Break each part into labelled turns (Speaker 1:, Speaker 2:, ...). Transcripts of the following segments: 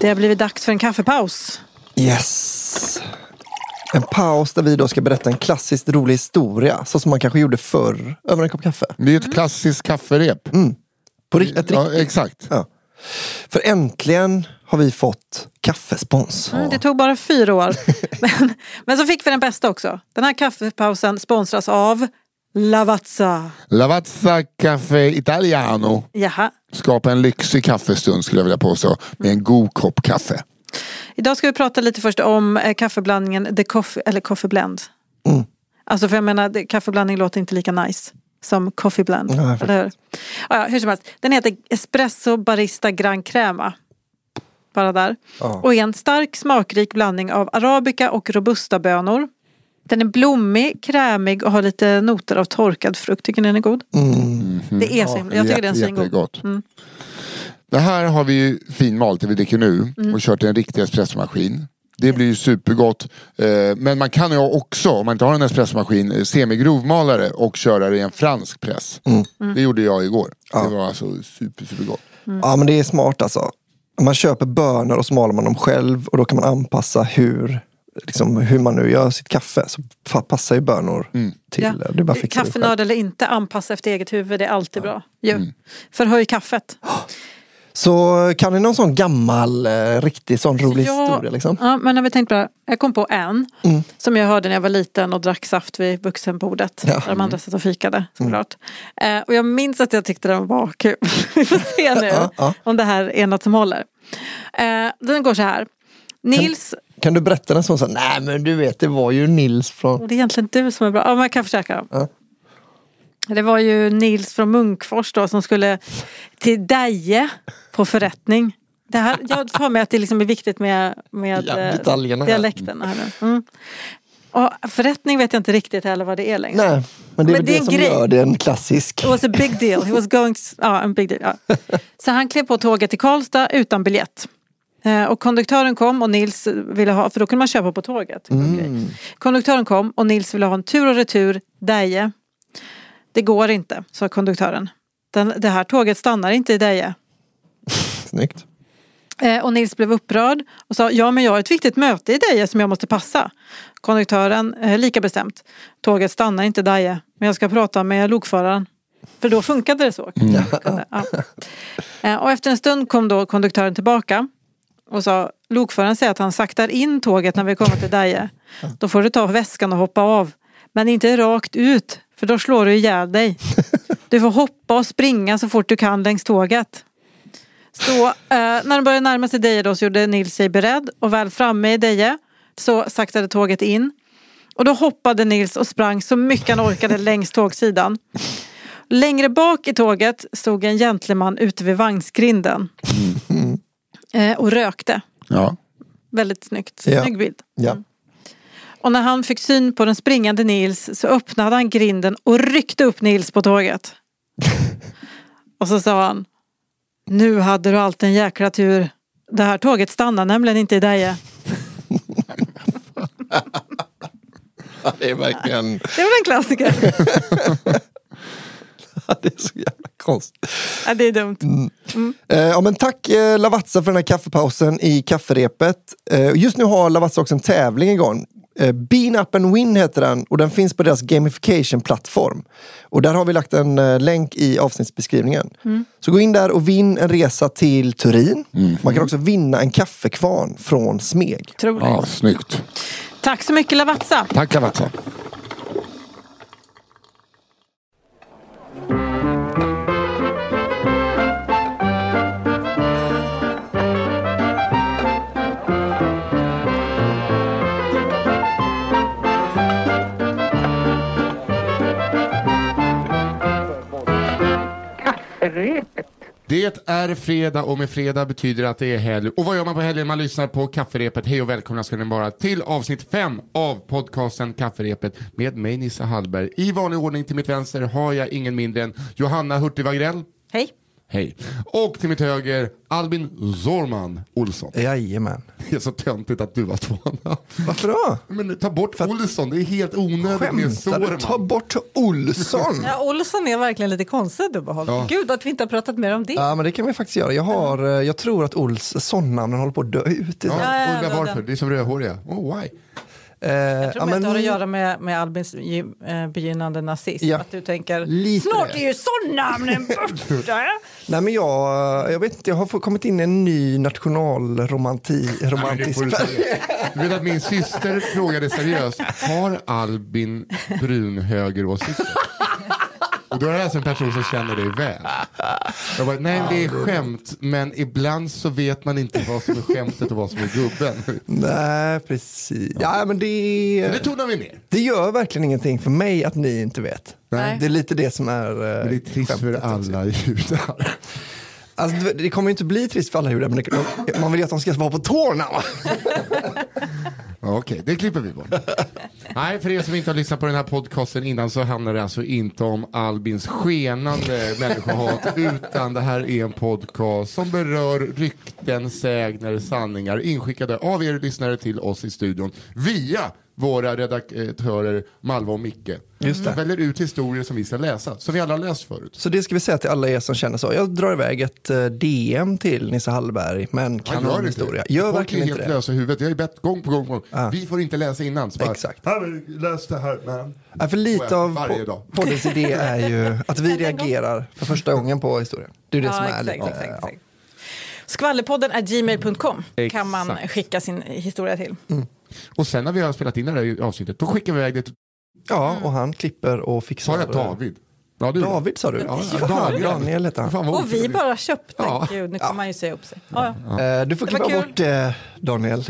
Speaker 1: Det har blivit dags för en kaffepaus.
Speaker 2: Yes. En paus där vi då ska berätta en klassiskt rolig historia. Så som man kanske gjorde förr över en kopp kaffe.
Speaker 3: Det är ju ett klassiskt kafferep.
Speaker 1: Mm.
Speaker 2: På ri- ett
Speaker 3: Ja,
Speaker 2: riktigt.
Speaker 3: exakt.
Speaker 2: Ja. För äntligen har vi fått kaffespons.
Speaker 1: Mm, det tog bara fyra år. men, men så fick vi den bästa också. Den här kaffepausen sponsras av Lavazza.
Speaker 3: Lavazza Caffè Italiano.
Speaker 1: Jaha.
Speaker 3: Skapa en lyxig kaffestund skulle jag vilja påstå. Med en god kopp kaffe.
Speaker 1: Idag ska vi prata lite först om eh, kaffeblandningen The Coffee, eller Coffee Blend. Alltså för jag menar, det- kaffeblandning låter inte lika nice som Coffee Blend. eller hur? Ja, ja, hur som helst, den heter Espresso Barista Gran Crema. Bara där. Och är en stark smakrik blandning av arabica och robusta bönor. Den är blommig, krämig och har lite noter av torkad frukt. Tycker ni den är god? Det är så himla. Jag tycker den är
Speaker 3: Jätte-
Speaker 1: svingod.
Speaker 3: jättegott. Det här har vi ju finmalt, det vi dricker nu,
Speaker 1: Mm.
Speaker 3: och kört i en riktig espressomaskin. Det blir ju supergott. Eh, Men man kan ju också, om man inte har en espressomaskin, eh, semigrovmalare och köra det i en fransk press.
Speaker 1: Mm.
Speaker 3: Det gjorde jag igår. Det var alltså super, supergott.
Speaker 2: Ja men det är smart alltså. Man köper bönor och så maler man dem själv och då kan man anpassa hur, liksom, hur man nu gör sitt kaffe. Så fa- passar ju bönor
Speaker 3: Mm.
Speaker 2: till.
Speaker 1: Ja.
Speaker 2: Det är bara att fixa det själv.
Speaker 1: Kaffenörd eller inte, anpassa efter eget huvud, det är alltid bra. Jo. Förhöj kaffet.
Speaker 2: Så kan ni någon sån gammal, eh, riktig sån rolig
Speaker 1: Ja,
Speaker 2: historia? Liksom? Mm.
Speaker 1: Ja, men när vi tänkte på det här, jag kom på en som jag hörde när jag var liten och drack saft vid vuxenbordet. Där de andra satt och
Speaker 2: Mm.
Speaker 1: fikade såklart. Eh, och jag minns att jag tyckte den var kul. vi får se nu om det här är något som håller. Eh, den går så här. Nils,
Speaker 2: Kan du berätta en sån? Så, här, Nej men du vet, det var ju Nils från...
Speaker 1: och det är egentligen du som är bra. Ja, men jag kan försöka. Dem.
Speaker 2: Ja.
Speaker 1: Det var ju Nils från Munkfors då som skulle till Deje på förrättning. Det här, jag tar med att det liksom är viktigt med, med
Speaker 2: Ja,
Speaker 1: eh,
Speaker 2: detaljerna här.
Speaker 1: dialekten. Här nu. mm. och förrättning vet jag inte riktigt heller vad det är längre.
Speaker 2: Nej, men
Speaker 1: Men
Speaker 2: det är väl
Speaker 1: det är
Speaker 2: det,
Speaker 1: en
Speaker 2: som
Speaker 1: grej.
Speaker 2: gör det en klassisk.
Speaker 1: It was a big deal. He was going to, ja, en big deal. Ja. Så han klev på tåget till Karlstad utan biljett. Eh, Och konduktören kom och Nils ville ha, för då kunde man köpa på tåget. Okej. Konduktören kom och Nils ville ha en tur och retur Deje. Det går inte, sa konduktören. Den, det här tåget stannar inte i Deje.
Speaker 2: Snyggt.
Speaker 1: Eh, Och Nils blev upprörd och sa ja men jag har ett viktigt möte i Deje som jag måste passa. Konduktören eh, lika bestämt. Tåget stannar inte i Deje men jag ska prata med lokföraren. För då funkade det så. Ja. Eh, Och efter en stund kom då konduktören tillbaka och sa lokföraren säger att han saktar in tåget när vi kommer till Deje. Då får du ta väskan och hoppa av. Men inte rakt ut för då slår du ihjäl dig. Du får hoppa och springa så fort du kan längs tåget. Så eh, när de började närma sig Deje då så gjorde Nils sig beredd och väl framme i Deje så saktade tåget in. Och då hoppade Nils och sprang så mycket han orkade längs tågsidan. Längre bak i tåget stod en gentleman ute vid vagnsgrinden eh, och rökte.
Speaker 3: Ja.
Speaker 1: Väldigt snyggt.
Speaker 2: Ja.
Speaker 1: Snygg bild.
Speaker 2: Ja.
Speaker 1: Och när han fick syn på den springande Nils så öppnade han grinden och ryckte upp Nils på tåget. och så sa han. Nu hade du alltid en jäkla tur. Det här tåget stannar nämligen inte i Deje.
Speaker 2: Det är verkligen...
Speaker 1: Det var en klassiker.
Speaker 2: det är så jävla konstigt.
Speaker 1: ja, det är dumt.
Speaker 2: Eh, ja, men tack eh, Lavazza för den här kaffepausen i kafferepet. Eh, och just nu har Lavazza också en tävling igång. Eh, Bean Up and Win heter den och den finns på deras gamification-plattform. Och där har vi lagt en eh, länk i avsnittsbeskrivningen.
Speaker 1: Mm.
Speaker 2: Så gå in där och vinn en resa till Turin. Man kan också vinna en kaffekvarn från Smeg.
Speaker 1: Otroligt.
Speaker 3: ja, snyggt.
Speaker 1: Tack så mycket Lavazza.
Speaker 3: Tack Lavazza.
Speaker 4: kafferepet.
Speaker 3: Det är fredag och med fredag betyder att det är helg. Och vad gör man på helgen? Man lyssnar på Kafferepet. Hej och välkomna ska ni vara till avsnitt 5 av podcasten Kafferepet med mig Nissa Hallberg. I vanlig ordning till mitt vänster har jag ingen mindre än Johanna Hurtig Wagrell.
Speaker 1: Hej.
Speaker 3: Hej. Och till mitt höger Albin Zorman Olsson.
Speaker 2: Eh. Jajamän.
Speaker 3: Det är så töntigt att du var tvåan.
Speaker 2: Varför då?
Speaker 3: Men ta bort Olsson, det är helt onödigt med
Speaker 2: Skämtar du?
Speaker 3: Zorman.
Speaker 2: Ta bort Olsson.
Speaker 1: Ja, Olsson är verkligen lite konstigt dubbelhåll.
Speaker 3: Ja.
Speaker 1: Gud att vi inte har pratat mer om det.
Speaker 2: Ja, men det kan vi faktiskt göra. Jag, har, eh, jag tror att Olssonnamnen håller på att dö ut.
Speaker 3: Ja,
Speaker 1: Ja, ja,
Speaker 3: undrar
Speaker 1: ja,
Speaker 3: varför,
Speaker 1: den.
Speaker 3: det är som rödhåriga. Oh, why?
Speaker 2: jag
Speaker 1: Jag tror ja, det har att göra med, med Albins ju- eh, begynnande nazism.
Speaker 2: Ja.
Speaker 1: Att du tänker,
Speaker 2: Lite
Speaker 1: snart
Speaker 2: det.
Speaker 1: är ju sådana borta.
Speaker 2: Nej, men jag, jag vet inte, jag har fått- kommit in i en ny nationalromantisk...
Speaker 3: Nej, men det
Speaker 2: romantisk-
Speaker 3: får du säga. Du vet att min syster frågade seriöst, har Albin brun högeråsikter? Och då är det alltså en person som känner dig väl. Jag bara, nej det är skämt, men ibland så vet man inte vad som är skämtet och vad som är gubben.
Speaker 2: Nej, precis. Ja, men det,
Speaker 3: Men det tonar vi ner.
Speaker 2: det gör verkligen ingenting för mig att ni inte vet.
Speaker 3: Nej.
Speaker 2: Det är lite det som är... eh, Men
Speaker 3: Det är trist för alla judar.
Speaker 2: Alltså, det- det kommer ju inte bli trist för alla judar, men det, de- man vill ju att de ska vara på tårna. va?
Speaker 3: Ja, Okej, det klipper vi bort. Nej, för er som inte har lyssnat på den här podcasten innan så handlar det alltså inte om Albins skenande människohat, utan det här är en podcast som berör rykten, sägner, sanningar inskickade av er lyssnare till oss i studion via våra redaktörer Malva och Micke. Just det. väljer ut historier som vi ska läsa, som vi alla har läst förut.
Speaker 2: Så det ska vi säga till alla er som känner så. Jag drar iväg ett eh, DM till Nisse Hallberg, men kan
Speaker 3: gör
Speaker 2: någon
Speaker 3: inte
Speaker 2: historia.
Speaker 3: det.
Speaker 2: Gör
Speaker 3: Folk
Speaker 2: verkligen
Speaker 3: är
Speaker 2: inte
Speaker 3: helt
Speaker 2: det.
Speaker 3: lösa i huvudet. Jag har ju bett gång på gång. På gång.
Speaker 2: Ah.
Speaker 3: Vi får inte läsa innan. Så bara,
Speaker 2: Exakt.
Speaker 3: "Ja, men Läs det här man.
Speaker 2: Nej, för lite
Speaker 3: Får jag
Speaker 2: av
Speaker 3: varje
Speaker 2: po-
Speaker 3: dag.
Speaker 2: poddens idé är ju att vi reagerar för första gången på historien. Det är det som
Speaker 1: Ja,
Speaker 2: är
Speaker 1: exakt,
Speaker 2: lite...
Speaker 1: exakt,
Speaker 2: ja.
Speaker 1: exakt. Skvallerpodden är gmail.com kan man
Speaker 3: Exakt.
Speaker 1: skicka sin historia till.
Speaker 3: Och sen när vi har spelat in det här avsnittet, då skickar vi iväg det till
Speaker 2: Ja, och han klipper och
Speaker 3: Sa
Speaker 2: fixar.
Speaker 3: jag David? Ja, du.
Speaker 2: David sa du?
Speaker 3: Ja,
Speaker 2: Ja,
Speaker 3: Daniel.
Speaker 2: Daniel hette han.
Speaker 3: Fan, vad
Speaker 1: Och vi
Speaker 3: otrevligt.
Speaker 1: bara köpte.
Speaker 3: Ja.
Speaker 1: Gud, nu kommer man ju säga upp sig. Ja, ja.
Speaker 2: Eh, du får
Speaker 1: Det var
Speaker 2: klippa
Speaker 1: kul. Mm.
Speaker 2: bort eh, Daniel.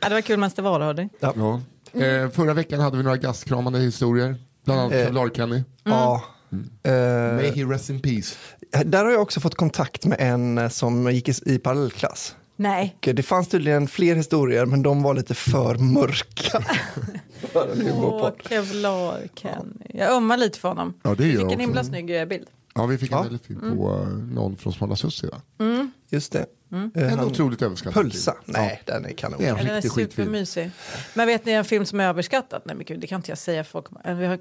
Speaker 1: Ja, det var kul medan det varade, hörde.
Speaker 3: Ja.
Speaker 1: Mm.
Speaker 3: Eh, förra veckan hade vi några gastkramande historier. Bland annat
Speaker 2: Eh.
Speaker 3: Kevlar-Kenny.
Speaker 2: Ja.
Speaker 3: Mm.
Speaker 2: Eh,
Speaker 3: May he rest in peace.
Speaker 2: Där har jag också fått kontakt med en eh, som gick i, i parallellklass.
Speaker 1: Nej.
Speaker 2: Och, eh, Det fanns tydligen fler historier, men de var lite för mörka. För att gå
Speaker 1: Åh,
Speaker 2: på.
Speaker 1: Kevlar Kenny. Jag ömmar lite för honom.
Speaker 3: Ja, det gör
Speaker 1: jag
Speaker 3: jag
Speaker 1: Fick en Mm. himla
Speaker 3: också.
Speaker 1: snygg eh, bild.
Speaker 3: Ja, vi fick en
Speaker 2: Ja.
Speaker 3: väldigt fin på eh, någon från Smala Sussie. va?
Speaker 1: Mm.
Speaker 2: Just det. Eh,
Speaker 3: En
Speaker 2: han-
Speaker 3: otroligt överskattad
Speaker 2: Pulsa.
Speaker 3: film.
Speaker 2: Nej, den är kanon.
Speaker 3: Det är en
Speaker 1: Den är
Speaker 3: riktig skitfilm.
Speaker 1: supermysig. Men vet ni en film som är överskattad? Nej men gud, det kan inte jag säga. Folk, eh, vi har,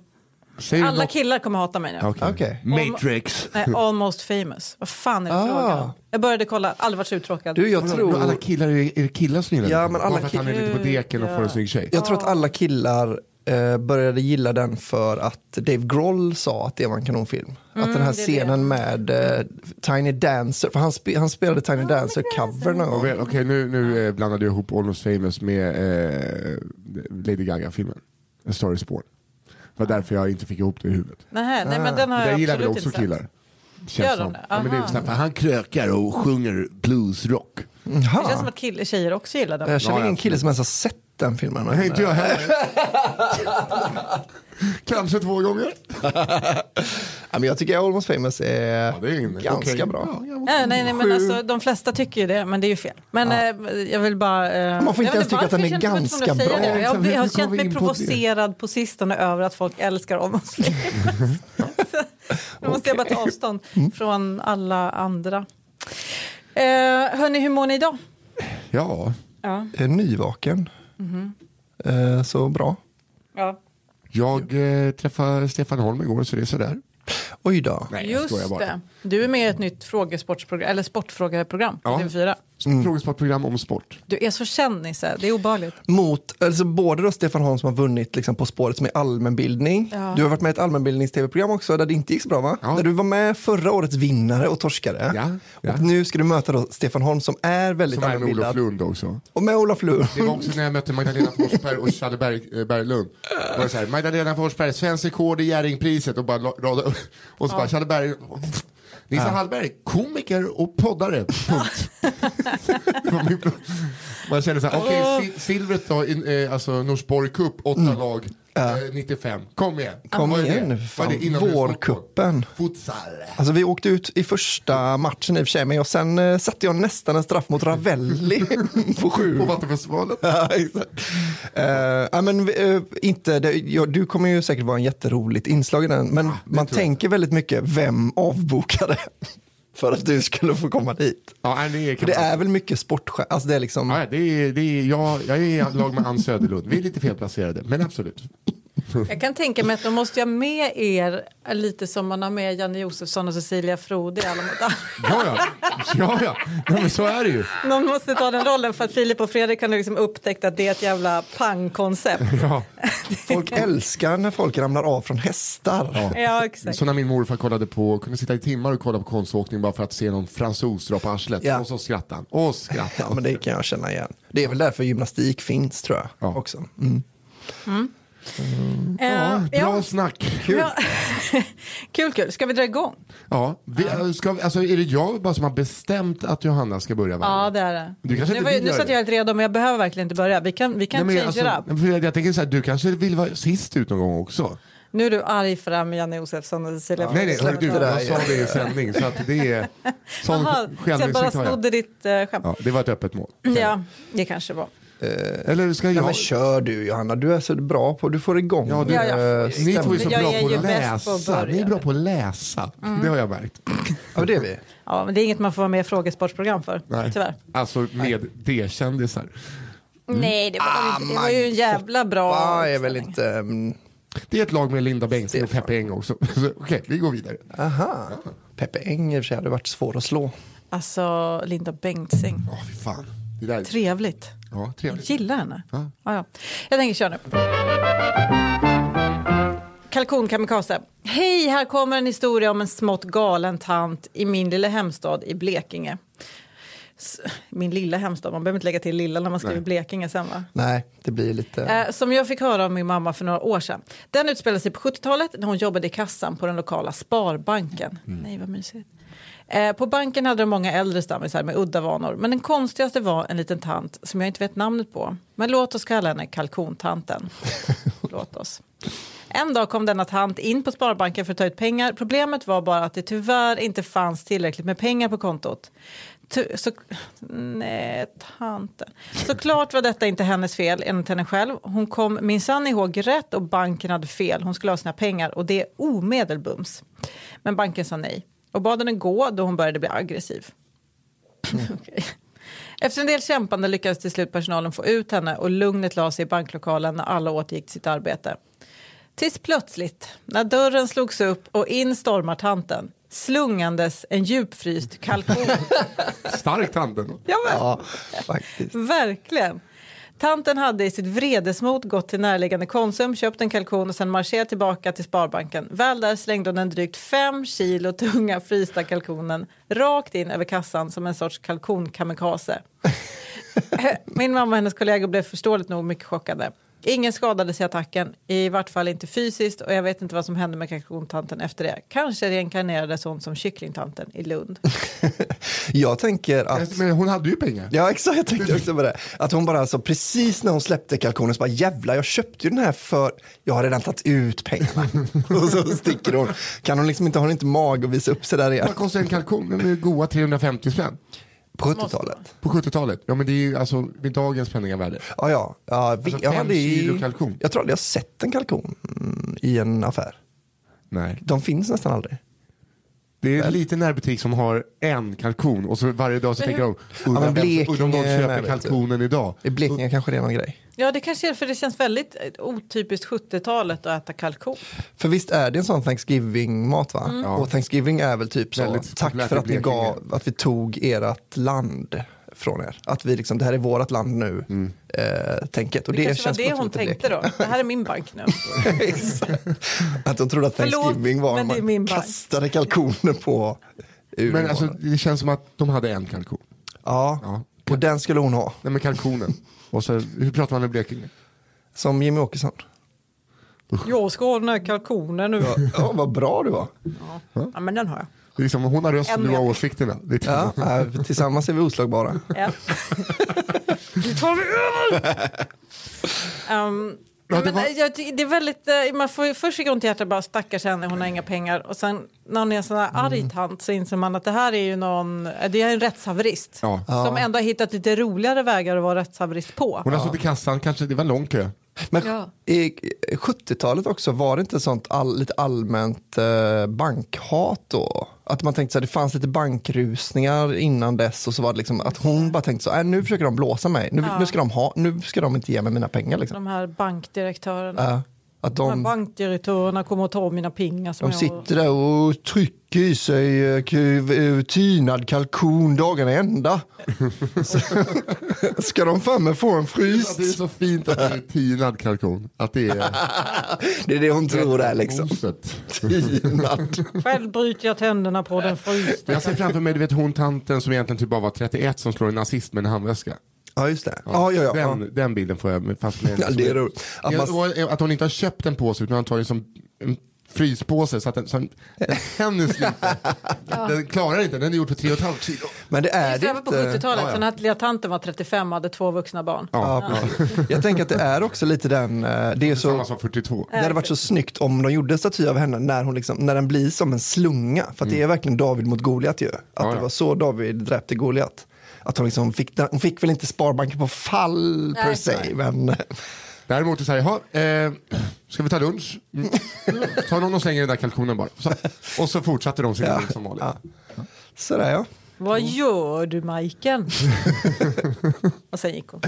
Speaker 3: Säger du
Speaker 1: alla
Speaker 3: något-
Speaker 1: killar kommer hata mig nu.
Speaker 3: Okej.
Speaker 2: Okej.
Speaker 3: Matrix.
Speaker 1: Nej, almost famous. Vad fan är det
Speaker 2: Ah.
Speaker 1: frågan om? Jag började kolla, aldrig varit så uttråkad. Mm.
Speaker 2: Du, jag
Speaker 3: Vadå, Alla
Speaker 2: tror,
Speaker 3: killar, är det är det killar som gillar
Speaker 2: Ja,
Speaker 3: den?
Speaker 2: men alla
Speaker 3: Bara för att han är lite på deken och får en snygg tjej.
Speaker 2: jag tror att alla killar eh, började gilla den för att Dave Grohl sa att det var en kanonfilm. att den här
Speaker 1: Mm, det är
Speaker 2: scenen med eh, Tiny Dancer, för han, spe, han spelade Tiny Dancer-cover någon gång.
Speaker 3: Och väl, Okej, nu, nu eh, blandade jag ihop Almost famous med eh, Lady Gaga-filmen. A Star is Born. Det var därför jag inte fick ihop det i huvudet.
Speaker 1: Nähä, nej, men den har
Speaker 3: Ah, Det
Speaker 1: jag
Speaker 3: där gillar väl
Speaker 1: absolut
Speaker 3: också
Speaker 1: inte sett.
Speaker 3: killar? Känns
Speaker 1: Gör de
Speaker 3: som.
Speaker 1: det?
Speaker 3: Ja, men det är
Speaker 1: Aha.
Speaker 3: ju sånt här, för han krökar och sjunger bluesrock.
Speaker 1: Det känns som att kill- tjejer också gillar den.
Speaker 2: Jag känner
Speaker 3: Ja,
Speaker 2: ingen
Speaker 3: absolut.
Speaker 2: kille som ens har sett den filmen. eh,
Speaker 3: Nej, inte jag heller. Kanske två gånger.
Speaker 2: Ja, men jag tycker Almost famous är,
Speaker 3: Ja, det är ingen-
Speaker 2: ganska
Speaker 3: okej.
Speaker 2: bra.
Speaker 3: Ja, ja,
Speaker 1: Nej, nej, nej, men alltså, de flesta tycker ju det, men det är ju fel. Men eh, jag vill bara... Eh,
Speaker 2: Man får inte
Speaker 1: jag
Speaker 2: ens
Speaker 1: vet
Speaker 2: tycka att den
Speaker 1: varför jag
Speaker 2: är
Speaker 1: känner mig
Speaker 2: ganska
Speaker 1: tvungen att säga
Speaker 2: bra.
Speaker 1: det. Jag,
Speaker 3: Exakt,
Speaker 1: jag har
Speaker 3: hur kom
Speaker 1: känt
Speaker 3: vi
Speaker 1: mig
Speaker 3: in på det?
Speaker 1: provocerad på sistone över att folk älskar om oss. Nu måste jag bara ta avstånd
Speaker 2: Mm.
Speaker 1: från alla andra. Eh, hörni, hur mår ni idag?
Speaker 3: ja.
Speaker 1: Ja.
Speaker 2: Jag är nyvaken.
Speaker 1: Mhm.
Speaker 2: Eh, Så bra.
Speaker 1: ja.
Speaker 3: Jag eh, träffade Stefan Holm igår så det är sådär.
Speaker 2: Oj då.
Speaker 3: Nej, jag skojar
Speaker 1: Just
Speaker 3: bara.
Speaker 1: det. Du är med i ett nytt frågesportsprogram, eller sportfrågeprogram på
Speaker 3: Ja.
Speaker 1: TV4.
Speaker 2: Mm.
Speaker 3: Frågesportprogram om sport.
Speaker 1: Du är så känd Nisse, det är obehagligt.
Speaker 2: Mot, alltså både då Stefan Holm som har vunnit liksom På spåret som är allmänbildning. Du har varit med i ett allmänbildnings-tv-program också där det inte gick så bra va?
Speaker 3: Ja.
Speaker 2: Där du var med förra årets vinnare och torskare.
Speaker 3: Ja, ja.
Speaker 2: Och nu ska du möta då Stefan Holm som är väldigt
Speaker 3: Som är med Olof
Speaker 2: allmänbildad.
Speaker 3: Lund också.
Speaker 2: Och med Olof Lund.
Speaker 3: Det var också när jag mötte Magdalena Forsberg och Challe Berg, eh, Berglund. Var det så här, Magdalena Forsberg, svensk rekord i Jerringpriset och bara la- rada upp. Och så bara Challe Berg. Nissa Hallberg, komiker och poddare. Punkt. Det var min pro- Man känner så här, okej, si- silvret då, in, eh, alltså Norsborg Cup, åtta lag. eh, 95. Kom igen.
Speaker 2: Mm. Kom
Speaker 3: Vad är
Speaker 2: igen nu,
Speaker 3: det? Vad är
Speaker 2: fan.
Speaker 3: det? Inomhusfotboll.
Speaker 2: Vårkuppen.
Speaker 3: Futsal.
Speaker 2: Alltså vi åkte ut i första matchen i och för sig, men jag, sen eh, satte jag nästan en straff mot Ravelli på sju.
Speaker 3: På Vattenfestivalen.
Speaker 2: Ja, exakt. Eh, ja, men, eh, inte, det, ja, du kommer ju säkert vara en jätteroligt inslag i den, men man
Speaker 3: tror jag.
Speaker 2: tänker väldigt mycket, vem avbokade för att du skulle få komma dit?
Speaker 3: Ja, nej, det,
Speaker 2: För
Speaker 3: kan
Speaker 2: det
Speaker 3: man-
Speaker 2: är väl mycket sportstjärnor, alltså det är liksom,
Speaker 3: Ja, det är, det är, jag, jag är i lag med Ann Söderlund. Vi är lite felplacerade, men absolut.
Speaker 1: Jag kan tänka mig att de måste jag med er lite som man har med Janne Josefsson och Cecilia Frode i Alla mot alla.
Speaker 3: Ja, ja. ja, ja. Nej, men så är det ju.
Speaker 1: Någon måste ta den rollen för att Filip och Fredrik har nu liksom upptäckt att det är ett jävla pangkoncept.
Speaker 3: Ja.
Speaker 2: folk älskar när folk ramlar av från hästar.
Speaker 1: Ja, exakt.
Speaker 3: Så när min morfar kollade på, kunde sitta i timmar och kolla på konståkning bara för att se någon fransos dra på arslet.
Speaker 2: Ja.
Speaker 3: Och så skrattade han. Och
Speaker 2: Ja,
Speaker 3: skrattade
Speaker 2: men det kan jag känna igen. Det är väl därför gymnastik finns tror jag.
Speaker 3: Ja.
Speaker 2: Också. Mm.
Speaker 1: Eh,
Speaker 3: han. Ja, bra snack.
Speaker 2: Kul.
Speaker 1: Ja. kul, kul. Ska vi dra igång?
Speaker 3: Ja, vi, ska, vi- alltså, är det jag bara som har bestämt att Johanna ska börja? varje
Speaker 1: Ja,
Speaker 3: gång?
Speaker 1: det är det.
Speaker 3: Du kanske
Speaker 1: nu
Speaker 3: inte
Speaker 1: var, ju-
Speaker 3: vill
Speaker 1: nu
Speaker 3: göra
Speaker 1: satt
Speaker 3: det.
Speaker 1: jag helt redo, men jag behöver verkligen inte börja. Vi kan, vi kan
Speaker 3: Nej,
Speaker 1: change
Speaker 3: men
Speaker 1: it
Speaker 3: alltså,
Speaker 1: up.
Speaker 3: nej, för jag, jag tänker så här, du kanske vill vara sist ut någon gång också?
Speaker 1: Nu är du arg fram, Janne Josefsson och Cecilia
Speaker 3: nej, nej,
Speaker 1: Frode.
Speaker 3: hörru, du,
Speaker 2: det där
Speaker 3: jag sa det i sändning. Så att det är sån
Speaker 1: Jaha, så jag bara
Speaker 3: självinsikt har jag.
Speaker 1: snodde ditt eh, skämt.
Speaker 3: Ja, det var ett öppet mål.
Speaker 1: Ja, det kanske var.
Speaker 3: Eller ska
Speaker 2: Ja,
Speaker 3: jag?
Speaker 2: men kör du Johanna, du är så bra på, du får igång
Speaker 3: Ja, du-
Speaker 2: eh,
Speaker 1: Ja, jag-
Speaker 3: Ni två är så
Speaker 1: Jag
Speaker 3: bra
Speaker 1: är
Speaker 3: på
Speaker 1: ju
Speaker 3: att
Speaker 1: bäst på att
Speaker 3: läsa.
Speaker 1: börja.
Speaker 3: Ni är bra på att läsa. Det har jag märkt.
Speaker 2: Ja, det är vi.
Speaker 1: Ja, men det är inget man får vara med i frågesportprogram för, tyvärr.
Speaker 3: Alltså med D-kändisar.
Speaker 1: Mm. Nej, det var, väl
Speaker 2: Ah,
Speaker 1: inte, det var ju en jävla bra
Speaker 2: Ja, är väl
Speaker 1: uppställning.
Speaker 2: inte... mm,
Speaker 3: Det är ett lag med Linda Bengtzing och Peppe Eng också. Så, Okej, vi går vidare.
Speaker 2: Aha. Peppe Eng i och för sig hade varit svår att slå.
Speaker 1: Alltså, Linda Bengtzing.
Speaker 3: Åh, fy fan. Det där.
Speaker 1: Trevligt.
Speaker 3: Ja,
Speaker 1: Jag
Speaker 3: trevligt.
Speaker 1: gillar henne. Ja. Ja, Jag tänker köra nu. Kalkon kamikaze. Hej, här kommer en historia om en smått galen tant i min lilla hemstad i Blekinge. S- Min lilla hemstad, man behöver inte lägga till lilla när man skriver Blekinge sen va?
Speaker 2: Nej, det blir lite...
Speaker 1: Eh, som jag fick höra av min mamma för några år sedan. Den utspelade sig på 70-talet när hon jobbade i kassan på den lokala Sparbanken. Nej, vad mysigt. Eh, på banken hade de många äldre stammisar med udda vanor. Men den konstigaste var en liten tant som jag inte vet namnet på. Men låt oss kalla henne kalkontanten. låt oss. En dag kom denna tant in på Sparbanken för att ta ut pengar. Problemet var bara att det tyvärr inte fanns tillräckligt med pengar på kontot. Ty- så, nej, tanten. Såklart var detta inte hennes fel enligt henne själv. Hon kom minsann ihåg rätt och banken hade fel. Hon skulle ha sina pengar och det omedelbums. Men banken sa nej och bad henne gå då hon började bli aggressiv. Okej. Efter en del kämpande lyckades till slut personalen få ut henne och lugnet la sig i banklokalen när alla återgick till sitt arbete. Tills plötsligt, när dörren slogs upp och in stormar tanten slungandes en djupfryst kalkon.
Speaker 3: Starkt handen.
Speaker 1: ja, men,
Speaker 2: Ja, faktiskt.
Speaker 1: Verkligen. Tanten hade i sitt vredesmod gått till närliggande Konsum, köpt en kalkon och sen marscherat tillbaka till Sparbanken. Väl där slängde hon den drygt fem kilo tunga frysta kalkonen rakt in över kassan som en sorts kalkonkamikaze. Eh, Min mamma och hennes kollegor blev förståeligt nog mycket chockade. Ingen skadades i attacken, i vart fall inte fysiskt och jag vet inte vad som hände med kalkontanten efter det. Kanske reinkarnerades hon som kycklingtanten i Lund.
Speaker 2: Jag tänker att...
Speaker 3: Eh, Men hon hade ju pengar.
Speaker 2: Ja, exakt. Jag tänkte också på det. Att hon bara, alltså, precis när hon släppte kalkonen, så bara jävlar, jag köpte ju den här för... Jag har redan tagit ut pengarna. och så sticker hon. Kan hon liksom inte, har hon inte mag att visa upp sig där igen?
Speaker 3: Vad kostar en kalkon? Den är ju goa 350 spänn.
Speaker 2: På 70-talet.
Speaker 3: På 70-talet. Ja men det är ju alltså med dagens penningvärde.
Speaker 2: Ja, ja. ja vi,
Speaker 3: Alltså,
Speaker 2: jag,
Speaker 3: fem
Speaker 2: hade i-
Speaker 3: kilo kalkon.
Speaker 2: jag tror aldrig jag sett en kalkon mm, i en affär.
Speaker 3: Nej.
Speaker 2: De finns nästan aldrig.
Speaker 3: Det är en liten närbutik som har en kalkon och så varje dag så tänker de,
Speaker 2: men
Speaker 3: undrar vem- undrar om de
Speaker 2: Blekinge med,
Speaker 3: köper
Speaker 2: vet du.
Speaker 3: kalkonen idag.
Speaker 2: I Blekinge kanske det är någon grej.
Speaker 1: Ja, det kanske är för det känns väldigt eh, otypiskt 70-talet att äta kalkon.
Speaker 2: För visst är det en sån Thanksgiving-mat va?
Speaker 1: Mm.
Speaker 2: Och Thanksgiving är väl typ så,
Speaker 3: Väldigt
Speaker 2: tack
Speaker 3: populärt
Speaker 2: för
Speaker 3: i
Speaker 2: att, ni
Speaker 3: Blekinge.
Speaker 2: gav, att vi tog ert land från er. Att vi liksom, det här är vårt land nu, eh, tänket. Och
Speaker 1: Det,
Speaker 2: det,
Speaker 1: kanske var
Speaker 2: känns
Speaker 1: det hon tänkte då. Det här är min bank nu.
Speaker 2: då. att de trodde att
Speaker 1: Förlåt,
Speaker 2: Thanksgiving var
Speaker 1: men det är
Speaker 2: man
Speaker 1: min bank.
Speaker 2: kastade kalkoner på ur
Speaker 3: Men alltså
Speaker 2: morgonen.
Speaker 3: det känns som att de hade en kalkon.
Speaker 2: ja. och den skulle hon ha,
Speaker 3: Nej men kalkonen. Och så, hur pratar man med Blekinge?
Speaker 2: som Jimmy Åkesson.
Speaker 1: Jag ska ha den här kalkonen nu.
Speaker 2: Ja, vad bra du var.
Speaker 1: Ja, men den har jag.
Speaker 3: Det är liksom, hon har rösten,
Speaker 1: En
Speaker 3: du har
Speaker 1: mening.
Speaker 3: åsikterna. Det är
Speaker 2: Ja, eh, tillsammans är vi oslagbara.
Speaker 1: Ja. Nu tar vi över! Ehm,
Speaker 3: Ja, det
Speaker 1: men,
Speaker 3: var-
Speaker 1: eh, jag, ty- det är väldigt, eh, man får ju först gå ont i hjärtat bara stackars henne, hon har inga pengar. Och sen när hon är en sån här
Speaker 3: Mm.
Speaker 1: arg tant så inser man att det här är ju någon, eh, det är en rättshaverist.
Speaker 3: Ja.
Speaker 1: Som ändå har hittat lite roligare vägar att vara rättshaverist på.
Speaker 3: Hon har suttit i kassan, kanske, det var en lång kö.
Speaker 2: Men
Speaker 1: Ja.
Speaker 2: i 70-talet också, var det inte sånt all, lite allmänt eh, bankhat då? Att man tänkte att det fanns lite bankrusningar innan dess och så var det liksom att hon bara tänkte så här, nu försöker de blåsa mig, nu, nu, ska, de ha, nu ska de inte ge mig mina pengar. Liksom.
Speaker 1: De här bankdirektörerna.
Speaker 2: Eh, att
Speaker 1: De här
Speaker 2: de,
Speaker 1: bankdirektörerna kommer att ta mina pengar. Som
Speaker 2: de
Speaker 1: jag-
Speaker 2: sitter där och trycker i sig eh, ku- eh, tynad kalkon dagarna i ända. Så- ska de fan med få en
Speaker 3: alltså, Det är
Speaker 2: fryst?
Speaker 3: så fint att det är tinad kalkon. Att det är...
Speaker 2: Det är det hon tror där liksom.
Speaker 3: Moset.
Speaker 2: Tynad.
Speaker 1: Själv bryter jag tänderna på den frysta.
Speaker 3: Men Jag ser framför mig, du vet hon tanten som egentligen typ bara var 31 som slår en nazist med en handväska.
Speaker 2: Ja, just det. Ja, ja, ja.
Speaker 3: Den, den bilden får jag fast med.
Speaker 2: Ja, det är roligt. Att
Speaker 3: Ja,
Speaker 2: man-
Speaker 3: och eh, att hon inte har köpt en påse utan hon tar den som en fryspåse så att den, så den den tänds lite. Den klarar inte, den är gjord för 3,5 kilo.
Speaker 2: Men det är eh,
Speaker 1: Just
Speaker 2: det
Speaker 1: det var på
Speaker 2: inte.
Speaker 1: 70-talet, ja, ja. den här lilla tanten var 35 och hade två vuxna barn.
Speaker 2: Ja, precis. Jag tänker att det är också lite den, eh, det är
Speaker 3: Samma
Speaker 2: så,
Speaker 3: som 42.
Speaker 2: det hade varit så snyggt om de gjorde en staty av henne när, hon liksom, när den blir som en slunga. För att det är verkligen David mot Goliat ju. Att
Speaker 3: Ja,
Speaker 2: det
Speaker 3: ja.
Speaker 2: var så David dräpte Goliat. Att hon, liksom fick, den- hon fick väl inte Sparbanken på fall per
Speaker 1: Nej.
Speaker 2: se, men eh,
Speaker 3: Däremot så säger jag, "Jaha, eh, ska vi ta lunch? Mm. Ta någon och slänger den där kalkonen bara. Så, och så fortsatte de sin lunch som vanligt.
Speaker 2: sådär ja.
Speaker 1: Vad
Speaker 2: Mm.
Speaker 1: gör du Majken? och sen gick hon.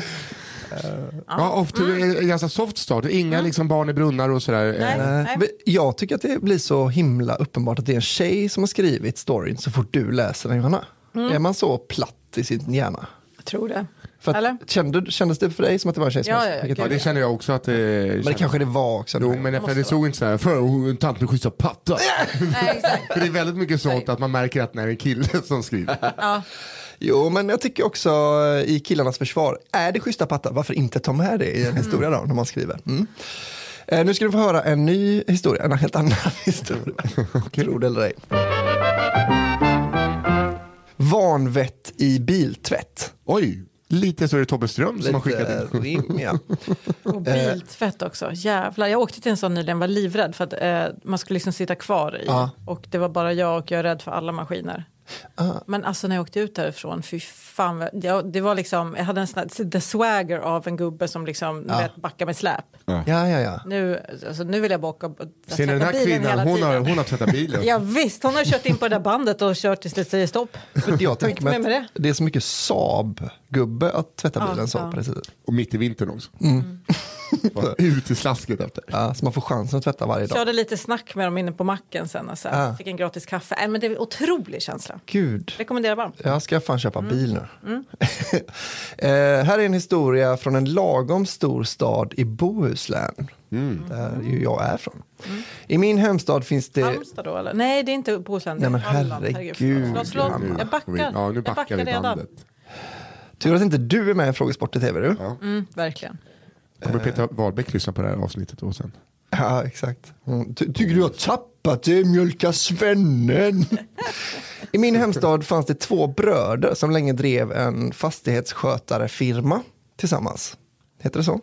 Speaker 3: Ja, ofta är en ganska soft start. Inga liksom barn i brunnar och sådär.
Speaker 1: Nej,
Speaker 3: Eh,
Speaker 1: nej.
Speaker 2: Men Jag tycker att det blir så himla uppenbart att det är en tjej som har skrivit storyn så fort du läser den Johanna.
Speaker 1: Mm.
Speaker 2: Är man så platt i sin hjärna?
Speaker 1: Jag tror det.
Speaker 2: För
Speaker 1: Eller?
Speaker 2: att, kände, kändes det för dig som att det var en tjej som
Speaker 1: Ja,
Speaker 2: har
Speaker 1: ja, ja,
Speaker 2: skickat
Speaker 1: gud,
Speaker 3: Ja, det känner jag också att eh, det
Speaker 2: Men det kanske det var också.
Speaker 3: Jo, men det, det såg inte så här, för hon- en tant med schyssta pattar.
Speaker 1: Nej, exakt.
Speaker 3: för det är väldigt mycket sånt att man märker att när det är en kille som skriver.
Speaker 2: Jo, men jag tycker också eh, i killarnas försvar, är det schyssta pattar, varför inte ta med det i en historia då, när man skriver? Mm. Eh, nu ska du få höra en ny historia, en helt annan historia. Tro det eller ej. Vanvett i biltvätt.
Speaker 3: Oj, lite så är det Tobbe Ström som har skickat in.
Speaker 2: Lite rim, ja.
Speaker 1: Och
Speaker 3: Eh.
Speaker 1: biltvätt också. Jävlar, jag åkte till en sån nyligen, var livrädd för att eh, man skulle liksom sitta kvar i.
Speaker 2: Ja.
Speaker 1: Och det var bara jag och jag är rädd för alla maskiner.
Speaker 3: Ah.
Speaker 1: Men alltså när jag åkte ut därifrån, fy fan. vad- Jag, det var liksom, jag hade en sån här, the swagger av en gubbe som liksom
Speaker 3: Ah.
Speaker 1: ja. vet, backar med släp.
Speaker 2: ja, ja, ja.
Speaker 1: Nu, alltså, nu vill jag bara åka och
Speaker 3: Ser ni den här kvinnan, hon har, hon har tvättat bilen.
Speaker 1: Ja, visst, hon har kört in på det där bandet och kört tills det säger stopp.
Speaker 2: För jag tänker
Speaker 1: Vem är
Speaker 2: mig
Speaker 1: det?
Speaker 2: att det är så mycket Saab-gubbe att tvätta
Speaker 1: Ja,
Speaker 2: bilen så.
Speaker 1: ja.
Speaker 2: Precis.
Speaker 3: Och mitt i vintern också.
Speaker 2: Mm.
Speaker 1: Mm.
Speaker 3: Bara Ut i slasket efter.
Speaker 2: Ja, så man får chansen att tvätta varje dag.
Speaker 1: Körde lite snack med dem inne på macken sen. Och så här.
Speaker 2: Ah.
Speaker 1: Fick en gratis kaffe. Nej, men det är en otrolig känsla.
Speaker 2: Gud.
Speaker 1: Rekommenderar varmt.
Speaker 2: Jag ska fan köpa bil nu. eh, här är en historia från en lagom stor stad i Bohuslän. Där ju jag är från. I min hemstad finns det...
Speaker 1: Halmstad då eller? Nej, det är inte Bohuslän. det är
Speaker 2: Nej, men
Speaker 1: Halland. Herregud,
Speaker 2: herregud,
Speaker 1: förlåt. Förlåt,
Speaker 2: Johanna.
Speaker 1: förlåt. Jag backar.
Speaker 3: Ja, nu
Speaker 1: Jag
Speaker 3: backar vi
Speaker 1: redan.
Speaker 3: bandet.
Speaker 2: Tur att inte du är med i Frågesport i tv. Du? Ja.
Speaker 1: Mm, verkligen.
Speaker 2: Eh.
Speaker 3: Kommer Peter Wahlbeck lyssna på det här avsnittet då sen?
Speaker 2: exakt. Mm. Ty- tycker du jag har tappat det, mjölka svennen? I min hemstad fanns det två bröder som länge drev en fastighetsskötarefirma tillsammans. Heter det så?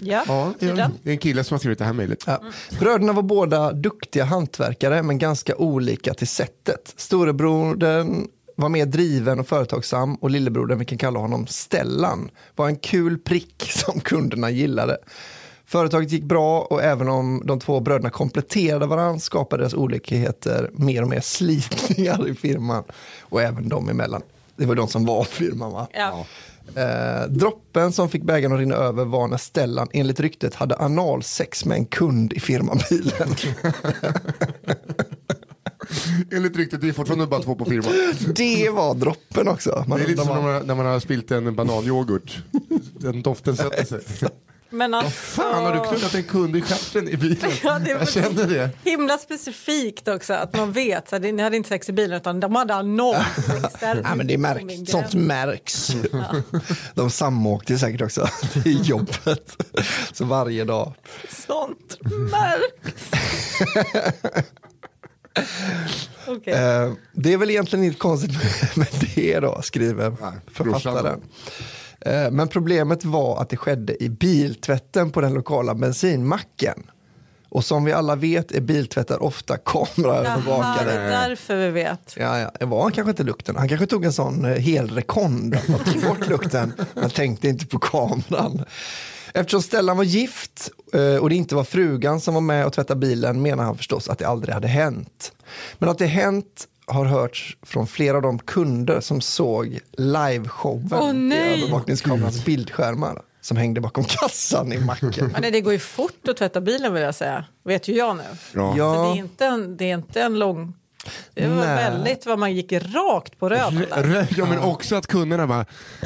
Speaker 1: Ja,
Speaker 3: det är
Speaker 1: tydligen.
Speaker 3: en kille som har skrivit det här mejlet.
Speaker 2: Ja. Bröderna var båda duktiga hantverkare men ganska olika till sättet. Storebrodern var mer driven och företagsam och lillebrodern, vi kan kalla honom Stellan, var en kul prick som kunderna gillade. Företaget gick bra och även om de två bröderna kompletterade varandra skapade deras olikheter mer och mer slitningar i firman och även dem emellan. Det var de som var firman va?
Speaker 1: Ja.
Speaker 2: Eh, droppen som fick bägaren att rinna över var när Stellan enligt ryktet hade analsex med en kund i firmabilen.
Speaker 3: Enligt ryktet, det är fortfarande bara två på firman.
Speaker 2: det var droppen också. Man
Speaker 3: Det är lite
Speaker 2: undrar
Speaker 3: som när
Speaker 2: vad-
Speaker 3: man, när man har spilt en bananyoghurt. Den doften sätter sig.
Speaker 1: Men alltså...
Speaker 3: Fan, har du knullat en kund i stjärten i bilen?
Speaker 1: Ja, det var-
Speaker 3: Jag känner det.
Speaker 1: Himla specifikt också att man vet. Så här, ni hade inte sex i bilen utan de hade annonser istället.
Speaker 2: Ja, men det
Speaker 1: Oh, min
Speaker 2: märks. Sånt
Speaker 1: gräns.
Speaker 2: märks. De samåkte säkert också i jobbet. Så varje dag.
Speaker 1: Sånt märks. Okej.
Speaker 2: Eh, det är väl egentligen inte konstigt med det då, skriver
Speaker 3: Nej, brorsan
Speaker 2: författaren. Eh, Men problemet var att det skedde i biltvätten på den lokala bensinmacken. Och som vi alla vet är biltvättar ofta
Speaker 1: Jaha, det
Speaker 2: kameraövervakade.
Speaker 1: är därför vi vet.
Speaker 2: Ja, ja. Det var kanske inte lukten. Han kanske tog en sån eh, helrekond. Han tog bort lukten. Han tänkte inte på kameran. Eftersom Stellan var gift eh, och det inte var frugan som var med och tvättade bilen menar han förstås att det aldrig hade hänt. Men att det hänt har hörts från flera av de kunder som såg liveshowen
Speaker 1: Åh,
Speaker 2: i
Speaker 1: nej!
Speaker 2: övervakningskamerans bildskärmar som hängde bakom kassan i macken.
Speaker 1: Men nej, det går ju fort att tvätta bilen vill jag säga. Vet ju jag nu. Så det, är inte en, det är inte en lång... Det var
Speaker 2: Nej.
Speaker 1: väldigt vad man gick rakt på röven där.
Speaker 3: Rö- Ja, men också att kunderna bara,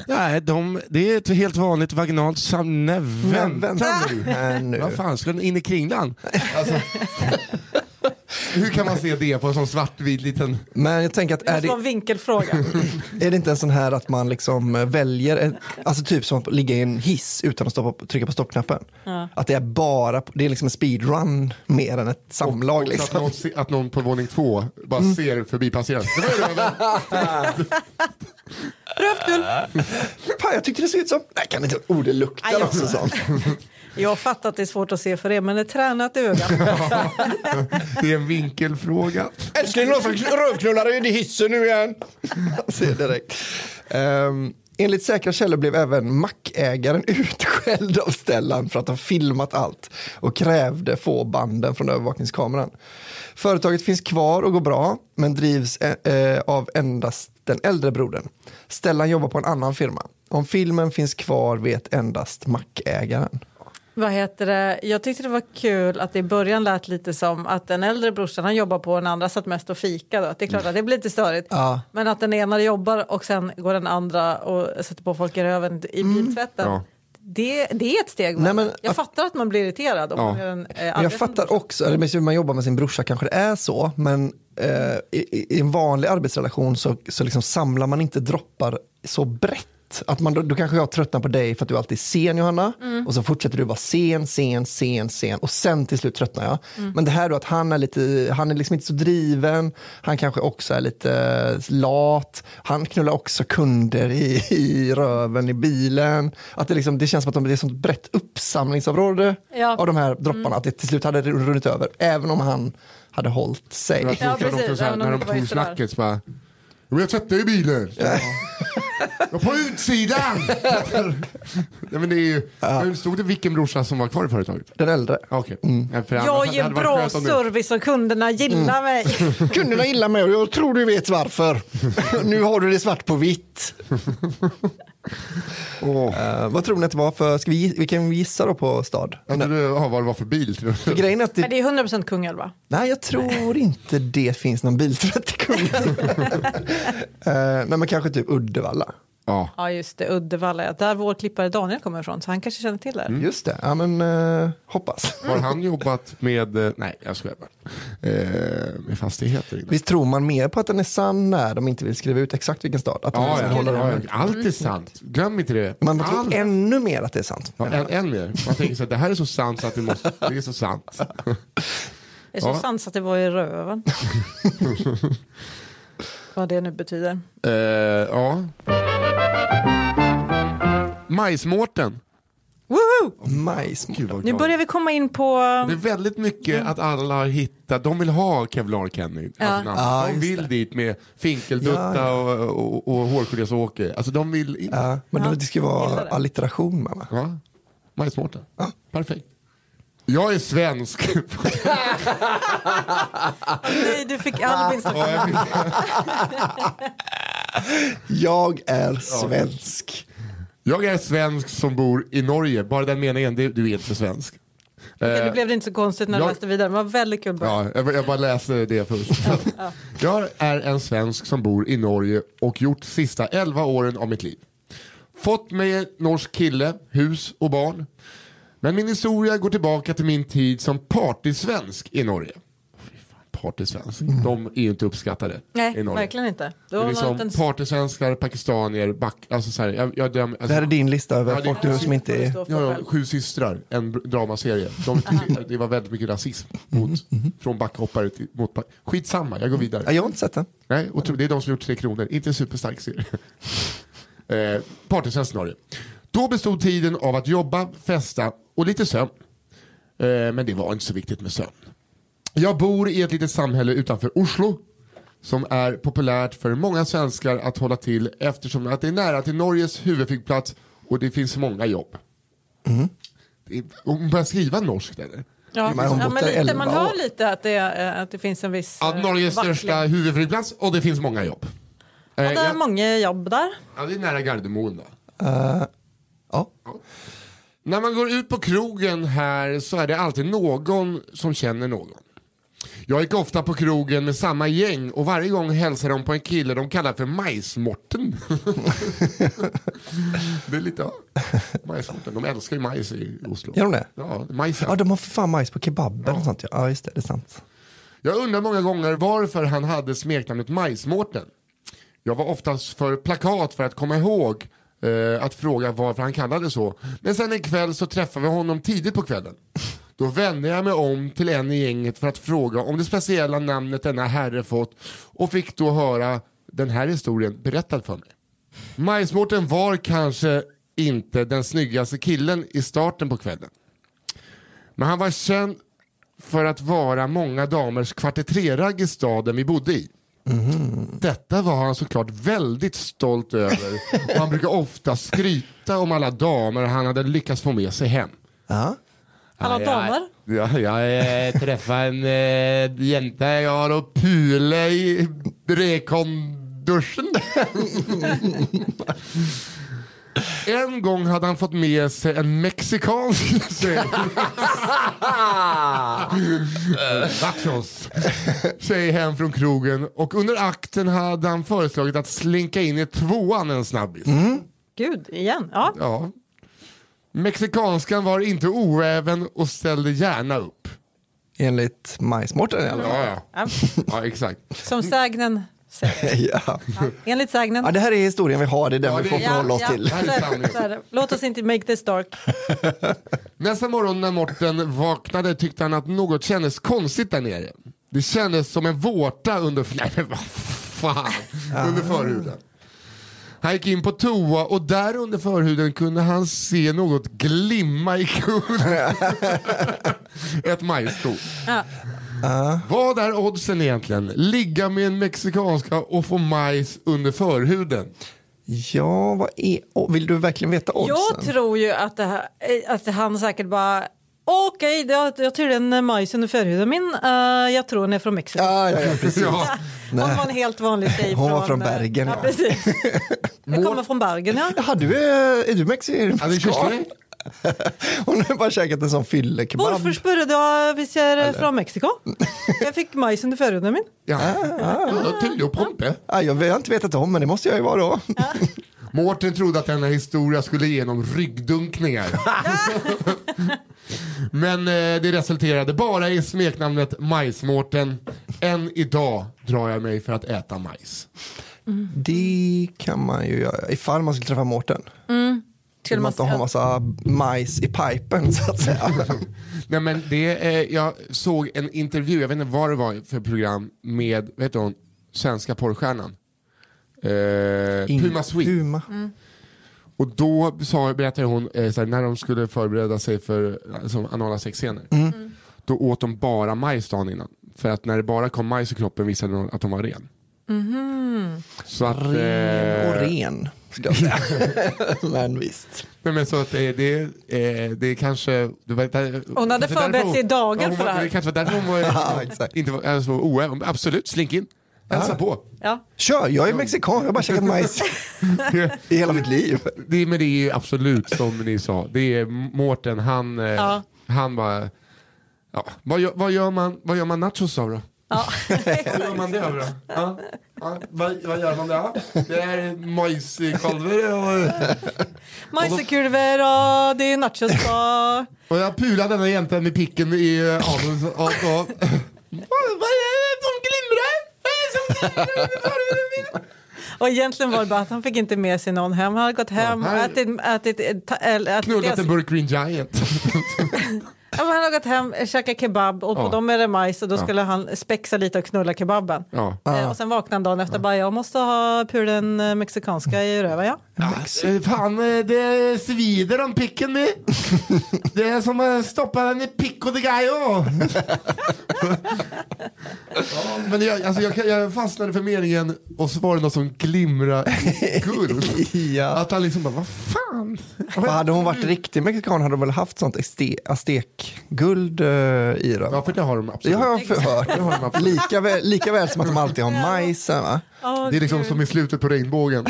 Speaker 3: nej, de, det är ett helt vanligt vaginalt sam... Nej,
Speaker 2: Men
Speaker 3: vänta.
Speaker 2: vänta nu. här nu.
Speaker 3: Vad fan, skulle den in i kringlan? Alltså, hur kan man se det på en sån svartvit liten...
Speaker 2: Men jag tänker att
Speaker 1: Det
Speaker 2: är
Speaker 1: måste
Speaker 2: det,
Speaker 1: vara en vinkelfråga.
Speaker 2: Är det inte en sån här att man liksom eh, väljer, en, alltså typ som att ligga i en hiss utan att stoppa, trycka på stoppknappen? Att det är bara, det är liksom en speedrun mer än ett samlag.
Speaker 3: Och Att
Speaker 2: liksom.
Speaker 3: någon, se- att någon på våning två bara ser förbipasserande. Det var ju röven.
Speaker 1: Rövknull!
Speaker 2: Fan, jag tyckte det såg ut som, nej kan inte, oh det
Speaker 1: Aj,
Speaker 2: luktar
Speaker 1: jag-
Speaker 2: också som.
Speaker 1: Jag fattar att det är svårt att se för er, men det är tränat i ögat.
Speaker 3: Det är en vinkelfråga.
Speaker 2: Älskling, rövknullare är i hissen nu igen. Ser direkt. Um, enligt säkra källor blev även mackägaren utskälld av Stellan för att ha filmat allt och krävde få banden från övervakningskameran. Företaget finns kvar och går bra, men drivs eh, eh, av endast den äldre brodern. Stellan jobbar på en annan firma. Om filmen finns kvar vet endast mackägaren.
Speaker 1: Vad heter det? Jag tyckte det var kul att det i början lät lite som att den äldre brorsan han jobbar på och den andra satt mest och fikade. Att Det är klart
Speaker 3: Mm.
Speaker 1: att det blir lite störigt.
Speaker 2: Ja.
Speaker 1: Men att den ena jobbar och sen går den andra och sätter på folk i röven i biltvätten.
Speaker 3: Mm. Ja.
Speaker 1: Det, det är ett steg.
Speaker 2: Nej, men-
Speaker 1: jag fattar att man blir irriterad. Om
Speaker 3: Ja.
Speaker 1: man gör en, eh,
Speaker 2: Men jag
Speaker 1: arbetande-
Speaker 2: fattar också, eller men hur man jobbar med sin brorsa kanske det är så, men eh, i, i- i en vanlig arbetsrelation så, så liksom samlar man inte droppar så brett. Att man, då, då kanske jag tröttnar på dig för att du alltid är sen Johanna
Speaker 1: Mm.
Speaker 2: och så fortsätter du vara sen, sen, sen, sen och sen till slut tröttnar jag.
Speaker 1: Mm.
Speaker 2: Men det här då att han är, lite, han är liksom inte så driven, han kanske också är lite eh, lat, han knullar också kunder i, i röven i bilen. Att det, liksom, det känns som att de, det är ett sånt brett uppsamlingsområde
Speaker 1: Ja.
Speaker 2: av de här dropparna, att det till slut hade runnit över, även om han hade hållit sig.
Speaker 3: Jag
Speaker 1: Ja,
Speaker 3: tolkar dem
Speaker 1: precis.
Speaker 3: för så här,
Speaker 1: Även om
Speaker 3: när
Speaker 1: det
Speaker 3: de
Speaker 1: var i
Speaker 3: tog
Speaker 1: sådär.
Speaker 3: snacket så bara, "Jo, jag tvättar ju bilen. Så bara, "Ja, På utsidan! Nej, men det är ju, Hur stod det vilken brorsa som var kvar i företaget?
Speaker 2: Den äldre.
Speaker 3: Ah, Okej. Nej, för annars
Speaker 1: Jag
Speaker 3: hade det
Speaker 1: ger
Speaker 3: varit
Speaker 1: bra
Speaker 3: skönt om du- Mm.
Speaker 1: service och kunderna gillar mig.
Speaker 2: Kunderna gillar mig och jag tror du vet varför. nu har du det svart på vitt. Eh, vad tror ni att det var för, ska vi, vi kan gissa då på stad?
Speaker 3: Ja, du, ja, vad det var för bil. tror jag.
Speaker 2: För grejen är att
Speaker 1: Men
Speaker 2: det,
Speaker 1: det är 100% Kungälv
Speaker 2: nej jag tror inte det finns någon biltvätt i Kungälv. Eh, nej men kanske typ Uddevalla.
Speaker 3: Ja.
Speaker 1: Ja just det, Uddevalla. ja. Där vår klippare Daniel kommer ifrån så han kanske känner till det.
Speaker 3: Mm.
Speaker 2: Just det, ja men eh, hoppas.
Speaker 3: Har han jobbat med, eh, nej jag skojar bara, eh, med fastigheter innan?
Speaker 2: Visst tror man mer på att den är sann när de inte vill skriva ut exakt vilken stad? Att de
Speaker 3: Ja,
Speaker 2: liksom
Speaker 3: ja,
Speaker 2: håller
Speaker 3: ja,
Speaker 2: dem-
Speaker 3: ja. Allt är sant, glöm inte det.
Speaker 2: Man tror
Speaker 3: Allt.
Speaker 2: ännu mer att det är sant.
Speaker 3: Ja, en, en mer. Man tänker så här, det här är så sant så att det, måste, det är så sant.
Speaker 1: Det är så
Speaker 3: Ja.
Speaker 1: sant så att det var i röven. Vad det nu betyder.
Speaker 3: Eh, ja. Majsmårten.
Speaker 1: Woohoo!
Speaker 2: Majs.
Speaker 3: Gud vad
Speaker 1: Nu
Speaker 3: glad.
Speaker 1: börjar vi Mm. komma in på...
Speaker 3: Det är väldigt mycket att alla har hittat, de vill ha Kevlar Kenny. Alltså namn.
Speaker 2: Ja,
Speaker 3: de
Speaker 2: just
Speaker 3: vill dit med finkeldutta
Speaker 2: Ja,
Speaker 3: och, och, och hårgeléåker. Alltså de vill in.
Speaker 2: Ja, men då, det ska ju
Speaker 1: gillar
Speaker 2: vara
Speaker 1: det.
Speaker 2: allitteration. Mamma.
Speaker 3: Va? Majsmårten. Perfekt. Jag är svensk.
Speaker 1: Nej, du fick Albin som
Speaker 3: Ja, jag fick-
Speaker 2: Jag är svensk.
Speaker 3: jag är svensk som bor i Norge. Bara den meningen, det- du är inte svensk.
Speaker 1: Nu blev det inte så konstigt när du
Speaker 3: jag-
Speaker 1: läste vidare. Det var väldigt kul. början.
Speaker 3: Ja, jag, bara- jag bara läser det först. Jag är en svensk som bor i Norge och gjort sista 11 åren av mitt liv. Fått mig en norsk kille, hus och barn. Men min historia går tillbaka till min tid som partysvensk i Norge. Fy fan, Partysvensk, de är ju inte uppskattade
Speaker 1: Mm. Nej,
Speaker 3: i Norge.
Speaker 1: verkligen inte. Det
Speaker 3: Det
Speaker 1: var
Speaker 3: är
Speaker 1: liksom
Speaker 3: liksom
Speaker 1: en...
Speaker 3: partysvenskar, pakistanier, back, alltså så här, jag, jag dömer, alltså,
Speaker 2: Det här är din lista över
Speaker 3: Ja, det-
Speaker 2: folk du som inte är...
Speaker 1: står för
Speaker 3: Ja, ja,
Speaker 1: själv.
Speaker 3: Sju systrar, en br- dramaserie. De, det var väldigt mycket rasism mot, från backhoppare till, mot back. Skitsamma, jag går vidare.
Speaker 2: Ja, jag har inte sett den.
Speaker 3: Nej, och tro- det är de som gjort Tre Kronor, inte en superstark serie. Eh, Partyfest var det. Då bestod tiden av att jobba, festa och lite sömn. Eh, men det var inte så viktigt med sömn. Jag bor i ett litet samhälle utanför Oslo som är populärt för många svenskar att hålla till eftersom att det är nära till Norges huvudflygplats och det finns många jobb. Det är- Hon börjar skriva norskt eller?
Speaker 1: Ja,
Speaker 2: Man har
Speaker 1: ja,
Speaker 2: bott
Speaker 1: men
Speaker 2: där
Speaker 1: lite,
Speaker 2: elva
Speaker 1: man hör
Speaker 2: år.
Speaker 1: lite att det, är, eh, att det finns en viss...
Speaker 3: Ja,
Speaker 1: eh,
Speaker 3: Norges
Speaker 1: vackling.
Speaker 3: största huvudflygplats och det finns många jobb. Eh,
Speaker 1: Ja, det är
Speaker 3: jag-
Speaker 1: många jobb där.
Speaker 3: Ja, det är nära Gardermoen då.
Speaker 2: Ja.
Speaker 3: När man går ut på krogen här så är det alltid någon som känner någon. Jag gick ofta på krogen med samma gäng och varje gång hälsade de på en kille de kallar för Majsmorten. det är lite, ja. Majsmorten, de älskar ju majs i Oslo.
Speaker 2: Gör de det?
Speaker 3: Ja, majsen.
Speaker 2: ja, de har för fan majs på kebaben och sånt. ja. Ja, just det. Det är sant.
Speaker 3: Jag undrar många gånger varför han hade smeknamnet Majsmårten. Jag var oftast för plakat för att komma ihåg eh, att fråga varför han kallades så. Men sen en kväll så träffade vi honom tidigt på kvällen. Då vände jag mig om till en i gänget för att fråga om det speciella namnet denna herre fått och fick då höra den här historien berättad för mig. Majsmårten var kanske inte den snyggaste killen i starten på kvällen. Men han var känd för att vara många damers kvartetreragg i staden vi bodde i. Detta var han såklart väldigt stolt över och han brukar ofta skryta om alla damer han hade lyckats få med sig hem.
Speaker 2: Ja.
Speaker 1: Alla damer.
Speaker 3: Ja, jag eh, träffade en eh, jänta jag har och pula i rekonduschen. en gång hade han fått med sig en mexikansk tjej. Nachos. Tjej hem från krogen och under akten hade han föreslagit att slinka in i tvåan en snabbis.
Speaker 1: Gud, igen. Ja.
Speaker 3: Ja. Mexikanskan var inte oäven och ställde gärna upp.
Speaker 2: Enligt majsmårten i alla fall.
Speaker 3: Ja, ja. ja exakt.
Speaker 1: Som sägnen säger.
Speaker 2: Ja.
Speaker 1: Enligt sägnen.
Speaker 2: ja, det här är historien vi har. Det är den
Speaker 3: Ja,
Speaker 2: vi
Speaker 3: det-
Speaker 2: får
Speaker 3: ja,
Speaker 2: förhålla oss
Speaker 1: ja,
Speaker 2: till.
Speaker 3: Det här är
Speaker 1: så är det,
Speaker 3: sanningen.
Speaker 1: så är det. Låt oss inte make this dark.
Speaker 3: Nästa morgon när Morten vaknade tyckte han att något kändes konstigt där nere. Det kändes som en vårta under, nej, men vad fan, under förhuden. Han gick in på toa och där under förhuden kunde han se något glimma i kudden. Ett majskorn. Vad är oddsen egentligen? Ligga med en mexikanska och få majs under förhuden.
Speaker 2: Ja, vad är... oh, Vill du verkligen veta oddsen?
Speaker 1: Jag tror ju att, det här, eh, att han säkert bara Okej, det- jag, jag tror den är majs under förhuden min. Eh, jag tror den är från Mexiko.
Speaker 2: Ja, ja, ja, precis.
Speaker 3: Ja.
Speaker 1: Hon var en helt vanlig tjej.
Speaker 2: Hon var från
Speaker 1: eh,
Speaker 2: Bergen,
Speaker 1: Ja,
Speaker 2: ja.
Speaker 1: precis. Jag kommer från Bergen, ja.
Speaker 2: Jaha, du är, är du mexikan?
Speaker 3: Ja, det är kyssling.
Speaker 2: Hon har bara käkat en sån fyllekebab.
Speaker 1: Varför spurrade jag hvis jag är från Mexiko? Jag fick majs under förhuden min.
Speaker 3: Ja.
Speaker 2: Ah,
Speaker 3: Ja, Tulle och Pompe.
Speaker 2: Ja, jag har inte vetat om, men det måste jag ju vara då.
Speaker 3: Mårten trodde att denna historia skulle ge honom ryggdunkningar. Men eh, det resulterade bara i smeknamnet Majsmårten. Än idag drar jag mig för att äta majs.
Speaker 2: Det kan man ju göra ifall man skulle träffa Mårten. Mm. Skulle man inte ha massa majs i pipen så att säga.
Speaker 3: Nej, men det, eh, jag såg en intervju, jag vet inte vad det var för program, med vet du, hon, svenska porrstjärnan. Eh, Puma Sweet.
Speaker 2: Puma.
Speaker 3: Och då sa, berättade hon, eh, såhär, när de skulle förbereda sig för alltså, anala sexscener,
Speaker 2: Mm.
Speaker 1: Mm.
Speaker 3: då åt de bara majs dagen innan. För att när det bara kom majs i kroppen visade de att de var ren.
Speaker 1: Mm-hmm.
Speaker 3: Så att, eh,
Speaker 2: Ren och ren, ska jag säga. men visst.
Speaker 3: Nej, men så att det, det, eh, det är kanske... Det var, där,
Speaker 1: Hon hade
Speaker 3: kanske
Speaker 1: förberett
Speaker 3: därför hon-
Speaker 1: sig i dagar
Speaker 3: ja, hon
Speaker 1: för
Speaker 3: var-
Speaker 1: det här.
Speaker 3: Det kanske var därför hon var,
Speaker 2: Ja, exakt.
Speaker 3: inte var alltså, oä- Absolut, slink in. Hälsa på.
Speaker 1: Ja.
Speaker 2: Kör, jag är mexikan, jag har bara käkat majs i hela mitt liv.
Speaker 3: Det, men det är ju absolut som ni sa. Det är Mårten, han, eh,
Speaker 1: Ja.
Speaker 3: han bara... Ja. Vad, gör, vad, gör man, vad gör man nachos av då?
Speaker 1: Ja.
Speaker 3: Vad gör man det av då? Ja. Ja. Vad, vad gör man det av? Det är majskolvar och...
Speaker 1: Majskurvor och det är nachos och...
Speaker 3: Och jag pulade den här jäntan med picken i eh, anus. Och, och, vad är det som glimrar? Vad är det som glimrar under förhuden?
Speaker 1: Och egentligen var det bara att han fick inte med sig någon hem. Han hade gått hem och
Speaker 3: här-
Speaker 1: ätit, ätit, ätit, ätit, ätit
Speaker 3: Knullat
Speaker 1: deras-
Speaker 3: en burk Green Giant.
Speaker 1: Ja, men han har gått hem, eh, käkat kebab och på
Speaker 3: Ja.
Speaker 1: dem är det majs och då skulle han spexa lite och knulla kebaben.
Speaker 3: Ja.
Speaker 1: Eh, och sen vaknade han dagen efter och bara jag måste ha pulen eh, mexikanska i röven ja.
Speaker 3: Ja, eh, fan, eh, det svider om picken nu. Det är som att stoppa den i pico de gallo. ja, men jag, alltså jag, kan- jag fastnade för meningen och så var det något som glimrade i guld.
Speaker 2: Ja.
Speaker 3: Att han liksom bara, vad fan.
Speaker 2: För hade hon varit riktig mexikan hade hon väl haft sånt este- aztekguld eh, i den.
Speaker 3: Ja, för det har de
Speaker 2: det
Speaker 3: absolut.
Speaker 2: har jag förhört.
Speaker 3: Det har de absolut.
Speaker 2: Lika väl, lika väl som att de alltid har majs. här, Va?
Speaker 1: Åh,
Speaker 3: Det är liksom
Speaker 1: Gud.
Speaker 3: som i slutet på regnbågen.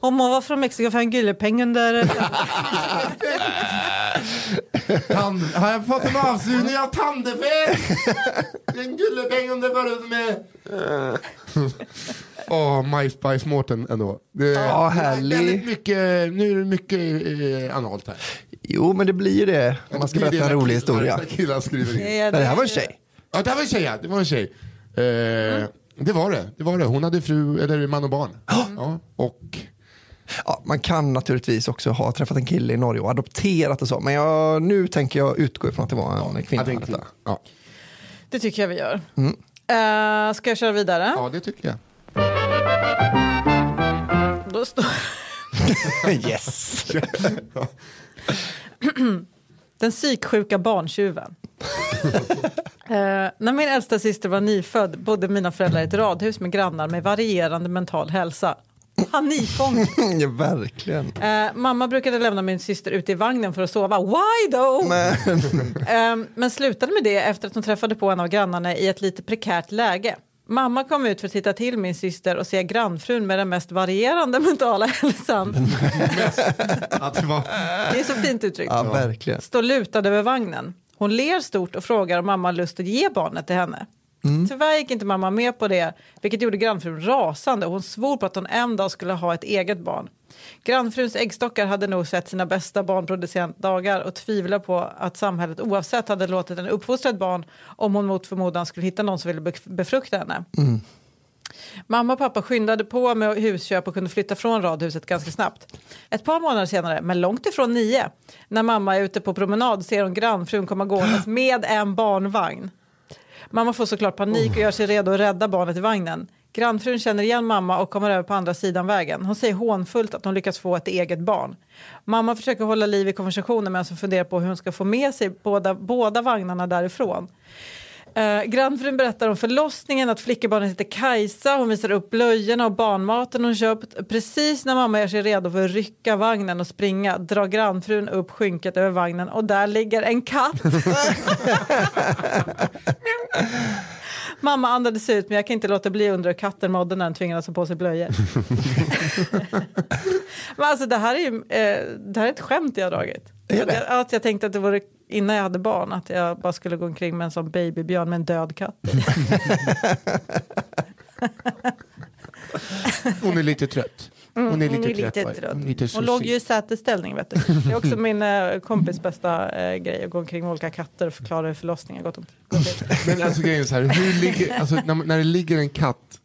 Speaker 1: Om hon var från Mexiko för en gyllepeng under...
Speaker 3: Tand, har jag fått en avsugning av tandefel? En gullepeng om det började med... Åh, majsbajsmårten ändå. Det är
Speaker 2: Ja, härlig.
Speaker 3: väldigt mycket, nu är det mycket eh, analt här.
Speaker 2: Jo, men det blir ju det om man ska
Speaker 3: Det är
Speaker 2: berätta en
Speaker 3: det
Speaker 2: rolig
Speaker 3: när
Speaker 2: historia.
Speaker 3: Killar, när killar skriver in.
Speaker 1: Ja,
Speaker 2: Men det här var en tjej.
Speaker 3: Ja, det var en tjej, ja. det var en tjej. Eh, Det var det, det var det. Hon hade fru, eller man och barn. Ja, och...
Speaker 2: Ja, man kan naturligtvis också ha träffat en kille i Norge och adopterat och så. Men jag, nu tänker jag utgå ifrån att det var en kvinna.
Speaker 3: Ja, det är en kvinna. Ja.
Speaker 1: Det tycker jag vi gör. Eh, ska jag köra vidare?
Speaker 3: Mm. ja, det tycker jag.
Speaker 1: Då står...
Speaker 2: yes!
Speaker 1: Den psyksjuka barntjuven. Eh, när min äldsta syster var nyfödd bodde mina föräldrar i ett radhus med grannar med varierande mental hälsa. Panikångest.
Speaker 2: ja, verkligen.
Speaker 1: Eh, mamma brukade lämna min syster ute i vagnen för att sova. Why though?
Speaker 2: Men,
Speaker 1: Ehm, men slutade med det efter att hon träffade på en av grannarna i ett lite prekärt läge. Mamma kom ut för att titta till min syster och se grannfrun med den mest varierande mentala hälsan.
Speaker 3: Att det var...
Speaker 1: Det är så fint uttryckt.
Speaker 2: ja, verkligen.
Speaker 1: Står lutad över vagnen. Hon ler stort och frågar om mamma har lust att ge barnet till henne. Tyvärr gick inte mamma med på det, vilket gjorde grannfrun rasande och hon svor på att hon en dag skulle ha ett eget barn. Grannfruns äggstockar hade nog sett sina bästa barnproducentdagar och tvivlar på att samhället oavsett hade låtit en uppfostrad barn om hon mot förmodan skulle hitta någon som ville bef- befrukta henne. Mamma och pappa skyndade på med husköp och kunde flytta från radhuset ganska snabbt. Ett par månader senare, men långt ifrån nio, när mamma är ute på promenad ser hon grannfrun komma gåendes med en barnvagn. Mamma får såklart panik och gör sig redo att rädda barnet i vagnen. Grannfrun känner igen mamma och kommer över på andra sidan vägen. Hon säger hånfullt att hon lyckats få ett eget barn. Mamma försöker hålla liv i konversationen medan hon funderar på hur hon ska få med sig båda, båda vagnarna därifrån. Eh, grannfrun berättar om förlossningen, att flickebarnet heter Kajsa. Hon visar upp blöjorna och barnmaten hon köpt. Precis när mamma gör sig redo för att rycka vagnen och springa drar grannfrun upp skynket över vagnen och där ligger en katt. mamma andades ut, men jag kan inte låta bli undra hur katten mådde när den tvingades ha på sig blöjor. men alltså, det, här är ju, eh, det här är ett skämt jag har dragit.
Speaker 2: Är det?
Speaker 1: Att jag, att jag tänkte att det vore innan jag hade barn, att jag bara skulle gå omkring med en sån babybjörn med en död katt.
Speaker 3: Hon är lite trött. Hon är lite
Speaker 1: Mm, Hon är
Speaker 3: trött.
Speaker 1: lite
Speaker 3: va?
Speaker 1: trött.
Speaker 3: Hon är lite
Speaker 1: Hon låg
Speaker 3: sossig.
Speaker 1: ju i sätesställning. Vet du. Det är också min eh, kompis bästa eh, grej, att gå omkring med olika katter och förklara hur förlossningar gått om.
Speaker 3: Men alltså grejen är så här, hur ligger, alltså, när, när det ligger en katt,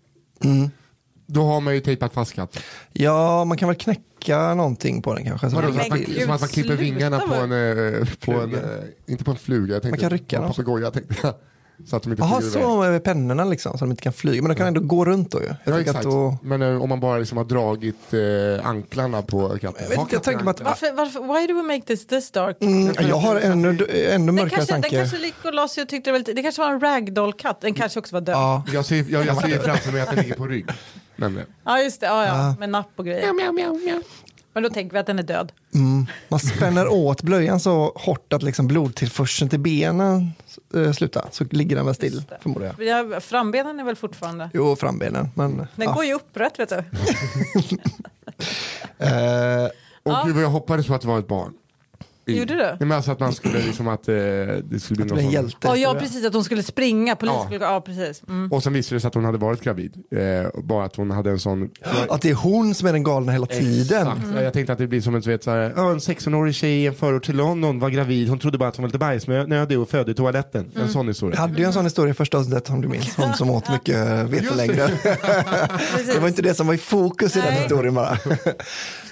Speaker 3: då har man ju tejpat fast katten.
Speaker 2: Ja, man kan väl knäcka någonting på den kanske. Så
Speaker 3: Vadå,
Speaker 2: man,
Speaker 3: som, att man,
Speaker 1: gud,
Speaker 3: som att man klipper
Speaker 1: sluta
Speaker 3: vingarna på
Speaker 1: bara.
Speaker 3: en, eh, på en eh, inte på en fluga, jag tänkte,
Speaker 2: Man kan rycka
Speaker 3: på en
Speaker 2: dem.
Speaker 3: papegoja tänkte jag. Så att de inte
Speaker 2: Jaha,
Speaker 3: flyger
Speaker 2: så
Speaker 3: iväg.
Speaker 2: med pennorna liksom, så de inte kan flyga. Men de kan ändå gå runt då ju. Jag tänker
Speaker 3: Ja,
Speaker 2: att
Speaker 3: exakt.
Speaker 2: då...
Speaker 3: Men eh, om man bara liksom har dragit eh, anklarna på katten.
Speaker 2: Jag, vet inte, jag tänker bara att...
Speaker 1: Varför, varför, why do we make this this dark?
Speaker 2: Mm, jag har ännu, ännu
Speaker 1: Den
Speaker 2: mörkare
Speaker 1: kanske, den
Speaker 2: tanke.
Speaker 1: kanske gick och la sig och tyckte det var lite, det kanske var en ragdoll-katt, den kanske också var död. Ja,
Speaker 2: Ja,
Speaker 3: Jag ser, jag, jag ser framför mig att den ligger på rygg. Nämligen.
Speaker 1: just det, ja, ja, med napp och grejer. Men då tänker vi att den är död.
Speaker 2: man spänner åt blöjan så hårt att liksom blodtillförseln till benen eh, slutar. Så ligger den väl still,
Speaker 1: Just det.
Speaker 2: förmodar jag.
Speaker 1: Vi har- Frambenen är väl fortfarande...
Speaker 2: Jo, frambenen. Men,
Speaker 1: Den
Speaker 2: ja.
Speaker 1: går ju upprätt, vet du.
Speaker 2: Eh,
Speaker 3: Och gud vad jag hoppades på att det var ett barn. I-
Speaker 1: Gjorde du?
Speaker 3: Nej, men alltså att man skulle liksom att eh, det skulle bli
Speaker 2: det blir en
Speaker 3: någon sån.
Speaker 2: hjälte.
Speaker 1: Ja, ja, precis, att hon skulle springa. Polisen
Speaker 3: Ja.
Speaker 1: skulle gå... Ja, precis. Mm.
Speaker 3: Och sen visade det sig att hon hade varit gravid. Eh, bara att hon hade en sån
Speaker 2: Att det är hon som är den galna hela tiden.
Speaker 3: Exakt. Jag tänkte att det blir som en, du vet, så här, "Ja, en 16-årig tjej i en förort till London var gravid. Hon trodde bara att hon var lite bajsnödig och födde i toaletten. En sån
Speaker 2: Vi
Speaker 3: historia.
Speaker 2: hade ju en sån historia i första avsnittet om du minns. Hon som åt mycket eh, vetelängder.
Speaker 1: Precis.
Speaker 2: Det var inte det som var i fokus i den
Speaker 1: Nej.
Speaker 2: historien bara.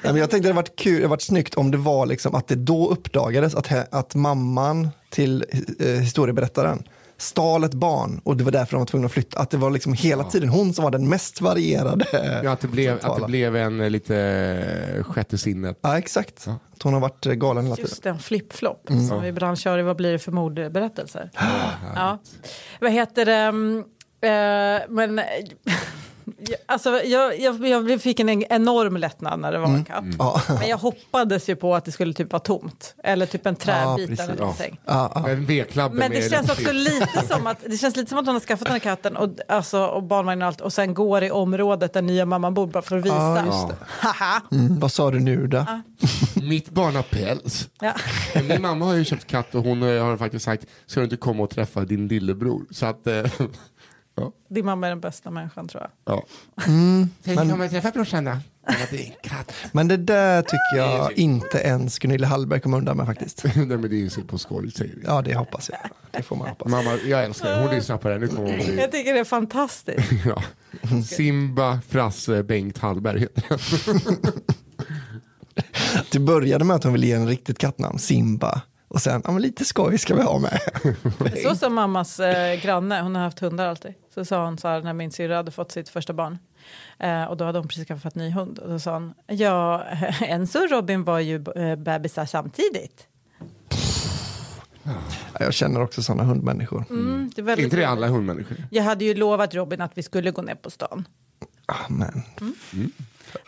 Speaker 2: Nej, men jag tänkte det hade varit kul, det hade varit snyggt om det var liksom att det då uppdagades att, he- att mamman till eh, historieberättaren stal ett barn och det var därför de var tvungna att flytta. Att det var liksom hela tiden hon som var den mest varierade.
Speaker 3: Ja, att, det blev, att det
Speaker 2: centrala.
Speaker 3: blev en eh, lite eh, sjätte sinnet.
Speaker 2: Ja, exakt. Att hon har varit eh, galen hela tiden.
Speaker 1: Just den flip-flop
Speaker 2: Mm.
Speaker 1: som vi ibland kör i Vad blir det för mordberättelser? ja. Vad heter det? mm, eh, men, eh, alltså, jag, jag, jag fick en enorm lättnad när det var en katt.
Speaker 2: Mm. Ja.
Speaker 1: Men jag hoppades ju på att det skulle typ vara tomt. Eller typ en träbit eller någonting.
Speaker 3: En veklabbe
Speaker 1: Men
Speaker 3: med
Speaker 1: det känns
Speaker 3: läppstift.
Speaker 1: också lite som att det känns lite som att hon har skaffat den här katten och, alltså, och barnvagnen och allt och sen går i området där nya mamman bor bara för att visa. Haha.
Speaker 2: Mm, vad sa du nu då?
Speaker 3: Mitt barn har päls.
Speaker 1: Ja.
Speaker 3: Men Min mamma har ju köpt katt och hon eh, har faktiskt sagt, ska du inte komma och träffa din lillebror? Så att, eh, ja.
Speaker 1: Din mamma är den bästa människan tror jag.
Speaker 3: ja. Tänk om jag träffar brorsan då? Det är en katt.
Speaker 2: Men det där tycker jag inte ens Gunilla Hallberg kom undan med faktiskt.
Speaker 3: Nej men det är ju så på skoj säger vi.
Speaker 2: Ja, det hoppas jag. Det får man hoppas.
Speaker 3: Mamma, jag älskar det. Hon lyssnar på det här. Nu kommer hon bli...
Speaker 1: Jag tycker det är fantastiskt.
Speaker 3: Ja. Simba Frasse Bengt Hallberg heter han.
Speaker 2: Det började med att hon ville ge en riktigt kattnamn, Simba. Och sen, ja men lite skoj ska vi ha med.
Speaker 1: Det är Så som mammas eh, granne, hon har haft hundar alltid. Så sa hon så här när min syrra hade fått sitt första barn. Eh, och då hade hon precis skaffat ny hund. Och då sa hon, ja, Enzo och Robin var ju eh, bebisar samtidigt.
Speaker 2: Ja, Jag känner också sådana hundmänniskor.
Speaker 1: Mm, det är väldigt
Speaker 3: inte det alla hundmänniskor?
Speaker 1: Jag hade ju lovat Robin att vi skulle gå ner på stan.
Speaker 2: Ah, men.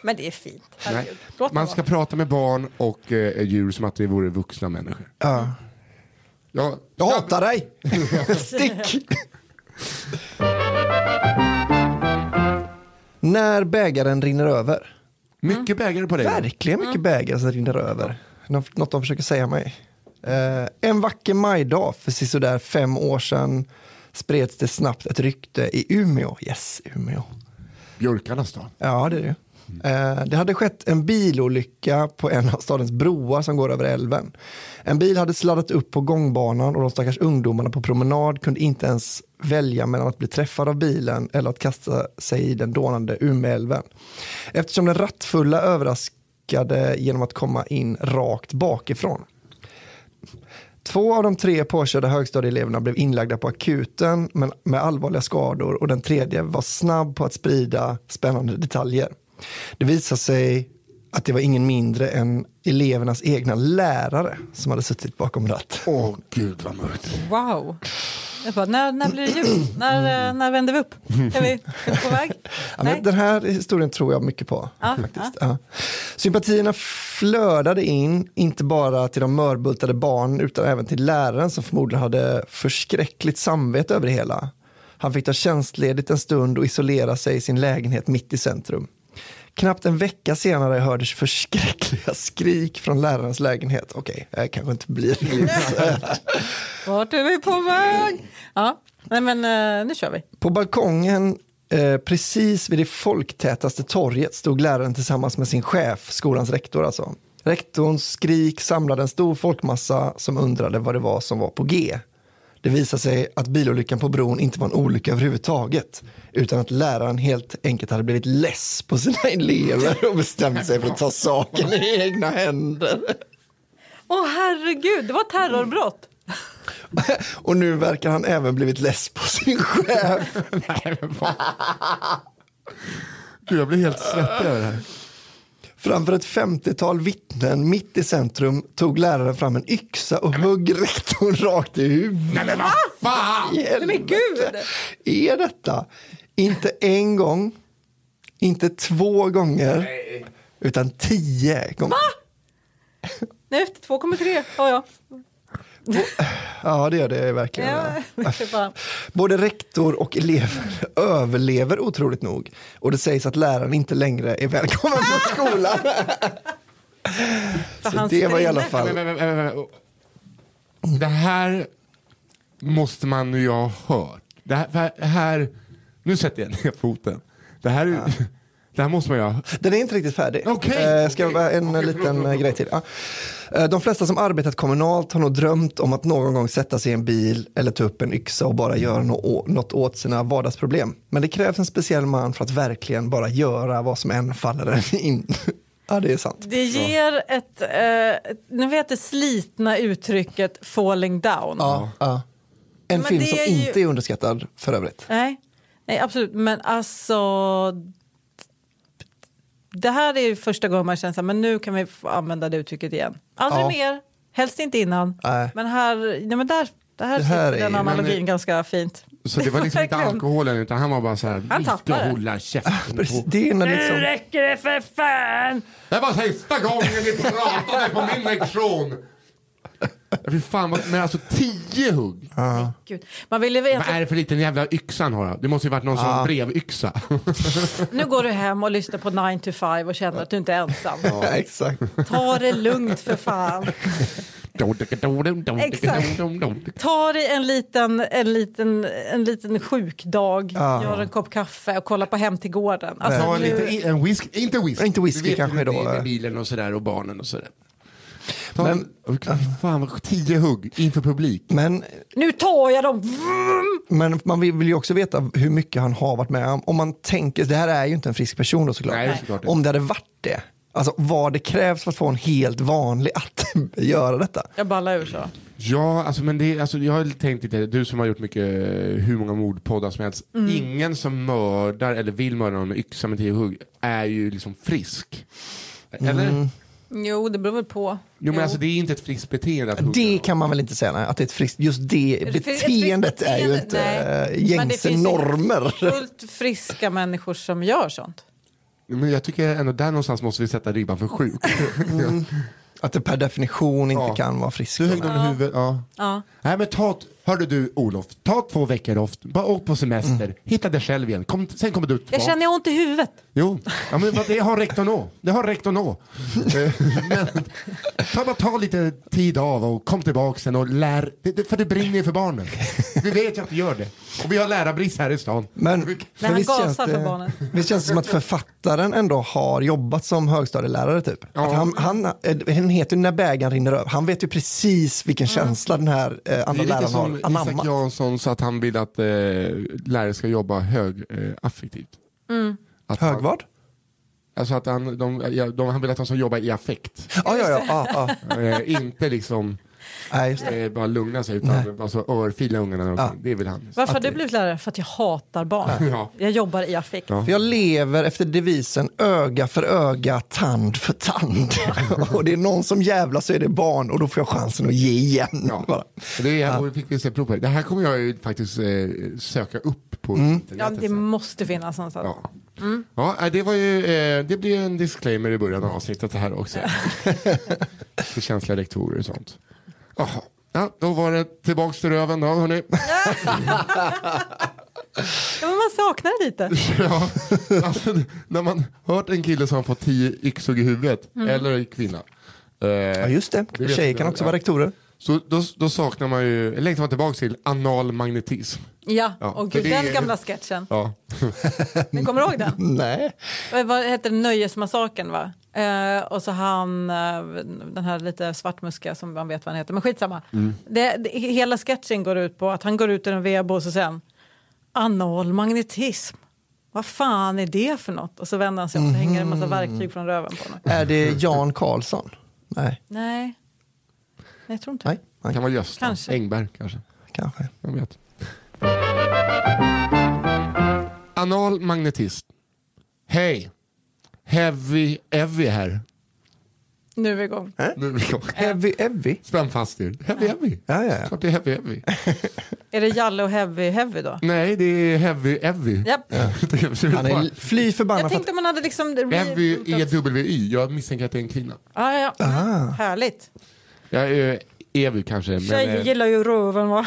Speaker 1: Men det är fint.
Speaker 3: Nej.
Speaker 1: Herregud. Låt
Speaker 3: Man
Speaker 1: man
Speaker 3: ska prata med barn och eh, djur som att det vore vuxna människor.
Speaker 2: Ja.
Speaker 3: Ja.
Speaker 2: Jag hatar dig! Stick! När bägaren rinner över.
Speaker 3: Mycket bägare på dig.
Speaker 2: Verkligen mycket bägare som rinner över. Nå- Något de försöker säga mig. Eh, en vacker majdag för sisådär fem år sedan spreds det snabbt ett rykte i Umeå. Yes, Umeå.
Speaker 3: Björkarnas stad.
Speaker 2: Ja, det är det ju. Eh, Det hade skett en bilolycka på en av stadens broar som går över älven. En bil hade sladdat upp på gångbanan och de stackars ungdomarna på promenad kunde inte ens välja mellan att bli träffad av bilen eller att kasta sig i den dånande Umeälven. Eftersom den rattfulla överraskade genom att komma in rakt bakifrån. Två av de tre påkörda högstadieeleverna blev inlagda på akuten men med allvarliga skador och den tredje var snabb på att sprida spännande detaljer. Det visade sig att det var ingen mindre än elevernas egna lärare som hade suttit bakom ratt.
Speaker 3: Åh gud vad mörkt.
Speaker 1: Wow. Jag bara, när, när blir det ljus? När, eh, när vänder vi upp? Är vi, är vi på väg?
Speaker 2: Ja,
Speaker 1: Nej.
Speaker 2: men den här historien tror jag mycket på.
Speaker 1: Ja,
Speaker 2: faktiskt. Ja. Sympatierna flödade in, inte bara till de mörbultade barnen utan även till läraren som förmodligen hade förskräckligt samvete över det hela. Han fick ta tjänstledigt en stund och isolera sig i sin lägenhet mitt i centrum. Knappt en vecka senare hördes förskräckliga skrik från lärarens lägenhet. Okej, det här kanske inte blir
Speaker 1: Vart är vi på väg? Ja. Nej men eh, nu kör vi.
Speaker 2: På balkongen eh, precis vid det folktätaste torget stod läraren tillsammans med sin chef, skolans rektor alltså. Rektorns skrik samlade en stor folkmassa som undrade vad det var som var på G. Det visade sig att bilolyckan på bron inte var en olycka överhuvudtaget utan att läraren helt enkelt hade blivit less på sina elever och bestämt sig för att ta saken i egna händer.
Speaker 1: Åh herregud, det var terrorbrott.
Speaker 2: Och nu verkar han även blivit less på sin chef.
Speaker 3: Gud jag blir helt svettig över det här.
Speaker 2: Framför ett 50-tal vittnen mitt i centrum tog läraren fram en yxa och högg rektorn rakt i huvudet. Ah!
Speaker 3: Nej men vad fan!
Speaker 2: I
Speaker 1: men gud!
Speaker 2: helvete. Är detta inte en gång, inte två gånger, utan tio gånger?
Speaker 1: Nej, efter 2,3. Ja, ja.
Speaker 2: Ja, det gör det verkligen.
Speaker 1: ja. det är bara-
Speaker 2: Både rektor och elever överlever otroligt nog och det sägs att läraren inte längre är välkommen på skolan.
Speaker 1: För
Speaker 2: Så
Speaker 1: hans
Speaker 2: det var i alla
Speaker 1: brinner.
Speaker 2: fall...
Speaker 3: Men, men, men, men, men, men. Det här måste man ju ha hört. Det här, för här, nu sätter jag ner foten. Det här, är- det här måste man ju ha
Speaker 2: Den är inte riktigt färdig.
Speaker 3: Okej.
Speaker 2: Eh, ska jag bara en
Speaker 3: Okej,
Speaker 2: liten
Speaker 3: förlåt, förlåt,
Speaker 2: eh, grej till? Ja. Eh, De flesta som arbetat kommunalt har nog drömt om att någon gång sätta sig i en bil eller ta upp en yxa och bara göra nå- å- något åt sina vardagsproblem. Men det krävs en speciell man för att verkligen bara göra vad som än faller en in. Ja, det är sant.
Speaker 1: Det ger ett, eh, nu vet det slitna uttrycket falling down.
Speaker 2: Ja, ja. En
Speaker 1: Men
Speaker 2: film
Speaker 1: det
Speaker 2: som
Speaker 1: är ju-
Speaker 2: inte är underskattad för övrigt.
Speaker 1: Nej, nej, absolut. Men alltså... Det här är ju första gången man känner så här, men nu kan vi få använda det uttrycket igen. Aldrig
Speaker 2: Ja.
Speaker 1: mer, helst inte innan.
Speaker 2: Nej.
Speaker 1: Men här, nej, men där, det här,
Speaker 2: Det här
Speaker 1: sitter den
Speaker 2: är-
Speaker 1: analogin
Speaker 3: men-
Speaker 1: ganska fint.
Speaker 3: Så det var liksom inte
Speaker 1: Verkligen.
Speaker 3: alkoholen utan han var bara så här,
Speaker 1: Han
Speaker 3: vi ska
Speaker 1: tappade.
Speaker 3: hålla käften
Speaker 2: Precis,
Speaker 3: på.
Speaker 2: Det är när liksom...
Speaker 1: räcker det för fan!
Speaker 3: Det var sista gången ni pratade på min lektion. Fy fan, vad- men alltså tio hugg.
Speaker 1: Gud. Man vill ju
Speaker 3: Vad
Speaker 1: veta,
Speaker 3: är det för liten jävla yxa han har? Det måste ju varit någon sån brevyxa.
Speaker 1: nu går du hem och lyssnar på 9 to 5 och känner att du inte är ensam.
Speaker 2: Ja, exakt.
Speaker 1: Ta det lugnt för fan. Exakt. Ta dig en liten, en liten, en liten sjukdag, gör en kopp kaffe och kolla på Hem till gården. Alltså,
Speaker 3: Ta en,
Speaker 1: nu-
Speaker 3: lite, en whisky, inte whisky.
Speaker 2: Inte whisky
Speaker 3: Du vet
Speaker 2: kanske
Speaker 3: hur det
Speaker 2: då,
Speaker 3: blir
Speaker 2: eh.
Speaker 3: Med bilen och sådär och barnen och sådär. Ta
Speaker 2: Men-
Speaker 3: en, Åh, fan, vad- tio hugg inför publik.
Speaker 2: Men,
Speaker 1: Nu tar jag dem!
Speaker 2: men man vill vill ju också veta hur mycket han har varit med om. Om man tänker, det här är ju inte en frisk person då såklart.
Speaker 3: Nej, det är såklart inte.
Speaker 2: om det hade varit det, alltså vad det krävs för att få en helt vanlig att göra detta.
Speaker 1: Jag ballar ur så.
Speaker 3: Ja, alltså, men det, alltså, jag har tänkt lite, du som har gjort mycket, eh, hur många mordpoddar som helst.
Speaker 2: Mm.
Speaker 3: Ingen som mördar eller vill mörda någon med yxa med tio hugg är ju liksom frisk. Eller?
Speaker 2: Mm.
Speaker 1: Jo, det beror väl på.
Speaker 3: Jo, men alltså det är inte ett friskt beteende att hugga
Speaker 2: Det
Speaker 3: någon.
Speaker 2: kan man väl inte säga, nej, att det är ett friskt, just det
Speaker 1: Ett fri- ett friskt
Speaker 2: beteendet är ju
Speaker 1: beteende,
Speaker 2: inte
Speaker 1: nej.
Speaker 2: eh,
Speaker 1: Men det
Speaker 2: gängse
Speaker 1: finns ju
Speaker 2: normer.
Speaker 1: Fullt friska människor som gör sånt.
Speaker 3: Men jag tycker ändå där någonstans måste vi sätta ribban för sjuk.
Speaker 2: Mm. Att det per definition inte
Speaker 3: Ja.
Speaker 2: kan vara friskt.
Speaker 3: Du högg någon i huvudet, ja.
Speaker 1: Ja.
Speaker 3: Nej men ta, t- hörde du Olof, ta två veckor off, bara åk på semester,
Speaker 2: Mm.
Speaker 3: hitta dig själv igen, kom, sen kommer du
Speaker 1: Jag
Speaker 3: tillbaka.
Speaker 1: känner jag har ont i huvudet.
Speaker 3: Jo, ja, men vad- det har räckt att nå. Det har räckt att nå. Eh, men, ta, bara ta lite tid av och kom tillbaka sen och lär, det, det, för det brinner ju för barnen. Vi vet ju att det gör det. Och vi har lärarbrist här i stan.
Speaker 2: Men, men
Speaker 1: han
Speaker 2: visst,
Speaker 1: gasar
Speaker 2: känns
Speaker 1: för
Speaker 2: det,
Speaker 1: barnen.
Speaker 2: visst känns det som att författaren ändå har jobbat som högstadielärare typ? Att han, han, eh, den heter ju När bägaren rinner över. Han vet ju precis vilken känsla den här eh,
Speaker 3: Mm. Det
Speaker 2: andra
Speaker 3: är lite
Speaker 2: läraren
Speaker 3: som
Speaker 2: har
Speaker 3: Isak
Speaker 2: anammat.
Speaker 3: Jansson sa att han vill att eh, lärare ska jobba högaffektivt. Eh, affektivt. Att han-
Speaker 2: Hög vad?
Speaker 3: Alltså att han, de, ja, de, han vill att de ska jobba i affekt.
Speaker 2: Ja, ja, ja. ja, ja.
Speaker 3: eh, inte liksom
Speaker 2: Nej, just det.
Speaker 3: eh, bara lugna sig utan alltså, örfila ungarna. och-
Speaker 2: Ja.
Speaker 3: Det vill han.
Speaker 1: Varför har du blivit lärare? För att jag hatar barn.
Speaker 3: Ja.
Speaker 1: Jag jobbar i affekt.
Speaker 3: Ja.
Speaker 2: För jag lever efter devisen öga för öga, tand för tand. och det är någon som jävlar så är det barn och då får jag chansen att ge igen. Bara.
Speaker 3: Ja. Det är, och fick vi se prov på det. det här kommer jag ju faktiskt eh, söka upp på
Speaker 2: Mm.
Speaker 1: Ja,
Speaker 3: internet.
Speaker 1: det måste finnas någonstans.
Speaker 3: ja. Ja, nej, det var ju, eh, det blir en disclaimer i början av avsnittet här också. För känsliga rektorer och sånt. Jaha. Ja, då var det tillbaks till röven då hörni.
Speaker 1: Ja, men man saknar det lite.
Speaker 3: Ja, alltså, när man hört en kille som har fått tio yxhugg i huvudet, eller en kvinna. Eh,
Speaker 2: Ja, just det.
Speaker 3: vet
Speaker 2: Tjejer
Speaker 3: jag,
Speaker 2: kan också
Speaker 3: ja.
Speaker 2: vara rektorer.
Speaker 3: Så då, då saknar man ju, eller längtar man tillbaka till analmagnetism.
Speaker 1: Ja,
Speaker 3: Ja,
Speaker 1: och
Speaker 3: för
Speaker 1: gud,
Speaker 3: det är-
Speaker 1: den gamla sketchen.
Speaker 3: Ja.
Speaker 1: Ni kommer ihåg den?
Speaker 2: Nej.
Speaker 1: Eh, Vad hette den? Nöjesmassakern va? Eh, och så han, eh, den här lite svartmuska som man vet vad han heter, men skitsamma.
Speaker 3: Mm.
Speaker 1: Det, det, hela sketchen går ut på att han går ut ur en vebo och så säger han anal magnetism. Vad fan är det för något? Och så vänder han sig om och så hänger det en massa
Speaker 3: Mhm.
Speaker 1: verktyg från röven på honom.
Speaker 2: Är det Jan Karlsson? Nej,
Speaker 1: Nej, Nej jag tror inte
Speaker 2: nej, nej
Speaker 3: Kan vara Gösta
Speaker 1: Kanske.
Speaker 3: Engberg kanske.
Speaker 2: kanske.
Speaker 3: Jag vet. Anal magnetism. Hej! Heavy Evy här.
Speaker 1: Nu är vi igång.
Speaker 2: Äh?
Speaker 3: Nu är vi igång.
Speaker 2: Evy, Evy?
Speaker 3: Spänn fast er. Heavy
Speaker 2: Äh?
Speaker 3: Evy.
Speaker 2: Ja, ja, ja.
Speaker 3: Klart det är Heavy Evy.
Speaker 1: Är det Jalle och Heavy Heavy då?
Speaker 3: Nej, det är Heavy Evy.
Speaker 1: Japp.
Speaker 2: Han är l- fly
Speaker 1: Jag
Speaker 2: förbannad för att
Speaker 1: tänkte man hade liksom...
Speaker 3: Evy EWY. E Jag misstänker att det är en kvinna.
Speaker 1: Ja, ja. Härligt.
Speaker 3: Jag är Evy kanske. men,
Speaker 1: Tjejer
Speaker 3: eh,
Speaker 1: gillar ju röven va?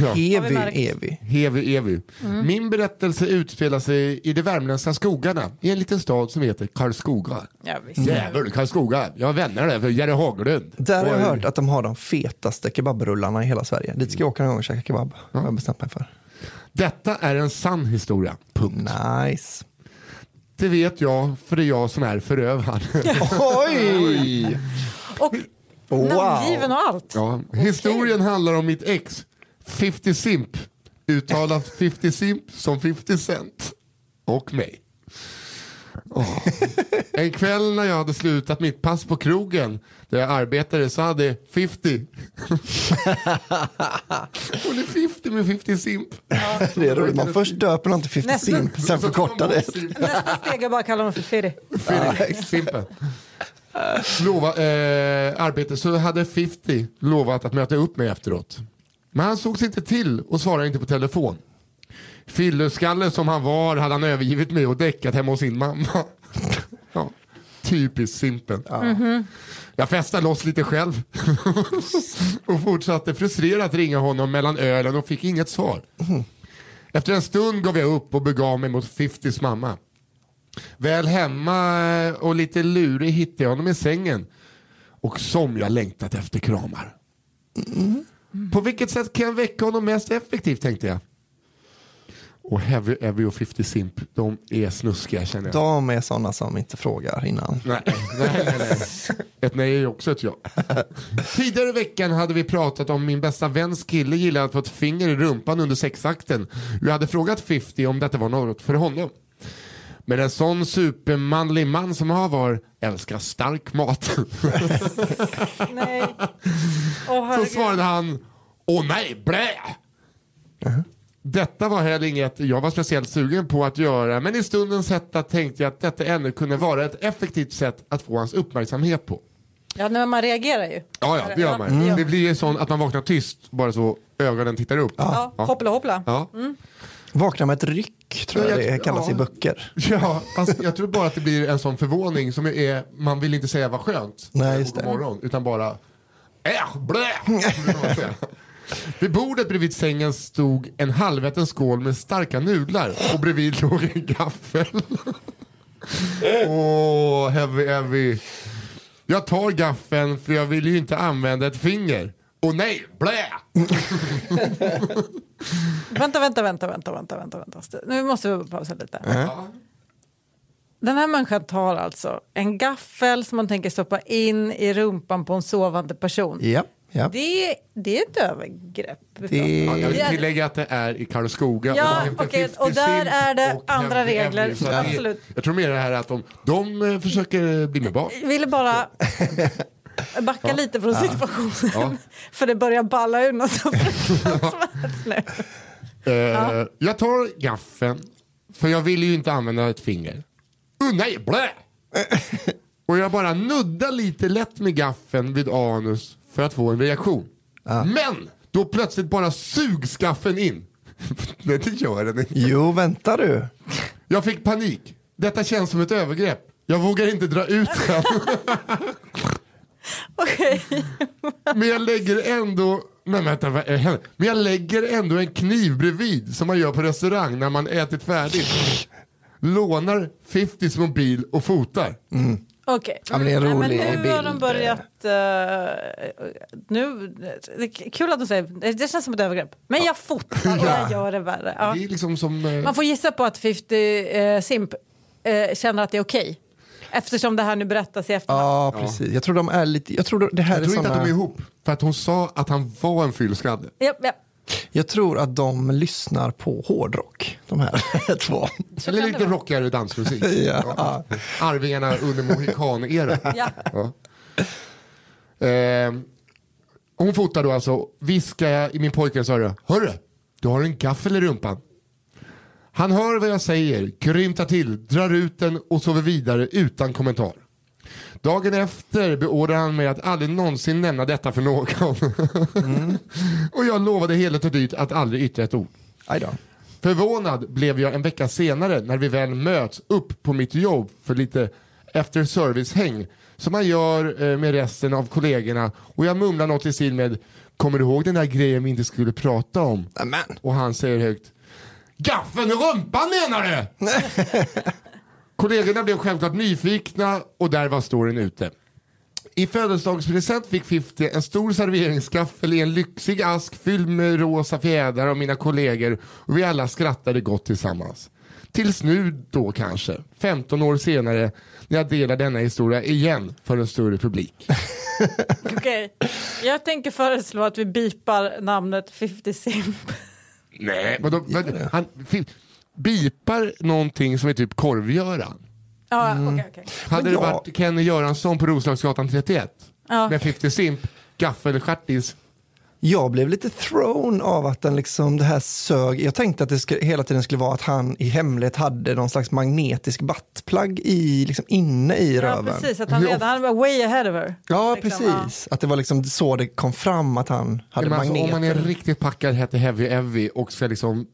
Speaker 3: ja.
Speaker 2: Evy,
Speaker 1: märkt.
Speaker 2: Evy.
Speaker 3: Hevi Evi.
Speaker 2: Mm.
Speaker 3: Min berättelse utspelar sig i de värmländska skogarna i en liten stad som heter Karlskoga.
Speaker 2: Mm.
Speaker 1: Ja, visst.
Speaker 3: Jävlar, Karlskoga. Jag har vänner där, för Jerry Haglund.
Speaker 2: Där har jag
Speaker 3: Och-
Speaker 2: hört att de har de fetaste kebabrullarna i hela Sverige. Dit ska jag åka någon gång och käka kebab. Har jag bestämt mig för.
Speaker 3: Detta är en sann historia. Punkt.
Speaker 2: Nice.
Speaker 3: Det vet jag, för det är jag som är förövaren.
Speaker 2: Oj!
Speaker 1: Och namngiven
Speaker 2: Wow!
Speaker 1: och allt.
Speaker 3: ja. Historien handlar om mitt ex, 50 Simp. Uttalat 50 Simp som 50 Cent. Och mig. En kväll när jag hade slutat mitt pass på krogen där jag arbetade så hade 50. Hon är 50 med 50 simp.
Speaker 2: Det är roligt. Man först döper någon till 50
Speaker 1: Nästan.
Speaker 2: Simp, sen förkortar det.
Speaker 1: Nästa steg är bara att kalla honom för Firi.
Speaker 3: Simpen. Lova, eh, arbete så hade 50 lovat att möta upp mig efteråt. Men han sågs inte till och svarade inte på telefon. Fylleskalle som han var hade han övergivit mig och däckat hemma hos sin mamma. ja, typiskt Simpen. Jag festade loss lite själv och fortsatte frustrerat ringa honom mellan ölen och fick inget svar. Efter en stund gav jag upp och begav mig mot 50s mamma. Väl hemma och lite lurig hittade jag honom i sängen. Och som jag längtat efter kramar. På vilket sätt kan jag väcka honom mest effektivt tänkte jag. Och Heavy Evy och 50 Simp, de är snuskiga känner jag.
Speaker 2: De är sådana som inte frågar innan.
Speaker 3: Nej, nej, nej, nej. Ett nej är ju också ett ja. Tidigare i veckan hade vi pratat om min bästa väns kille gillade att få ett finger i rumpan under sexakten. Jag hade frågat 50 om detta var något för honom. Men en sån supermanlig man som jag var älskar stark mat.
Speaker 1: Nej. Åh,
Speaker 3: Så
Speaker 1: herregud.
Speaker 3: svarade han, åh nej, blä! Detta var heller inget jag var speciellt sugen på att göra men i stundens hetta tänkte jag att detta ännu kunde vara ett effektivt sätt att få hans uppmärksamhet på.
Speaker 1: Ja, men man reagerar ju.
Speaker 3: Ja, ja, det gör man.
Speaker 2: Mm.
Speaker 3: Det blir ju sån att man vaknar tyst bara så ögonen tittar upp.
Speaker 1: Ja, hoppla hoppla.
Speaker 3: Ja.
Speaker 2: Mm. Vakna med ett ryck, tror jag
Speaker 3: Ja, jag-
Speaker 2: det kallas i
Speaker 3: ja.
Speaker 2: böcker.
Speaker 3: Ja, fast jag tror bara att det blir en sån förvåning som är, man vill inte säga vad skönt.
Speaker 2: Nej, just
Speaker 3: God
Speaker 2: det.
Speaker 3: Morgon, utan bara, äh, blä! Vid bordet bredvid sängen stod en halvätten skål med starka nudlar och bredvid låg en gaffel. Åh, heavy, heavy. Jag tar gaffeln för jag vill ju inte använda ett finger. Och nej, blä!
Speaker 1: Vänta, vänta, vänta, vänta, vänta, vänta, vänta. St- Nu måste vi pausa lite. Den här människan tar alltså en gaffel som man tänker stoppa in i rumpan på en sovande person.
Speaker 2: Ja, ja.
Speaker 1: Det, det är ett övergrepp. vi
Speaker 2: Det-
Speaker 1: pratar om.
Speaker 3: Jag vill
Speaker 1: Det är-
Speaker 3: tillägga att det är i Karlskoga.
Speaker 1: Ja,
Speaker 3: det är inte
Speaker 1: okej,
Speaker 3: 50
Speaker 1: och där
Speaker 3: simp
Speaker 1: är det
Speaker 3: och
Speaker 1: andra
Speaker 3: Henry
Speaker 1: regler,
Speaker 3: Henry, så att det-
Speaker 1: absolut.
Speaker 3: Jag tror mer det här att de, de eh, försöker bli med barn.
Speaker 1: Jag ville bara backa lite från situationen. För det börjar balla ur något så fruktansvärt nu.
Speaker 3: Eh, Jag tar gaffeln, för jag vill ju inte använda ett finger. Uh, nej, blä! och jag bara nuddar lite lätt med gaffeln vid anus för att få en reaktion. Men då plötsligt bara sugs gaffeln in. Nej, det gör den inte.
Speaker 2: Jo, vänta du.
Speaker 3: Jag fick panik. Detta känns som ett övergrepp. Jag vågar inte dra ut den.
Speaker 1: Okej.
Speaker 3: Men jag lägger ändå Nej, vänta, vad är det här? Men jag lägger ändå en kniv bredvid som man gör på restaurang när man ätit färdigt. Lånar 50s mobil och fotar.
Speaker 1: Mm. Okej.
Speaker 2: men det är en
Speaker 1: Nej,
Speaker 2: rolig
Speaker 1: men nu har de
Speaker 2: bild.
Speaker 1: börjat... eh, nu, det är kul att de säger det det känns som ett övergrepp. Men jag fotar och jag gör det värre. Ja.
Speaker 3: Det är liksom som... eh,
Speaker 1: Man får gissa på att 50 eh, Simp eh, känner att det är okej. Eftersom det här nu berättas i efterhand.
Speaker 2: Ja, precis. Jag tror de är lite... Jag tror det här
Speaker 3: jag
Speaker 2: är
Speaker 3: tror
Speaker 2: såna...
Speaker 3: inte att de är ihop. För att hon sa att han var en fyllskalle.
Speaker 1: Ja, ja.
Speaker 2: Jag tror att de lyssnar på hårdrock, de här två.
Speaker 3: Eller
Speaker 1: kan det
Speaker 3: lite
Speaker 1: vara.
Speaker 3: rockigare dansmusik.
Speaker 2: Ja.
Speaker 3: Arvingarna under mohikaneran.
Speaker 1: Ja.
Speaker 3: Ja. Eh, hon fotar då alltså, viskar jag i min pojkens öra. Hörru, du har en gaffel i rumpan. Han hör vad jag säger, grymtar till, drar ut den och sover vidare utan kommentar. Dagen efter beordrar han mig att aldrig någonsin nämna detta för någon. och jag lovade heligt och dyrt att aldrig yttra ett ord.
Speaker 2: Aj då.
Speaker 3: Förvånad blev jag en vecka senare när vi väl möts upp på mitt jobb för lite efter service-häng som man gör eh, med resten av kollegorna och jag mumlar något i stil med Kommer du ihåg den där grejen vi inte skulle prata om?
Speaker 2: Amen.
Speaker 3: Och han säger högt Gaffeln i rumpan menar du? Kollegorna blev självklart nyfikna och där var storyn ute. I födelsedagspresent fick 50 en stor serveringsgaffel i en lyxig ask fylld med rosa fjädrar av mina kollegor och vi alla skrattade gott tillsammans. Tills nu då kanske, 15 år senare, när jag delar denna historia igen för en större publik.
Speaker 1: Okej. Jag tänker föreslå att vi bipar namnet 50 Simp.
Speaker 3: Nej, vadå, vadå, han fi- bipar någonting som är typ korvgöran.
Speaker 1: Ja,
Speaker 2: Mm.
Speaker 1: okej, okej.
Speaker 3: Hade
Speaker 2: Men
Speaker 3: det
Speaker 2: jag-
Speaker 3: varit Kenny Göransson på Roslagsgatan 31
Speaker 1: Ja.
Speaker 3: med 50 Simp, gaffelstjärtis.
Speaker 2: Jag blev lite thrown av att den liksom, det här sög. Jag tänkte att det skulle, hela tiden skulle vara att han i hemlighet hade någon slags magnetisk buttplug i, liksom inne i
Speaker 1: Ja,
Speaker 2: röven.
Speaker 1: precis. Att han
Speaker 2: Hur
Speaker 1: redan han var way ahead of her.
Speaker 2: Ja,
Speaker 1: Liksom,
Speaker 2: precis. Att det var liksom så det kom fram att han hade
Speaker 3: Men alltså,
Speaker 2: magneter.
Speaker 3: om man är riktigt packad, heter Heavy Evy och ska liksom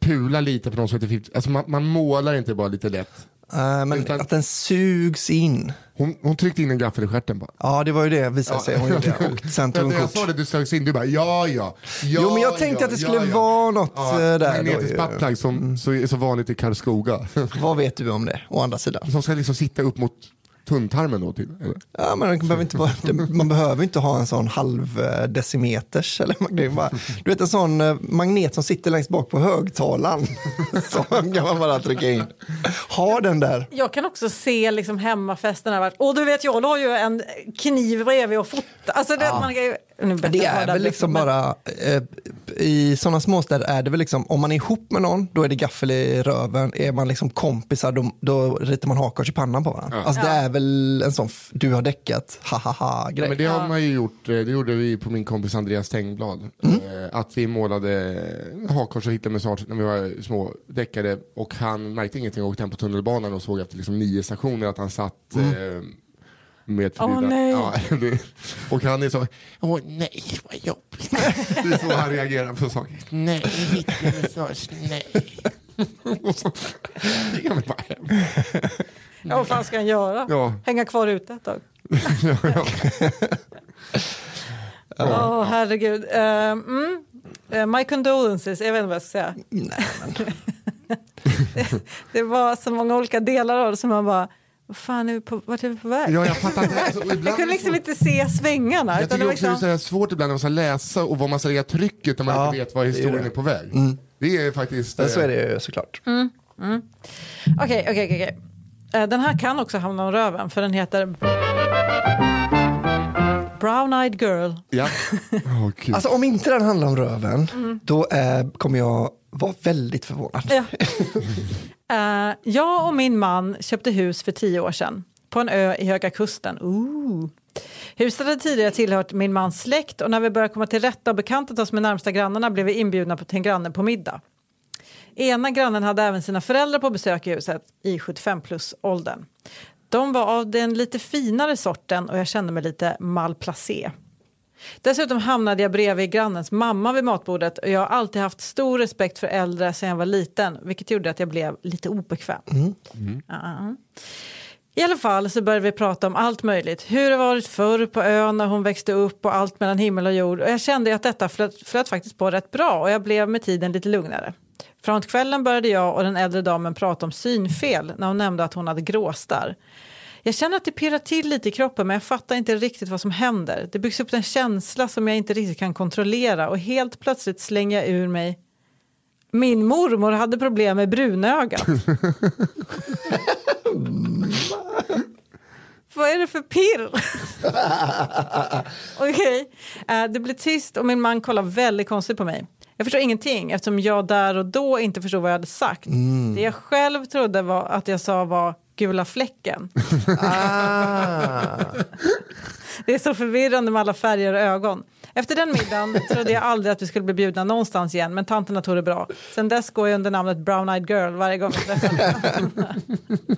Speaker 3: pula lite på någon som heter 50, alltså man, man målar inte bara lite lätt.
Speaker 2: Eh, men
Speaker 3: Utan-
Speaker 2: att den sugs in.
Speaker 3: Hon, hon tryckte in en gaffel i stjärten bara.
Speaker 2: Ja, det var ju det visade sig. Hon gjorde det. Och sen tog
Speaker 3: Men
Speaker 2: hon
Speaker 3: när jag
Speaker 2: kort.
Speaker 3: sa det, du sögs in, du bara ja, ja. ja
Speaker 2: Jo, men jag tänkte
Speaker 3: ja,
Speaker 2: att det skulle vara något, eh, där då
Speaker 3: Magnetisk
Speaker 2: ju. Mm.
Speaker 3: buttplug som så är så vanligt i Karlskoga.
Speaker 2: Vad vet du om det, å andra sidan?
Speaker 3: som ska liksom sitta upp mot tunntarmen då typ. till. eller?
Speaker 2: Ja, men man, behöver inte vara, man behöver inte ha en sån halv eh, decimeters. Eller, man kan ju bara, du vet en sån eh, magnet som sitter längst bak på högtalaren. Som kan man bara trycka in. Ha den där.
Speaker 1: Jag kan också se liksom hemmafesten. Här, vart, och du vet, jag la ju en kniv bredvid och fotade. Alltså, det, man kan ju, nu bättre
Speaker 2: Det
Speaker 1: att ha
Speaker 2: är
Speaker 1: den
Speaker 2: väl liksom
Speaker 1: men-
Speaker 2: bara, eh, i sådana småstäder är det väl liksom, om man är ihop med någon, då är det gaffel i röven. Är man liksom kompisar, då, då ritar man hakkors i pannan på varandra. Alltså det är väl en sån, f- du har däckat, ha ha ha
Speaker 3: Ja,
Speaker 2: grej.
Speaker 3: men det har man ju gjort, eh, det gjorde vi på min kompis Andreas Tengblad. Eh, Att vi målade eh, hakkors och hitlemussart när vi var små, däckade och han märkte ingenting och åkte hem på tunnelbanan och såg efter liksom nio stationer att han satt eh, med ett
Speaker 1: Åh,
Speaker 3: förbjudet-
Speaker 1: nej.
Speaker 3: Ja, det- och han är så, åh nej vad jobbigt. Det är så han reagerar på saker. Nej, hitlemussart, nej. Och så gick han bara hem.
Speaker 1: Ja, vad fan ska han göra?
Speaker 3: Ja.
Speaker 1: Hänga kvar ute ett tag? Åh, herregud. Eh, mm. Eh, my condolences, jag vet inte vad jag ska säga.
Speaker 2: Nej,
Speaker 1: Det var så många olika delar av det som man bara, vad fan är vi på, vart är vi på väg?
Speaker 3: Ja, jag fattar inte. Alltså, och ibland
Speaker 1: jag
Speaker 3: är
Speaker 1: kunde
Speaker 3: det så-
Speaker 1: liksom inte se svängarna.
Speaker 3: Jag
Speaker 1: utan
Speaker 3: tycker
Speaker 1: det var
Speaker 3: också det är så
Speaker 1: liksom,
Speaker 3: här svårt ibland när man ska läsa och vad man ska lägga trycket när man
Speaker 2: Ja,
Speaker 3: inte vet vad
Speaker 2: det
Speaker 3: historien
Speaker 2: är
Speaker 3: är,
Speaker 2: det.
Speaker 3: på väg. Det är faktiskt...
Speaker 2: men
Speaker 3: eh,
Speaker 2: så är det ju såklart.
Speaker 1: Okej, okej, okej, okej. Eh, Den här kan också hamna om röven för den heter Brown Eyed Girl.
Speaker 3: Ja. Åh,
Speaker 1: Mm.
Speaker 3: gud.
Speaker 2: Alltså om inte den handlar om röven, då eh, kommer jag vara väldigt förvånad.
Speaker 1: Ja. Eh, jag och min man köpte hus för tio år sedan på en ö i Höga Kusten. Ooh. Huset hade tidigare tillhört min mans släkt och när vi började komma till rätta och bekanta oss med närmsta grannarna blev vi inbjudna på- till en granne på middag. Ena grannen hade även sina föräldrar på besök i huset i 75 plus-åldern. De var av den lite finare sorten och jag kände mig lite malplacé. Dessutom hamnade jag bredvid grannens mamma vid matbordet och jag har alltid haft stor respekt för äldre sedan jag var liten vilket gjorde att jag blev lite obekväm. Ja. I alla fall så började vi prata om allt möjligt. Hur det varit förr på ön när hon växte upp och allt mellan himmel och jord. Och jag kände ju att detta flöt, flöt faktiskt på rätt bra och jag blev med tiden lite lugnare. Framåt kvällen började jag och den äldre damen prata om synfel när hon nämnde att hon hade gråstarr. Jag känner att det pirrar till lite i kroppen men jag fattar inte riktigt vad som händer. Det byggs upp en känsla som jag inte riktigt kan kontrollera och helt plötsligt slänger jag ur mig min mormor hade problem med brunögat. Vad är det för pirr? Okej. Eh, det blir tyst och min man kollar väldigt konstigt på mig. Jag förstår ingenting eftersom jag där och då inte förstod vad jag hade sagt.
Speaker 2: Mm.
Speaker 1: Det jag själv trodde var att jag sa var gula fläcken. Det är så förvirrande med alla färger och ögon. Efter den middagen trodde jag aldrig att vi skulle bli bjudna någonstans igen, men tanterna tog det bra. Sen dess går jag under namnet Brown Eyed Girl varje gång jag träffar henne.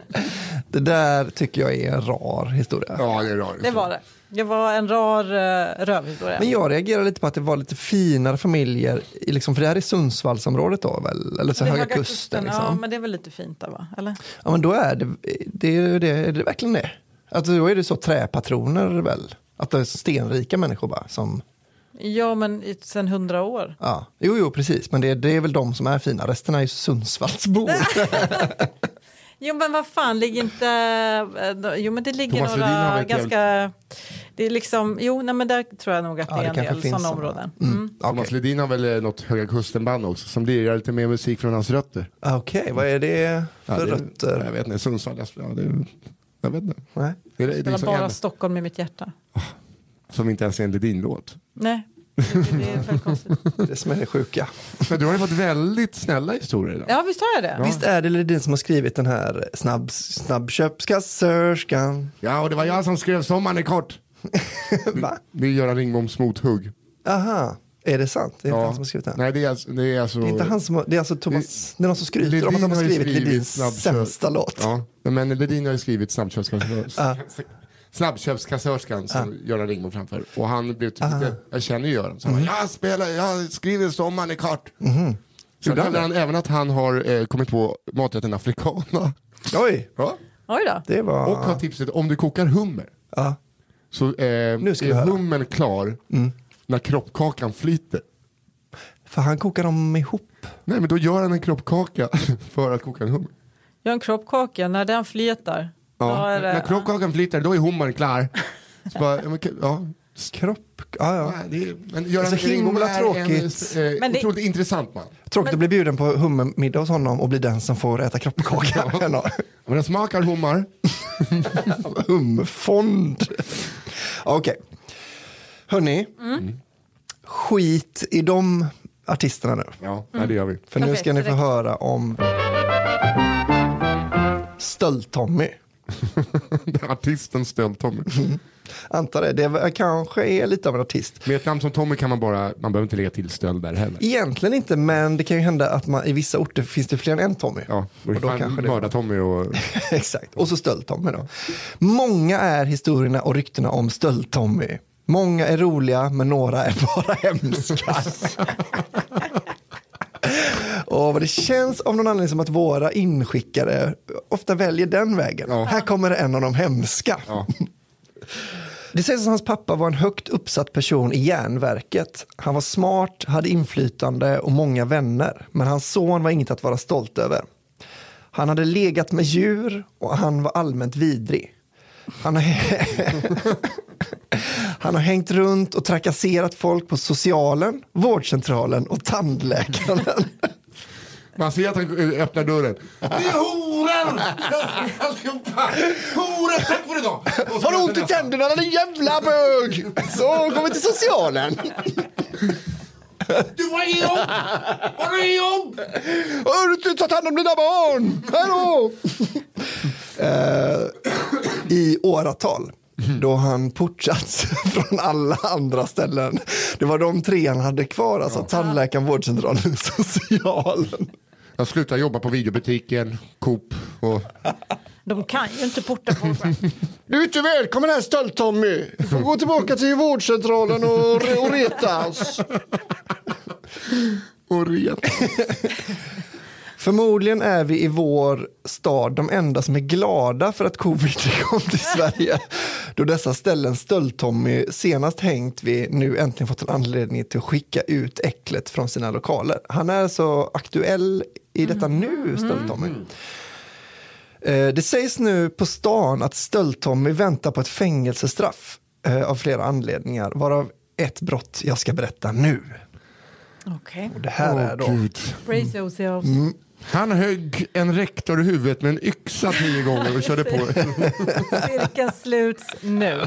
Speaker 2: Det där tycker jag är en rar historia.
Speaker 3: Ja, det är rart.
Speaker 1: Det var det. Det var en rar uh, rövhistoria.
Speaker 2: Men jag reagerar lite på att det var lite finare familjer, i liksom, för det här är Sundsvallsområdet då väl? Eller så
Speaker 1: Det är
Speaker 2: Höga, Kusten. liksom.
Speaker 1: Ja, men det är väl lite fint där va? Eller?
Speaker 2: Ja men då är det, det, är det, är det verkligen det. Alltså då är det så träpatroner väl? Att det är stenrika människor bara som,
Speaker 1: Ja, men i- sen hundra år.
Speaker 2: ja. Jo, jo precis, men det, det är väl de som är fina, resten är ju Sundsvallsbor.
Speaker 1: Jo, men vad fan, ligger inte... eh, då- Jo, men det ligger
Speaker 3: Thomas Ledin har
Speaker 1: några
Speaker 3: varit jävligt-
Speaker 1: ganska... Det är liksom... Jo, nej, men där tror jag nog att det
Speaker 2: Ja,
Speaker 1: är
Speaker 2: det
Speaker 1: en
Speaker 2: kanske
Speaker 1: del
Speaker 2: finns
Speaker 1: sådana
Speaker 2: såna.
Speaker 1: områden.
Speaker 2: Mm.
Speaker 3: Thomas
Speaker 2: Okej,
Speaker 3: Ledin har väl eh, något Höga Kusten-band också som lirar lite mer musik från hans rötter.
Speaker 2: Ah, Okej, vad är det
Speaker 3: Ja,
Speaker 2: för
Speaker 3: det- Jag
Speaker 2: rötter?
Speaker 3: vet inte, Sundsvall, jag, ja, det, jag vet inte.
Speaker 2: Nej.
Speaker 3: Det är, det är
Speaker 1: Spelar
Speaker 3: liksom
Speaker 1: bara
Speaker 3: en
Speaker 1: Stockholm i mitt hjärta.
Speaker 3: som inte ens är en Ledin-låt.
Speaker 1: Nej, Det blir för konstigt.
Speaker 2: Det är som är det sjuka.
Speaker 3: Men du har ju fått väldigt snälla historier idag.
Speaker 1: Ja, visst har jag det?
Speaker 2: Visst är det Ledin som har skrivit den här snabb, snabbköpskassörskan?
Speaker 3: Ja, och det var jag som skrev Sommaren är kort.
Speaker 2: Va?
Speaker 3: Det är Göran Ringboms mothugg.
Speaker 2: Aha, är det sant? Det är inte han som har skrivit den.
Speaker 3: Nej, det är alltså... Det är, alltså,
Speaker 2: Det är inte han som har, det är alltså Thomas, det är någon som skryter om att han har
Speaker 3: ju
Speaker 2: skrivit, Ledins
Speaker 3: snabbköp-
Speaker 2: sämsta låt.
Speaker 3: Ja, men Ledin har ju skrivit snabbköpskassörskan. Snabbköpskassörskan som Göran Ringbo framför. Och han blev typ
Speaker 2: Ah.
Speaker 3: lite, jag känner ju Göran. Så han
Speaker 2: Mm.
Speaker 3: bara, jag spelar, jag skriver sommaren i kart.
Speaker 2: Mm-hmm.
Speaker 3: Sen hävdar han även att han har eh, kommit på maträtten afrikana.
Speaker 2: Oj,
Speaker 3: Ja.
Speaker 1: Oj då.
Speaker 2: det var...
Speaker 3: Och har tipset, om du kokar hummer.
Speaker 2: Ja.
Speaker 3: Så eh,
Speaker 2: Nu ska vi
Speaker 3: är
Speaker 2: höra. Mm.
Speaker 3: hummern klar när kroppkakan flyter.
Speaker 2: För han kokar dem ihop.
Speaker 3: Nej men då gör han en kroppkaka för att koka en hummer.
Speaker 1: Jag har en kroppkaka, när den flyter. Då är
Speaker 3: När
Speaker 1: det...
Speaker 3: kroppkakan flyter då är hummern klar. Så bara, ja, men, ja.
Speaker 2: Kropp, ja, ja.
Speaker 3: Nej, det är, men Göran
Speaker 2: Så himla
Speaker 3: Ringborg är
Speaker 2: tråkigt.
Speaker 3: En, eh,
Speaker 1: Men det-
Speaker 3: otroligt intressant man.
Speaker 2: Tråkigt att bli bjuden på hummermiddag hos honom och bli den som får äta kroppkaka. Ja.
Speaker 3: Men den smakar hummar.
Speaker 2: Hummerfond. Okej. Hörni, skit i de artisterna nu.
Speaker 3: Ja, nej, det gör vi.
Speaker 2: För nu
Speaker 1: Perfekt,
Speaker 2: ska ni få
Speaker 1: direkt.
Speaker 2: höra om Stöld-Tommy.
Speaker 3: Artisten stöld Tommy.
Speaker 2: Antar det. Det var- kanske är lite av en artist.
Speaker 3: Med ett namn som Tommy kan man bara, man behöver inte lägga till stöld där heller.
Speaker 2: Egentligen inte, men det kan ju hända att man, i vissa orter finns det fler än en Tommy.
Speaker 3: Ja, då är
Speaker 2: Och då
Speaker 3: det
Speaker 2: kanske
Speaker 3: fan
Speaker 2: det-
Speaker 3: Mördar-Tommy och...
Speaker 2: Exakt, och så stöld-Tommy då. Många är historierna och ryktena om stöld-Tommy. Många är roliga, men några är bara hemska. och det känns av någon anledning som att våra inskickare ofta väljer den vägen. Här kommer en av de hemska. Det sägs att hans pappa var en högt uppsatt person i järnverket. Han var smart, hade inflytande och många vänner. Men hans son var inget att vara stolt över. Han hade legat med djur och han var allmänt vidrig. Han har, han har hängt runt och trakasserat folk på socialen, vårdcentralen och tandläkaren.
Speaker 3: Man ser att han eh, öppnar dörren. Det är horor! Allihopa! Horor, tack för idag! Och så
Speaker 2: Har du ont i
Speaker 3: nästa.
Speaker 2: tänderna den jävla bög? Så, kom till socialen.
Speaker 3: Du, var är jobb? Var är jobb?
Speaker 2: Har du inte tagit hand om dina barn? Hallå! Eh, I åratal. Då han portats från alla andra ställen. Det var de tre han hade kvar, alltså tandläkaren, vårdcentralen och socialen.
Speaker 3: Jag slutar jobba på videobutiken, Coop och...
Speaker 1: De kan ju inte porta folk.
Speaker 2: Du är inte välkommen här stöld-Tommy. Du får gå tillbaka till vårdcentralen och, och retas.
Speaker 3: Och ren.
Speaker 2: Förmodligen är vi i vår stad de enda som är glada för att covid kom till Sverige. Då dessa ställen Stöld-Tommy senast hängt vid nu äntligen fått en anledning till att skicka ut äcklet från sina lokaler. Han är så aktuell i detta nu, Stöld-Tommy. Eh, Det sägs nu på stan att Stöld-Tommy väntar på ett fängelsestraff eh, av flera anledningar, varav ett brott jag ska berätta nu.
Speaker 1: Okej.
Speaker 2: Det här är då...
Speaker 3: Gud.
Speaker 1: Brace yourselves.
Speaker 3: Han högg en rektor i huvudet med en yxa tio gånger och körde på.
Speaker 1: Cirkeln sluts nu.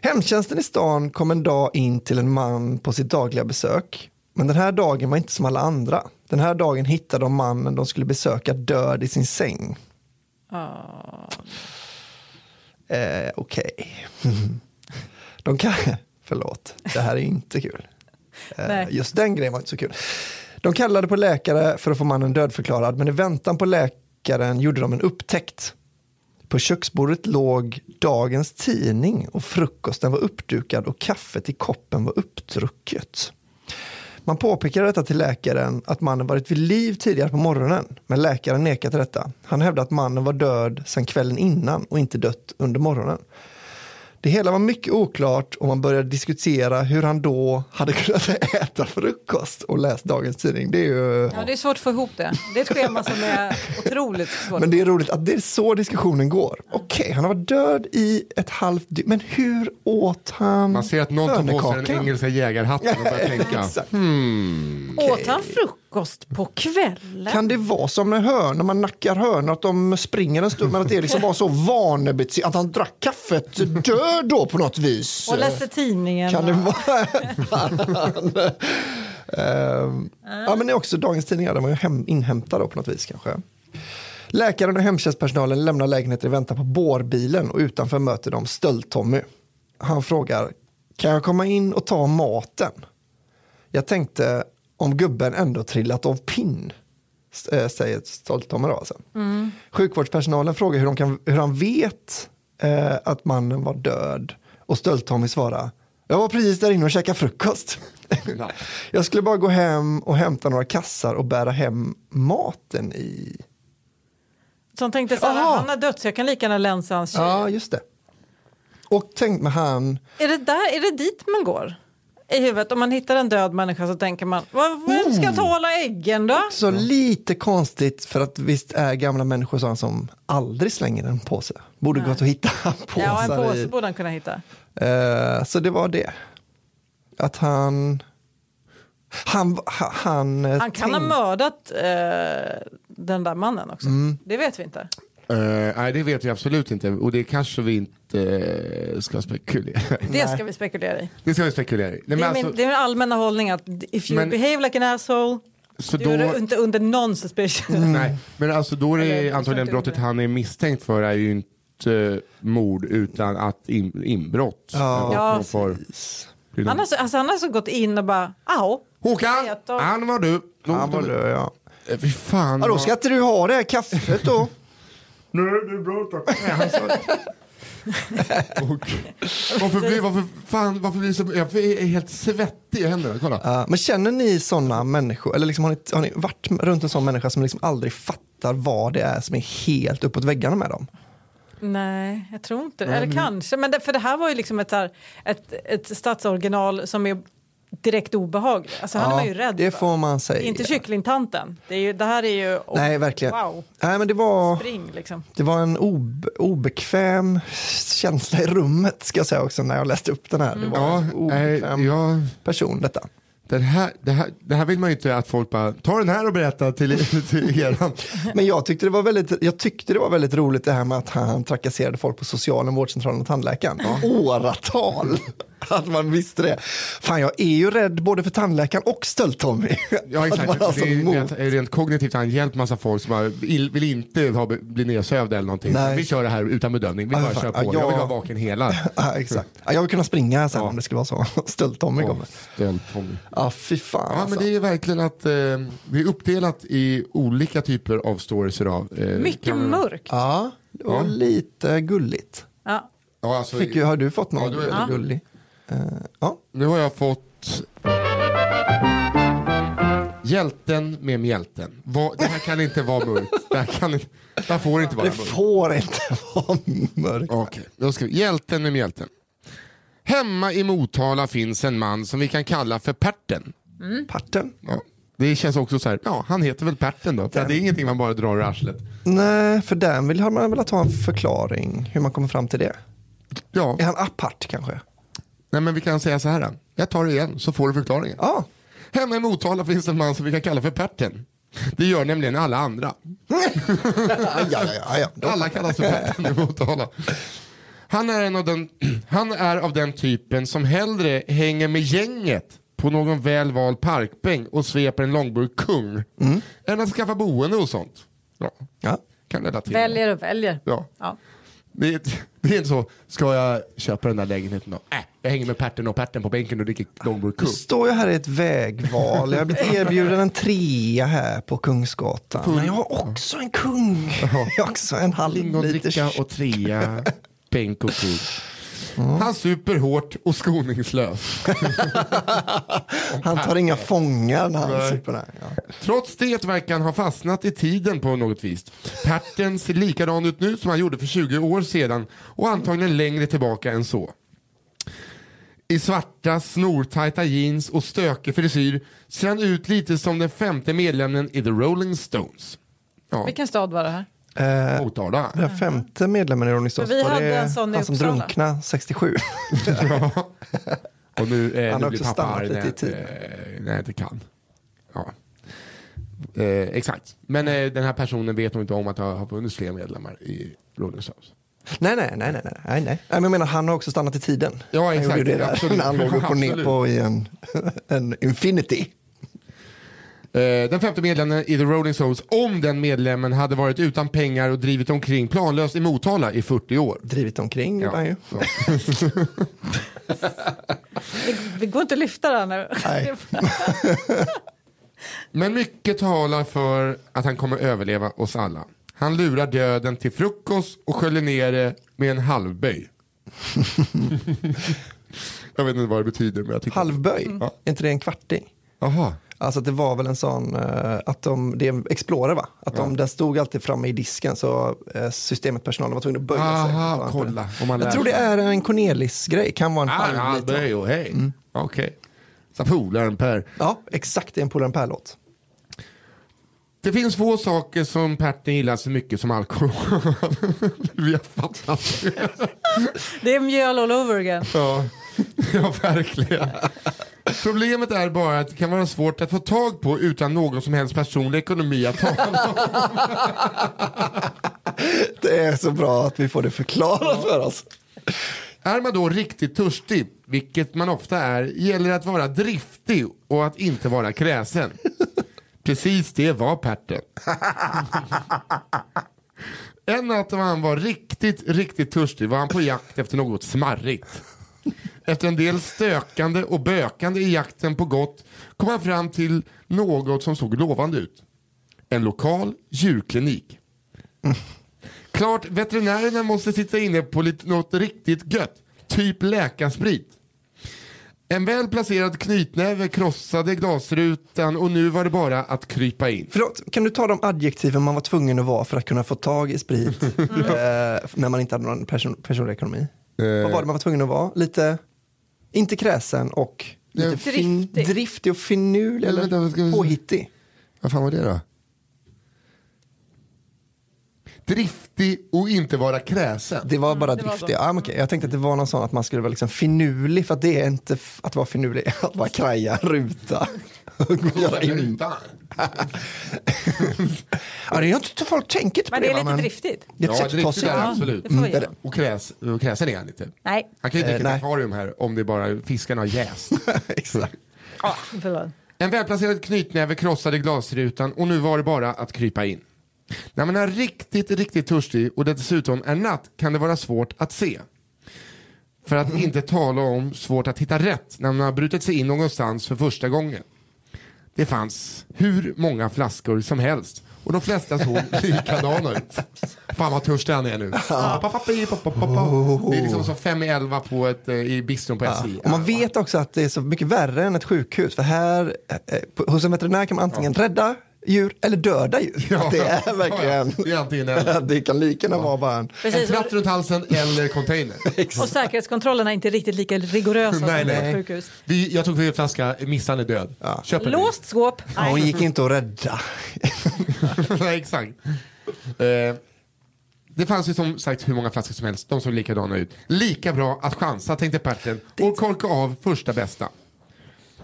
Speaker 2: Hemtjänsten i stan kom en dag in till en man på sitt dagliga besök. Men den här dagen var inte som alla andra. Den här dagen hittade de mannen de skulle besöka död i sin säng. Eh, Okej. De kan... Förlåt, det här är inte kul. Eh,
Speaker 1: Nej.
Speaker 2: just den grejen var inte så kul. De kallade på läkare för att få mannen dödförklarad, men i väntan på läkaren gjorde de en upptäckt. På köksbordet låg dagens tidning och frukosten var uppdukad och kaffet i koppen var uppdrucket. Man påpekade detta till läkaren att mannen varit vid liv tidigare på morgonen, men läkaren nekade till detta. Han hävdade att mannen var död sedan kvällen innan och inte dött under morgonen. Det hela var mycket oklart och man började diskutera hur han då hade kunnat äta frukost och läst dagens tidning. Det är ju...
Speaker 1: Ja, det är svårt att få ihop det. Det är ett schema som är otroligt svårt.
Speaker 2: Men det är roligt att det är så diskussionen går. Okej, han har varit död i ett halvt dygn, men hur åt han
Speaker 3: Man ser att någon tar på sig den
Speaker 2: bönekakan?
Speaker 3: engelska jägarhatten och börjar tänka.
Speaker 2: Exakt.
Speaker 1: Åt han frukost? frukost på kvällen.
Speaker 2: Kan det vara som med hönor, man nackar hönor, att de springer en stund, men att det liksom var så vanebeteende, att han drack kaffet död då på något vis?
Speaker 1: Och läste tidningen.
Speaker 2: Kan det
Speaker 1: och-
Speaker 2: vara... Ehm, ja, men det är också dagens tidningar, de var ju hem, inhämtade då på något vis kanske. Läkaren och hemtjänstpersonalen lämnar lägenheten i väntan på bårbilen och utanför möter de stöld-Tommy. Han frågar, kan jag komma in och ta maten? Jag tänkte om gubben ändå trillat av pinn, s- eh, säger stöld-Tommy då. Alltså. Sjukvårdspersonalen frågar hur, de kan, hur han vet eh, att mannen var död och stöld-Tommy svarar, jag var precis där inne och käkade frukost. Jag skulle bara gå hem och hämta några kassar och bära hem maten i.
Speaker 1: Så han tänkte så här,
Speaker 2: Aha.
Speaker 1: han har dött så jag kan lika gärna länsa hans tjej.
Speaker 2: Ja, just det. Och tänk med han,
Speaker 1: Är, det där, är det dit man går? I huvudet, om man hittar en död människa så tänker man, vad, vad ska jag ta alla äggen då?
Speaker 2: så lite konstigt för att visst är gamla människor sådana som aldrig slänger en påse. Borde gått att hitta påsar
Speaker 1: Ja, en påse
Speaker 2: i.
Speaker 1: borde han kunna hitta.
Speaker 2: Eh, så det var det. Att han... Han... Han, han, eh,
Speaker 1: Han kan ha
Speaker 2: tänk-
Speaker 1: mördat eh, den där mannen också. Det vet vi inte.
Speaker 3: Eh, nej, det vet vi absolut inte. Och det kanske vi inte eh, ska spekulera i.
Speaker 1: Det ska vi spekulera i.
Speaker 3: Det ska vi spekulera i. Nej,
Speaker 1: Det
Speaker 3: men
Speaker 1: är,
Speaker 3: alltså,
Speaker 1: min, det är min allmänna hållning att if you
Speaker 3: Men-
Speaker 1: behave like an asshole,
Speaker 3: så
Speaker 1: du är
Speaker 3: då,
Speaker 1: inte under någon suspicion.
Speaker 3: nej, men alltså då är
Speaker 1: Eller,
Speaker 3: det
Speaker 1: jag
Speaker 3: antagligen
Speaker 1: tror inte
Speaker 3: brottet han är misstänkt för är ju inte eh, mord utan att in, inbrott.
Speaker 2: Ja.
Speaker 3: Eller
Speaker 1: Ja,
Speaker 3: någon form.
Speaker 1: Han, har, så- alltså, han har så gått in och bara, au,
Speaker 3: Håkan,
Speaker 1: Vet om-
Speaker 3: han var du.
Speaker 2: Han var död, ja.
Speaker 3: Eh, Fy fan.
Speaker 2: ja. Då ska inte du ha det här kaffet då.
Speaker 3: Nej, det är bra tack. Nej, han sa... Och, varför blir, varför, fan, varför blir det så, jag är helt svettig i händerna. Kolla.
Speaker 2: Ja, Eh, men känner ni sådana människor, eller liksom har, ni, har ni varit runt en sån människa som liksom aldrig fattar vad det är som är helt uppåt väggarna med dem?
Speaker 1: Nej, jag tror inte det. Eller kanske. Men det, för det här var ju liksom ett, så här, ett, ett stadsoriginal som är direkt obehagligt. Alltså, han är man ju rädd
Speaker 2: det
Speaker 1: för.
Speaker 2: får man säga.
Speaker 1: Inte kycklingtanten. Det, är ju, det här är ju... oh,
Speaker 2: Nej, verkligen.
Speaker 1: Wow.
Speaker 2: Nej, men det var,
Speaker 1: Spring, liksom.
Speaker 2: det var en ob, obekväm känsla i rummet ska jag säga också när jag läste upp den här. Det var
Speaker 3: Mm. Ja,
Speaker 2: en
Speaker 3: nej,
Speaker 2: obekväm
Speaker 3: ja,
Speaker 2: person detta.
Speaker 3: den här, det, här, det här vill man ju inte att folk bara, ta den här och berätta till, till er.
Speaker 2: Men jag tyckte, det var väldigt, jag tyckte det var väldigt roligt det här med att han trakasserade folk på socialen, vårdcentralen och tandläkaren. I Åratal! Att man visste det. Fan, jag är ju rädd både för tandläkaren och stöld-Tommy.
Speaker 3: Ja
Speaker 2: Att man alltså
Speaker 3: exakt,
Speaker 2: har
Speaker 3: det
Speaker 2: sån
Speaker 3: är ju
Speaker 2: mot.
Speaker 3: rent, rent kognitivt har han hjälpt massa folk som har, vill, vill inte ha, bli nedsövda eller någonting.
Speaker 2: Nej.
Speaker 3: Vi kör det här utan bedömning, vi
Speaker 2: Ja,
Speaker 3: bara
Speaker 2: fan.
Speaker 3: kör på.
Speaker 2: Ja,
Speaker 3: Jag
Speaker 2: jag-
Speaker 3: vill vara vaken hela.
Speaker 2: Ja, exakt. Ja, jag vill kunna springa sen
Speaker 3: Ja.
Speaker 2: om det skulle vara så. Stöld-Tommy kommer.
Speaker 3: Ställ Tommy.
Speaker 2: Ja, fy fan
Speaker 3: Ja men
Speaker 2: alltså.
Speaker 3: det är verkligen att eh, det är uppdelat i olika typer av stories idag. Eh,
Speaker 1: Mycket
Speaker 3: kan man-
Speaker 1: mörkt.
Speaker 2: Ja, det var lite gulligt.
Speaker 1: Ja.
Speaker 3: Ja, alltså,
Speaker 2: Fick ju, har du fått
Speaker 3: Ja,
Speaker 2: någon
Speaker 3: du har-
Speaker 2: ja, gullig? Eh, ja.
Speaker 3: Nu har jag fått Hjälten med mjälten. Vad, det här kan inte vara mörkt. Det här, kan, inte- det här får inte vara
Speaker 2: Det
Speaker 3: mörkt.
Speaker 2: får inte vara mörkt.
Speaker 3: Okej, då ska vi. Hjälten med mjälten. Hemma i Motala finns en man som vi kan kalla för Perten.
Speaker 2: Parten?
Speaker 3: Ja. Det känns också så här, ja han heter väl Perten då. För det är ingenting man bara drar ur arslet.
Speaker 2: Nej, för den vill har man velat ha en förklaring hur man kommer fram till det.
Speaker 3: Ja,
Speaker 2: Är han apart kanske?
Speaker 3: nej men vi kan säga så här. då. Jag tar det igen så får du förklaringen.
Speaker 2: Ja.
Speaker 3: Hemma i Motala finns en man som vi kan kalla för Perten. Det gör nämligen alla andra.
Speaker 2: Ja, ja, ja, ja. Då-
Speaker 3: Alla kallas för Petter i Motala. Han är, en av den, han är av den typen som hellre hänger med gänget på någon väl vald parkbänk och sveper en långburk kung än att skaffa boende och sånt. Ja,
Speaker 2: Mm. Ja.
Speaker 3: kan relatera.
Speaker 1: Väljer och väljer.
Speaker 3: Ja.
Speaker 1: Ja.
Speaker 3: Det, är, det är inte så, ska jag köpa den där lägenheten då? Äh, jag hänger med Perten och Perten på bänken och dricker långburk
Speaker 2: Nu
Speaker 3: kung.
Speaker 2: står jag här i ett vägval. Jag har blivit erbjuden en trea här på Kungsgatan. Men jag har också en kung. Jag har också en halv
Speaker 3: Lingondricka
Speaker 2: liter.
Speaker 3: och trea, bänk och kung. Han super hårt och skoningslöst.
Speaker 2: Han tar inga fångar när han
Speaker 3: Nej.
Speaker 2: super. den här. Ja.
Speaker 3: Trots det verkar han ha fastnat i tiden på något vis. Perten ser likadan ut nu som han gjorde för 20 år sedan och antagligen längre tillbaka än så. I svarta, snortajta jeans och stökig frisyr ser han ut lite som den femte medlemmen i The Rolling Stones. Ja,
Speaker 1: Vilken stad var det här?
Speaker 3: Motala.
Speaker 2: Den femte medlemmen i Rolling Stones,
Speaker 1: Men vi
Speaker 2: var
Speaker 1: hade
Speaker 2: det
Speaker 1: en sån i
Speaker 2: han som
Speaker 1: Uppsala.
Speaker 2: drunknade 67?
Speaker 3: Och nu, eh,
Speaker 2: har också
Speaker 3: nu eh, blir pappa
Speaker 2: stannat
Speaker 3: arg
Speaker 2: lite i
Speaker 3: när jag inte-
Speaker 2: tiden.
Speaker 3: när jag inte kan. Ja. Eh, exakt. Men eh, den här personen vet nog inte om att det har funnits fler medlemmar i Rolling Stones.
Speaker 2: Nej, nej, nej, nej, nej, nej, nej. men jag menar han har också stannat i tiden.
Speaker 3: Ja,
Speaker 2: Han
Speaker 3: exakt,
Speaker 2: gjorde ju det
Speaker 3: absolut.
Speaker 2: När han låg upp och ner
Speaker 3: Absolut.
Speaker 2: på i en, en infinity.
Speaker 3: Eh, Den femte medlemmen i The Rolling Stones, om den medlemmen hade varit utan pengar och drivit omkring planlöst i Motala i 40 år.
Speaker 2: Drivit omkring gjorde han ju.
Speaker 3: så.
Speaker 1: Det går inte att lyfta det här nu.
Speaker 2: Nej.
Speaker 3: Men mycket talar för att han kommer överleva oss alla. Han lurar döden till frukost och sköljer ner det med en halvböj. jag vet inte vad det betyder. Men jag tycker...
Speaker 2: Halvböj,
Speaker 3: Mm. Ja.
Speaker 2: är inte det en kvarting?
Speaker 3: Aha.
Speaker 2: Alltså att det var väl en sån, eh, att de, det är en Explorer va? Att de, den stod alltid framme i disken så eh, systemet personalen var tvungen att böja sig.
Speaker 3: Aha,
Speaker 2: Ja,
Speaker 3: kolla. Om man lär
Speaker 2: Jag tror det
Speaker 3: sig.
Speaker 2: är en Cornelis-grej, kan vara en
Speaker 3: Ah, en
Speaker 2: halvbit.
Speaker 3: halvböj och hej. Okej. Så polaren Per.
Speaker 2: Ja, exakt, det är en Polar Per-låt.
Speaker 3: Det finns få saker som Pertin gillar så mycket som alkohol. Vi har fattat.
Speaker 1: Det är mjöl all over again.
Speaker 3: Ja, ja verkligen. Problemet är bara att det kan vara svårt att få tag på utan någon som helst personlig ekonomi att tala om.
Speaker 2: Det är så bra att vi får det förklarat för oss.
Speaker 3: Är man då riktigt törstig, vilket man ofta är, gäller det att vara driftig och att inte vara kräsen. Precis det var Perten. En natt när han var riktigt, riktigt törstig var han på jakt efter något smarrigt. Efter en del stökande och bökande i jakten på gott kom han fram till något som såg lovande ut. En lokal djurklinik. Klart, veterinärerna måste sitta inne på lite, något riktigt gött. Typ läkarsprit. En väl placerad knytnäve krossade glasrutan och nu var det bara att krypa in.
Speaker 2: Förlåt, kan du ta de adjektiven man var tvungen att vara för att kunna få tag i sprit eh, när man inte hade någon person, personlig ekonomi? Vad var det man var tvungen att vara? Lite, inte kräsen och lite
Speaker 5: Ja.
Speaker 2: fin,
Speaker 1: Driftig.
Speaker 2: driftig och finurlig
Speaker 5: Ja,
Speaker 2: eller
Speaker 5: vänta, vad ska vi-
Speaker 2: påhittig.
Speaker 5: Vad fan var det då?
Speaker 3: Driftig och inte vara kräsen.
Speaker 2: Det var bara
Speaker 1: Mm, det var
Speaker 2: driftig. ja, men okej. Jag tänkte att det var någon sån att man skulle vara liksom finurlig för att det är inte f- att vara finurlig, att bara kraja en ruta. och gå och göra in. ja, det är inte, folk tänker inte på
Speaker 1: Men
Speaker 2: det.
Speaker 1: det är
Speaker 2: va,
Speaker 1: lite driftigt.
Speaker 2: Det är ett
Speaker 3: Ja,
Speaker 2: sätt att ta sig
Speaker 3: driftigt är det,
Speaker 2: an.
Speaker 3: absolut.
Speaker 1: Det får vi
Speaker 2: Mm, det är
Speaker 1: göra.
Speaker 3: Och, kräs, och kräsen är han inte.
Speaker 1: Nej,
Speaker 3: Han kan ju dricka
Speaker 2: Eh,
Speaker 3: ett
Speaker 2: nej.
Speaker 3: akvarium här om det bara fiskarna har jäst.
Speaker 2: Exakt.
Speaker 1: förlåt.
Speaker 3: En välplacerad knytnäve krossade glasrutan och nu var det bara att krypa in. När man är riktigt, riktigt törstig och det dessutom är natt kan det vara svårt att se. För att inte tala om svårt att hitta rätt när man har brutit sig in någonstans för första gången. Det fanns hur många flaskor som helst och de flesta såg likadana ut. Fan vad törstig han är nu. Det är liksom som fem i elva på ett, eh, i bistron på SJ.
Speaker 2: Och man vet också att det är så mycket värre än ett sjukhus. För här, eh, på, hos en veterinär kan man antingen rädda djur eller döda djur.
Speaker 3: Ja.
Speaker 2: Det är verkligen...
Speaker 3: Ja, ja. Det är antingen eller.
Speaker 2: det kan lika gärna vara bara en...
Speaker 3: En
Speaker 1: Precis.
Speaker 3: tratt runt halsen eller container.
Speaker 1: Och säkerhetskontrollerna är inte riktigt lika rigorösa
Speaker 3: Nej,
Speaker 1: som på
Speaker 3: nej.
Speaker 1: ett sjukhus.
Speaker 3: Vi, jag tog fel flaska, missan är död. Köp en ny.
Speaker 1: Låst skåp.
Speaker 2: Ja, Hon
Speaker 1: Nej.
Speaker 2: gick inte att rädda.
Speaker 3: Nej, exakt. Eh, det fanns ju som sagt hur många flaskor som helst, de såg likadana ut. Lika bra att chansa tänkte Perten och korka av första bästa.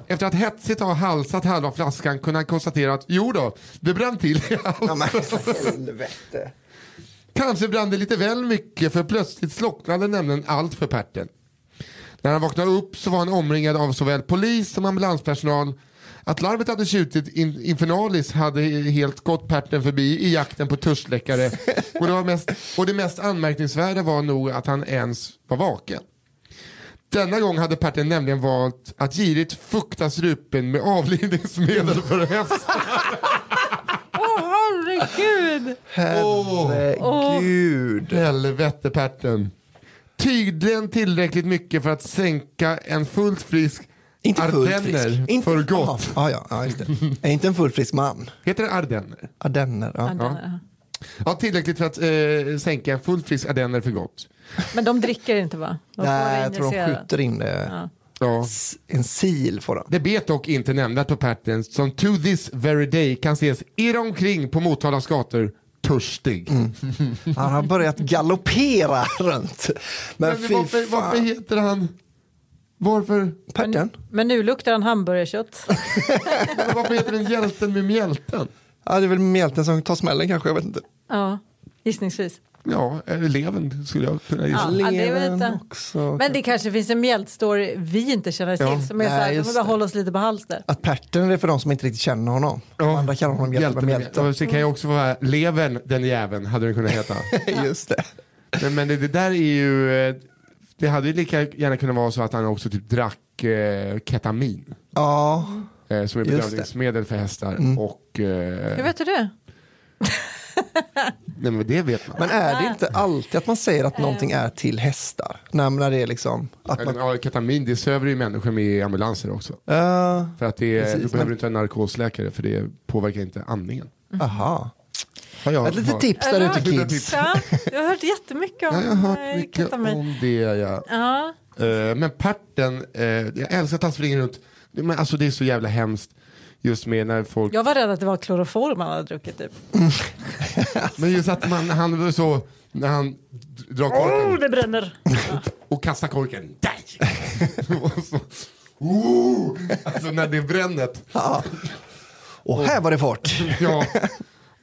Speaker 3: Efter att hetsigt ha halsat halva flaskan kunde han konstatera att jo då, det brann till i
Speaker 2: Ja,
Speaker 3: halsen.
Speaker 2: men helvete.
Speaker 3: Kanske brann det lite väl mycket för plötsligt slocknade nämligen allt för Perten. När han vaknade upp så var han omringad av såväl polis som ambulanspersonal. Att larmet hade tjutit in, infernalis hade helt gått Perten förbi i jakten på törstläckare. Och det, var mest, och det mest anmärkningsvärda var nog att han ens var vaken. Denna gång hade Perten nämligen valt att girigt fukta strupen med avlivningsmedel för häst.
Speaker 1: Åh, herregud!
Speaker 2: Herregud.
Speaker 3: Helvete Perten. Tydligen tillräckligt mycket för att sänka en fullt frisk
Speaker 2: Inte fullt
Speaker 3: ardenner
Speaker 2: frisk. Inte-
Speaker 3: för gott.
Speaker 2: Jaha. Ja, ja, ja, just det. Är inte en fullt frisk man.
Speaker 3: Heter det ardenner?
Speaker 2: Ardenner. Ja.
Speaker 1: Ja.
Speaker 3: Ja, tillräckligt för att eh, sänka en fullt frisk ardenner för gott.
Speaker 1: Men de dricker inte va? De får
Speaker 2: Nej, jag tror de
Speaker 1: injicera.
Speaker 2: skjuter in det.
Speaker 3: Ja.
Speaker 2: S- En sil får de.
Speaker 3: Det bet dock inte nämnvärt på Perten som to this very day kan ses irra omkring på Motalas gator törstig.
Speaker 2: Mm. Han har börjat galoppera runt. Men,
Speaker 3: Men
Speaker 2: fy
Speaker 3: varför, varför
Speaker 2: fan.
Speaker 3: heter han... Varför,
Speaker 2: Pärten?
Speaker 1: Men nu luktar han hamburgerkött.
Speaker 3: varför heter den hjälten med mjälten?
Speaker 6: Ja, det är väl mjälten som tar smällen kanske, jag vet inte.
Speaker 1: Ja, gissningsvis.
Speaker 3: Ja, eller levern skulle jag kunna gissa.
Speaker 1: Ja, ja, det är väl lite.
Speaker 6: också.
Speaker 1: Men det kanske finns en mjältstory vi inte känner till som är
Speaker 6: nej,
Speaker 1: så här, de
Speaker 6: just
Speaker 1: bara
Speaker 6: det.
Speaker 1: hålla oss lite på halster.
Speaker 2: Att Perten är för de som inte riktigt känner honom. De andra kallar honom hjälte med mjälten.
Speaker 3: Och så kan jag
Speaker 1: Mm.
Speaker 3: också vara levern, den jäveln, hade den kunnat heta.
Speaker 6: Just det.
Speaker 3: men men det, det där är ju, eh, det hade ju lika gärna kunnat vara så att han också typ drack eh, ketamin.
Speaker 2: Ja,
Speaker 3: Eh, som är
Speaker 2: det. Mm.
Speaker 3: bedövningsmedel för hästar. Och, eh,
Speaker 1: Hur vet du det?
Speaker 3: nej men det vet man.
Speaker 2: men är det inte alltid att man säger att någonting är till hästar? När när det är liksom att man...
Speaker 3: Ja, ketamin, det söver ju människor med i ambulanser också.
Speaker 2: Eh,
Speaker 3: För att det är,
Speaker 2: Precis,
Speaker 3: du
Speaker 2: men-
Speaker 3: behöver inte en narkosläkare för det påverkar inte andningen.
Speaker 2: aha.
Speaker 3: Har jag
Speaker 2: Ett litet
Speaker 3: hört.
Speaker 2: tips där ute
Speaker 3: Lite
Speaker 2: kids.
Speaker 1: Ja, jag har hört jättemycket om
Speaker 3: Ja, jag har hört
Speaker 1: eh,
Speaker 3: mycket
Speaker 1: ketamin.
Speaker 3: om det. Ja.
Speaker 1: Ja,
Speaker 3: Eh, men Perten, eh, jag älskar att han springer runt. Men alltså det är så jävla hemskt. Just med när folk...
Speaker 1: jag var rädd att det var kloroform han hade druckit typ.
Speaker 3: Men just att man, han var så... När han d- drar korken
Speaker 1: Oh, det bränner!
Speaker 3: och kastar korken. Där! och så, oh! Alltså när det är brännet.
Speaker 2: Och här var det fart.
Speaker 3: Ja.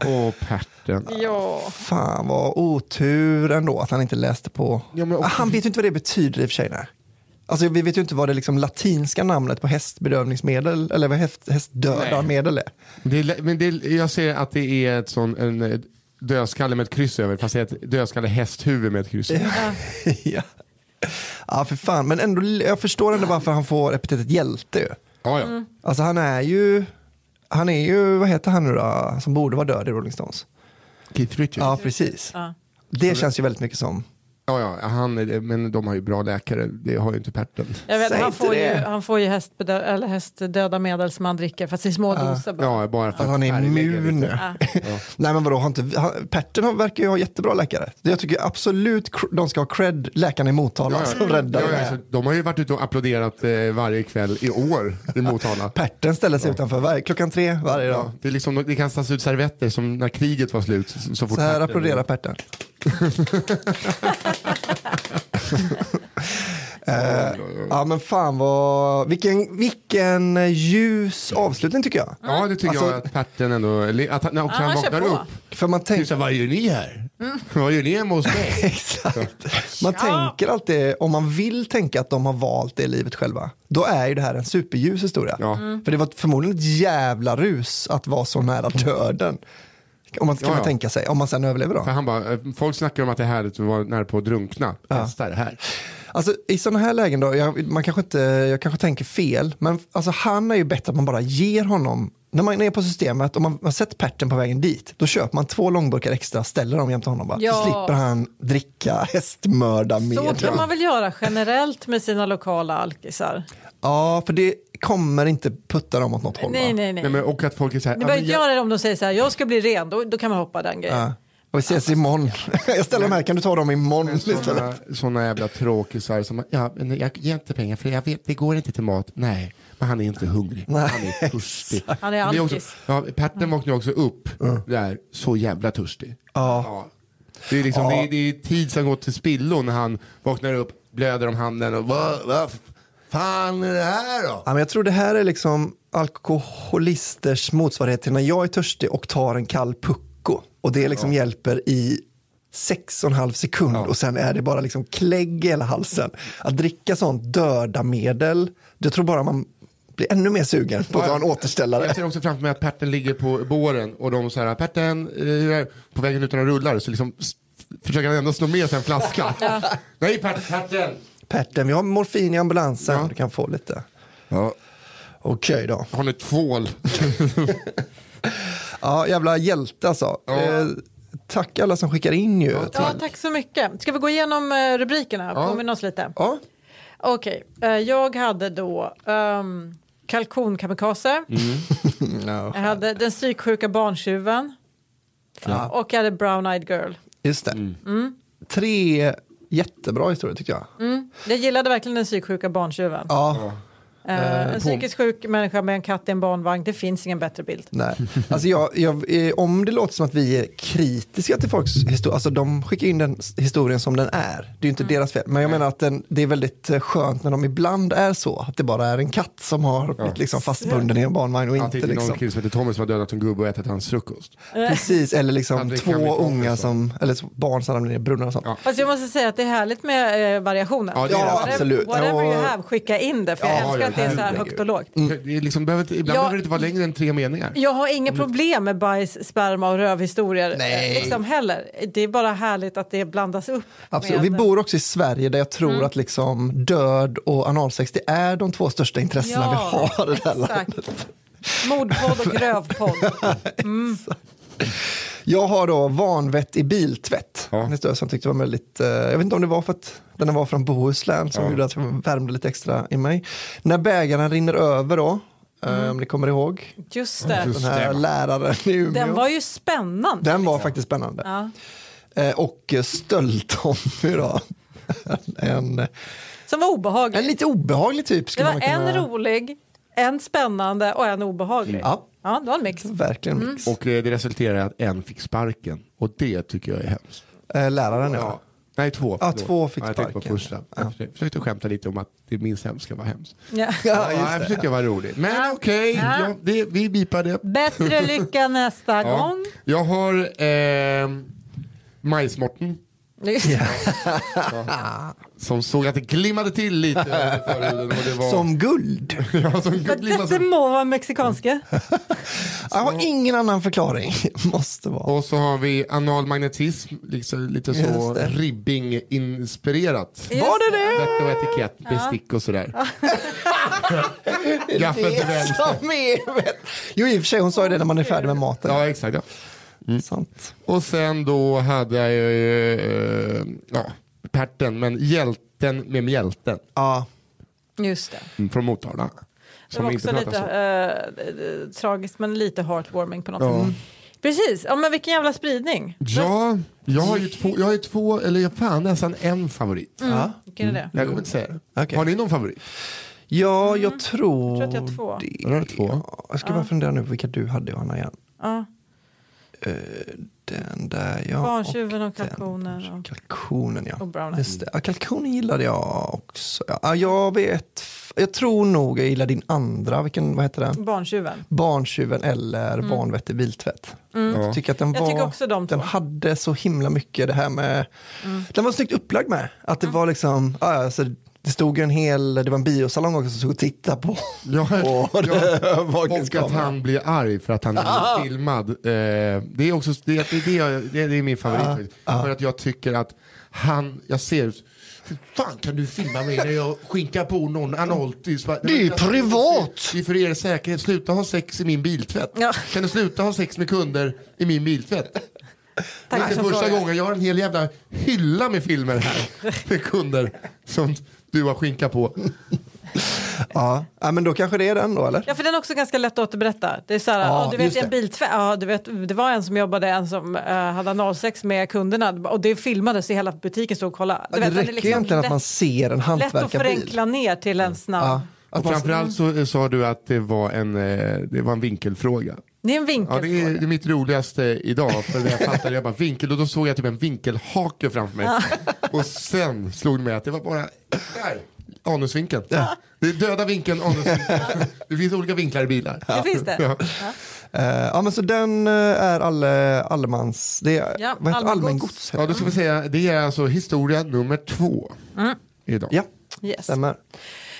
Speaker 3: Åh, Perten.
Speaker 1: Ja,
Speaker 2: Fan vad otur ändå att han inte läste på.
Speaker 3: Ja, men-
Speaker 2: Ah, Han vet ju inte vad det betyder i och för sig. Nej. Alltså, vi vet ju inte vad det liksom latinska namnet på hästbedövningsmedel eller vad häst, hästdödarmedel är.
Speaker 3: Det är, lä- men det är, jag ser att det är ett sån, en eh, dödskalle med ett kryss över. Fast det är ett dödskalle hästhuvud med ett kryss över.
Speaker 2: ja. ja, för fan. Men ändå, jag förstår ändå varför han får epitetet hjälte. ju.
Speaker 3: Ja, ja.
Speaker 2: Alltså han är ju, han är ju, vad heter han nu då, som borde vara död i Rolling Stones?
Speaker 3: Keith Richards.
Speaker 2: Ja, precis. Det känns ju väldigt mycket som,
Speaker 3: Ja, ja, han, är- men de har ju bra läkare. Det har ju inte Perten.
Speaker 1: jag vet,
Speaker 2: Säg
Speaker 1: han,
Speaker 2: inte
Speaker 1: får ju,
Speaker 2: det.
Speaker 1: han får ju hästbedö- eller hästdöda medel som han dricker fast i små doser bara.
Speaker 3: Ja, bara för
Speaker 2: att han är
Speaker 3: färglägga
Speaker 2: immun.
Speaker 3: lite.
Speaker 2: Nej men vadå, har inte, han, Perten har- verkar ju ha jättebra läkare. Jag tycker absolut cr- de ska ha cred, läkarna i Motala
Speaker 3: Ja, ja.
Speaker 2: som räddar
Speaker 3: Ja, ja,
Speaker 2: det.
Speaker 3: alltså, de har ju varit ute och applåderat eh, varje kväll i år i Motala.
Speaker 2: Perten ställer sig utanför varje, klockan tre varje dag.
Speaker 3: Ja, det, är liksom, det kastas ut servetter som när kriget var slut. Så, så fort
Speaker 2: Så här
Speaker 3: Perten-
Speaker 2: applåderar Perten. Eh, ja men fan vad, vilken, vilken ljus avslutning tycker jag.
Speaker 3: Ja, det tycker jag
Speaker 2: Alltså-
Speaker 3: att Perten ändå... eller Att, han- när också
Speaker 1: Ja,
Speaker 3: han
Speaker 1: han kör
Speaker 3: vaknar
Speaker 1: på. Mm.
Speaker 3: upp.
Speaker 2: För man tänker...
Speaker 3: Typ såhär, vad gör ni här? Vad gör ni hemma hos mig?
Speaker 2: Exakt. Man tänker alltid, om man vill tänka att de har valt det livet själva, då är ju det här en superljus historia.
Speaker 3: Ja. Mm.
Speaker 2: För det var förmodligen ett jävla rus att vara så nära döden. Om man, kan
Speaker 3: Ja, ja.
Speaker 2: man tänka sig, om man sen överlever då.
Speaker 3: För han bara, eh, folk snackar om att det är härligt att vara nära på att drunkna. Testa det här.
Speaker 2: Alltså, I sådana här lägen då, jag, man kanske inte, jag kanske tänker fel, men alltså, han är ju bättre att man bara ger honom, när man är på systemet och man har sett Perten på vägen dit, då köper man två långburkar extra, ställer dem jämte honom bara.
Speaker 1: Ja.
Speaker 2: Så slipper han dricka
Speaker 1: Så
Speaker 2: hästmördarmedel.
Speaker 1: kan man väl göra generellt med sina lokala alkisar?
Speaker 2: Ja, för det kommer inte putta dem åt något håll.
Speaker 1: Nej,
Speaker 2: va?
Speaker 1: nej, nej.
Speaker 3: Nej, men, och att folk är såhär,
Speaker 1: Ni behöver inte göra det om de säger så här, jag ska bli ren, då, då kan man hoppa den grejen.
Speaker 2: Ja. Och vi ses imorgon. Jag ställer dem här, kan du ta dem imorgon istället?
Speaker 3: sådana, sådana jävla tråkisar som, ja, men jag ger inte pengar för jag vet, det går inte till mat. Nej, men han är inte hungrig. Han är törstig.
Speaker 1: Han är
Speaker 3: Det är
Speaker 1: alkis.
Speaker 3: också, ja, Perten vaknar ju också upp där, så jävla törstig. Ja. Det, är liksom, det, är, det är tid som går till spillo när han vaknar upp, blöder om handen och vad vad fan är det här då?
Speaker 2: Ja, men jag tror det här är liksom alkoholisters motsvarighet till när jag är törstig och tar en kall pucko. Och det liksom hjälper i sex och en halv sekund och sen är det bara liksom klägg i hela halsen. Att dricka sånt döda medel, jag tror bara man blir ännu mer sugen på att ta en återställare.
Speaker 3: Jag ser också framför mig att Perten ligger på båren och de så här, Perten, eh, hur är det?" på vägen ut och rullar så liksom s- försöker han ändå sno med sig en flaska. Nej Perten, Perten!
Speaker 2: Perten, vi har morfin i ambulansen, du kan få lite.
Speaker 3: Ja.
Speaker 2: Okej då.
Speaker 3: Har ni tvål?
Speaker 2: Ja, jävla hjälte alltså. Eh, tack alla som skickar in ju.
Speaker 1: Ja, tack så mycket. Ska vi gå igenom eh, rubrikerna? Påminna oss lite.
Speaker 2: Ja.
Speaker 1: Okej, eh, jag hade då um, kalkonkamikaze. Jag hade den psyksjuka barntjuven. Och jag hade brown-eyed girl.
Speaker 2: Just det. Tre jättebra historier tycker jag.
Speaker 1: Mm. Jag gillade verkligen den psyksjuka barntjuven.
Speaker 2: Ja.
Speaker 1: Eh, en
Speaker 2: på-
Speaker 1: psykiskt sjuk människa med en katt i en barnvagn, det finns ingen bättre bild.
Speaker 2: Nej. Alltså jag, jag, eh, om det låter som att vi är kritiska till folks historia, alltså de skickar in den s- historien som den är. Det är ju inte deras fel. Men jag menar att den, det är väldigt eh, skönt när de ibland är så, att det bara är en katt som har blivit liksom fastbunden i en barnvagn och
Speaker 3: Att det
Speaker 2: inte
Speaker 3: inte är någon
Speaker 2: liksom.
Speaker 3: kille som heter Tommy som har dödat en gubbe och ätit hans frukost.
Speaker 2: Precis, eller
Speaker 3: Att
Speaker 2: liksom
Speaker 3: det
Speaker 2: två
Speaker 3: kan bli folk
Speaker 2: unga
Speaker 3: också.
Speaker 2: som, eller så- barn som ramlar ner i brunnar och sånt.
Speaker 3: Ja.
Speaker 1: Fast jag måste säga att det är härligt med eh, variationen.
Speaker 3: Ja, det är det.
Speaker 1: Whatever-
Speaker 2: Absolut.
Speaker 1: Whatever you
Speaker 2: Ja.
Speaker 1: have, skicka in det. För jag
Speaker 3: Ja,
Speaker 1: älskar
Speaker 3: ja,
Speaker 1: att det är så här
Speaker 3: herregud.
Speaker 1: högt och lågt.
Speaker 2: Mm.
Speaker 3: Det är liksom, behöver, inte- ibland
Speaker 1: Ja.
Speaker 3: behöver det inte vara längre än tre meningar.
Speaker 1: Jag har inga problem med bajs, sperma och rövhistorier. eh,
Speaker 2: Nej.
Speaker 1: Liksom heller. Det är bara härligt att det blandas upp.
Speaker 2: Absolut.
Speaker 1: med- Mm.
Speaker 2: Och vi bor också i Sverige där jag tror att liksom död och analsex det är de två största intressena
Speaker 1: Ja,
Speaker 2: vi har i det här landet.
Speaker 1: Exakt. Mordpodd och grövpodd.
Speaker 2: Jag har då vanvett i biltvätt.
Speaker 3: Ja.
Speaker 2: En historia som jag tyckte var väldigt, eh, jag vet inte om det var för att den var från Bohuslän som gjorde att jag värmde lite extra i mig. När bägaren rinner över då, eh,
Speaker 1: Mm.
Speaker 2: om ni kommer ihåg,
Speaker 1: Just det.
Speaker 2: den här läraren i Umeå.
Speaker 1: Den var ju spännande.
Speaker 2: Den var faktiskt spännande.
Speaker 1: Ja.
Speaker 2: Eh, Och eh, stöld-Tommy då. en,
Speaker 1: Som var obehaglig.
Speaker 2: en lite obehaglig typ.
Speaker 1: Det
Speaker 2: skulle
Speaker 1: var
Speaker 2: man
Speaker 1: en
Speaker 2: kunna-
Speaker 1: rolig, en spännande och en obehaglig.
Speaker 2: Ja.
Speaker 1: Ja, det var en mix.
Speaker 2: Verkligen
Speaker 1: Mm.
Speaker 2: mix.
Speaker 3: Och eh, det resulterade i att en fick sparken. Och det tycker jag är hemskt.
Speaker 2: Eh, Läraren ja.
Speaker 3: Nej, två.
Speaker 2: Ja,
Speaker 3: förlåt.
Speaker 2: två fick
Speaker 3: Ja, jag tänkte på
Speaker 2: sparken.
Speaker 3: första. Jag försökte- försökte skämta lite om att det minst hemska var hemskt.
Speaker 1: Ja.
Speaker 2: Ja,
Speaker 3: Ja,
Speaker 2: just
Speaker 3: jag
Speaker 2: det.
Speaker 3: försökte vara rolig. Men okej, ja, det- vi bipar det.
Speaker 1: Bättre lycka nästa
Speaker 3: Ja.
Speaker 1: gång.
Speaker 3: Jag har eh, majsmorten som såg att det glimmade till lite under förhuden. Och det var,
Speaker 2: Som guld.
Speaker 3: ja, som
Speaker 1: Men
Speaker 3: glimmade
Speaker 1: Detta må vara mexikanska.
Speaker 2: Jag har ingen annan förklaring. Måste vara.
Speaker 3: Och så har vi analmagnetism, liksom, lite så
Speaker 2: Just det.
Speaker 3: ribbing-inspirerat.
Speaker 2: Var det det?
Speaker 3: Vett och etikett, bestick och sådär. Gaffeln till
Speaker 2: Det
Speaker 3: vänster.
Speaker 2: som är väl- Jo, i och för sig, hon sa ju det när man är färdig med maten. Mm.
Speaker 3: Ja, exakt. Ja.
Speaker 2: Sant.
Speaker 3: Och sen då hade jag ju, eh, ja, Perten, men hjälten med mjälten
Speaker 2: Ja,
Speaker 1: Just det.
Speaker 3: från Motala.
Speaker 1: Det
Speaker 3: Som
Speaker 1: var
Speaker 3: inte
Speaker 1: också
Speaker 3: pratar
Speaker 1: lite
Speaker 3: så.
Speaker 1: eh, eh, tragiskt men lite heartwarming på något sätt. Precis, ja, men vilken jävla spridning.
Speaker 3: Ja, jag har ju två, jag har ju två eller jag fan nästan en favorit.
Speaker 1: Vilken är det?
Speaker 3: Jag kommer inte säga det.
Speaker 2: Mm. Okej.
Speaker 3: Har ni någon favorit?
Speaker 2: ja jag tror...
Speaker 1: Mm. Jag tror att jag har två.
Speaker 2: det.
Speaker 3: Jag har två.
Speaker 2: Jag ska bara fundera nu på vilka du hade, Johanna, igen.
Speaker 1: Ja.
Speaker 2: Eh, Den där, ja.
Speaker 1: Barntjuven och
Speaker 2: den.
Speaker 1: kalkonen och-
Speaker 2: Kalkonen, ja.
Speaker 1: Och brownie.
Speaker 2: Just det. Ja, kalkonen gillade jag också. Ja, jag vet... f- Jag tror nog jag gillar din andra. Vilken, vad heter den?
Speaker 1: Barntjuven.
Speaker 2: Barntjuven eller vanvettig biltvätt. Jag tycker att den
Speaker 1: Mm. Jag
Speaker 2: var,
Speaker 1: tycker också de två. Mm.
Speaker 2: den hade så himla mycket det här med, den var snyggt upplagd med. Att det var liksom, ja, alltså, det stod ju en hel, det var en biosalong också som stod och tittade på.
Speaker 3: Ja,
Speaker 2: på
Speaker 3: och att
Speaker 2: övervakningskameran.
Speaker 3: han blir arg för att han blir filmad. Eh, det, är också, det, det, är det, jag- det, det är min favorit. faktiskt. För att jag tycker att han, jag ser, hur fan kan du filma mig när jag skinkar på någon anolt? i Sverige?"
Speaker 2: Det är
Speaker 3: Men-
Speaker 2: privat!
Speaker 3: Det är för er säkerhet, sluta ha sex i min biltvätt.
Speaker 1: Ja.
Speaker 3: Kan du sluta ha sex med kunder i min biltvätt? Det är
Speaker 1: Tack för
Speaker 3: inte första
Speaker 1: frågan.
Speaker 3: gången, jag har en hel jävla hylla med filmer här. Med kunder som du har skinkat på.
Speaker 2: Ja. ja, men då kanske det är den då eller?
Speaker 1: Ja, för den är också ganska lätt att återberätta. Det är så här,
Speaker 2: Ja,
Speaker 1: ja, du vet
Speaker 2: just
Speaker 1: en
Speaker 2: det.
Speaker 1: biltvätt, ja, du vet, det var en som jobbade, en som eh, hade analsex med kunderna och det filmades i hela butiken stod och kollade. Du
Speaker 2: Ja, det
Speaker 1: vet, den är liksom
Speaker 2: räcker ju egentligen att man ser en
Speaker 1: lätt, lätt att
Speaker 2: hantverkarbil.
Speaker 1: förenkla ner till en snabb.
Speaker 2: Ja. Att
Speaker 3: Och
Speaker 2: man-
Speaker 3: framförallt så eh, sa du att det var en, eh, det var en vinkelfråga.
Speaker 1: Det är en vinkel.
Speaker 3: Ja, det är det är mitt roligaste idag. För när jag fattade, jag bara vinkel och då såg jag typ en vinkelhake framför mig. Och sen slog det mig att det var bara där, anusvinkeln. Det är döda vinkeln, anusvinkeln. Det finns olika vinklar i bilar.
Speaker 1: Det finns det.
Speaker 3: Ja.
Speaker 2: Eh, ja men så den eh, är alle, allemans, det är
Speaker 1: Ja,
Speaker 2: vad heter,
Speaker 1: allmängods.
Speaker 2: allmängods.
Speaker 3: Ja, då ska vi säga, det är alltså historia nummer två
Speaker 1: Mm.
Speaker 3: idag.
Speaker 2: Ja,
Speaker 1: Yes.
Speaker 2: stämmer.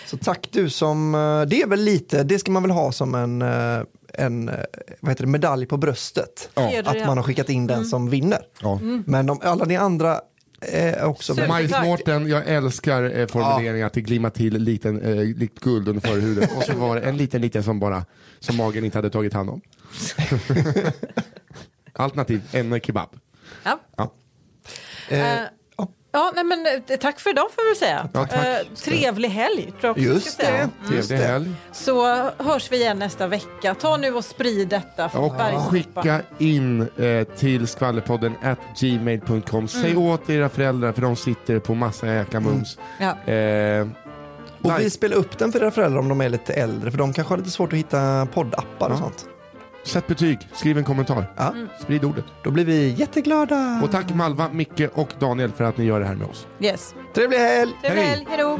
Speaker 2: Så tack du som, eh, det är väl lite, det ska man väl ha som en, eh, en eh, vad heter det, medalj på bröstet.
Speaker 1: Det gör du
Speaker 2: Att
Speaker 1: redan. Mm.
Speaker 2: man har skickat in den som vinner.
Speaker 3: Ja.
Speaker 2: Men de, alla ni andra är också
Speaker 1: Super.
Speaker 2: väldigt-
Speaker 3: Majsmårten, jag älskar eh, formuleringen att det glimmar till liten, eh, likt guld under förhuden. Och så var det en liten, liten som bara, som magen inte hade tagit hand om. Alternativ, en kebab.
Speaker 1: Ja.
Speaker 2: Mm.
Speaker 3: Ja.
Speaker 2: eh, ja.
Speaker 1: Ja, nej, men eh, tack för idag får vi väl säga.
Speaker 3: Ja, tack.
Speaker 1: Eh, trevlig helg tror jag också vi Mm.
Speaker 2: Just
Speaker 1: ska säga.
Speaker 2: det. Just
Speaker 3: Trevlig
Speaker 2: det.
Speaker 3: helg.
Speaker 1: Så hörs vi igen nästa vecka. Ta nu och sprid detta. för
Speaker 3: Och
Speaker 1: bergsoppa.
Speaker 3: skicka in eh, till skvallerpodden at
Speaker 2: Mm.
Speaker 3: gmail.com. Säg åt era föräldrar för de sitter på massa jäkla mums.
Speaker 1: Ja.
Speaker 3: Eh,
Speaker 2: Och vi spelar upp den för era föräldrar om de är lite äldre, för de kanske har lite svårt att hitta poddappar och sånt.
Speaker 3: Sätt betyg, skriv en kommentar.
Speaker 2: Ja.
Speaker 3: Sprid ordet.
Speaker 2: Då blir vi jätteglada.
Speaker 3: Och tack Malva, Micke och Daniel för att ni gör det här med oss.
Speaker 1: Yes.
Speaker 2: Trevlig helg!
Speaker 1: Trevlig
Speaker 3: Hej.
Speaker 1: helg, hej då!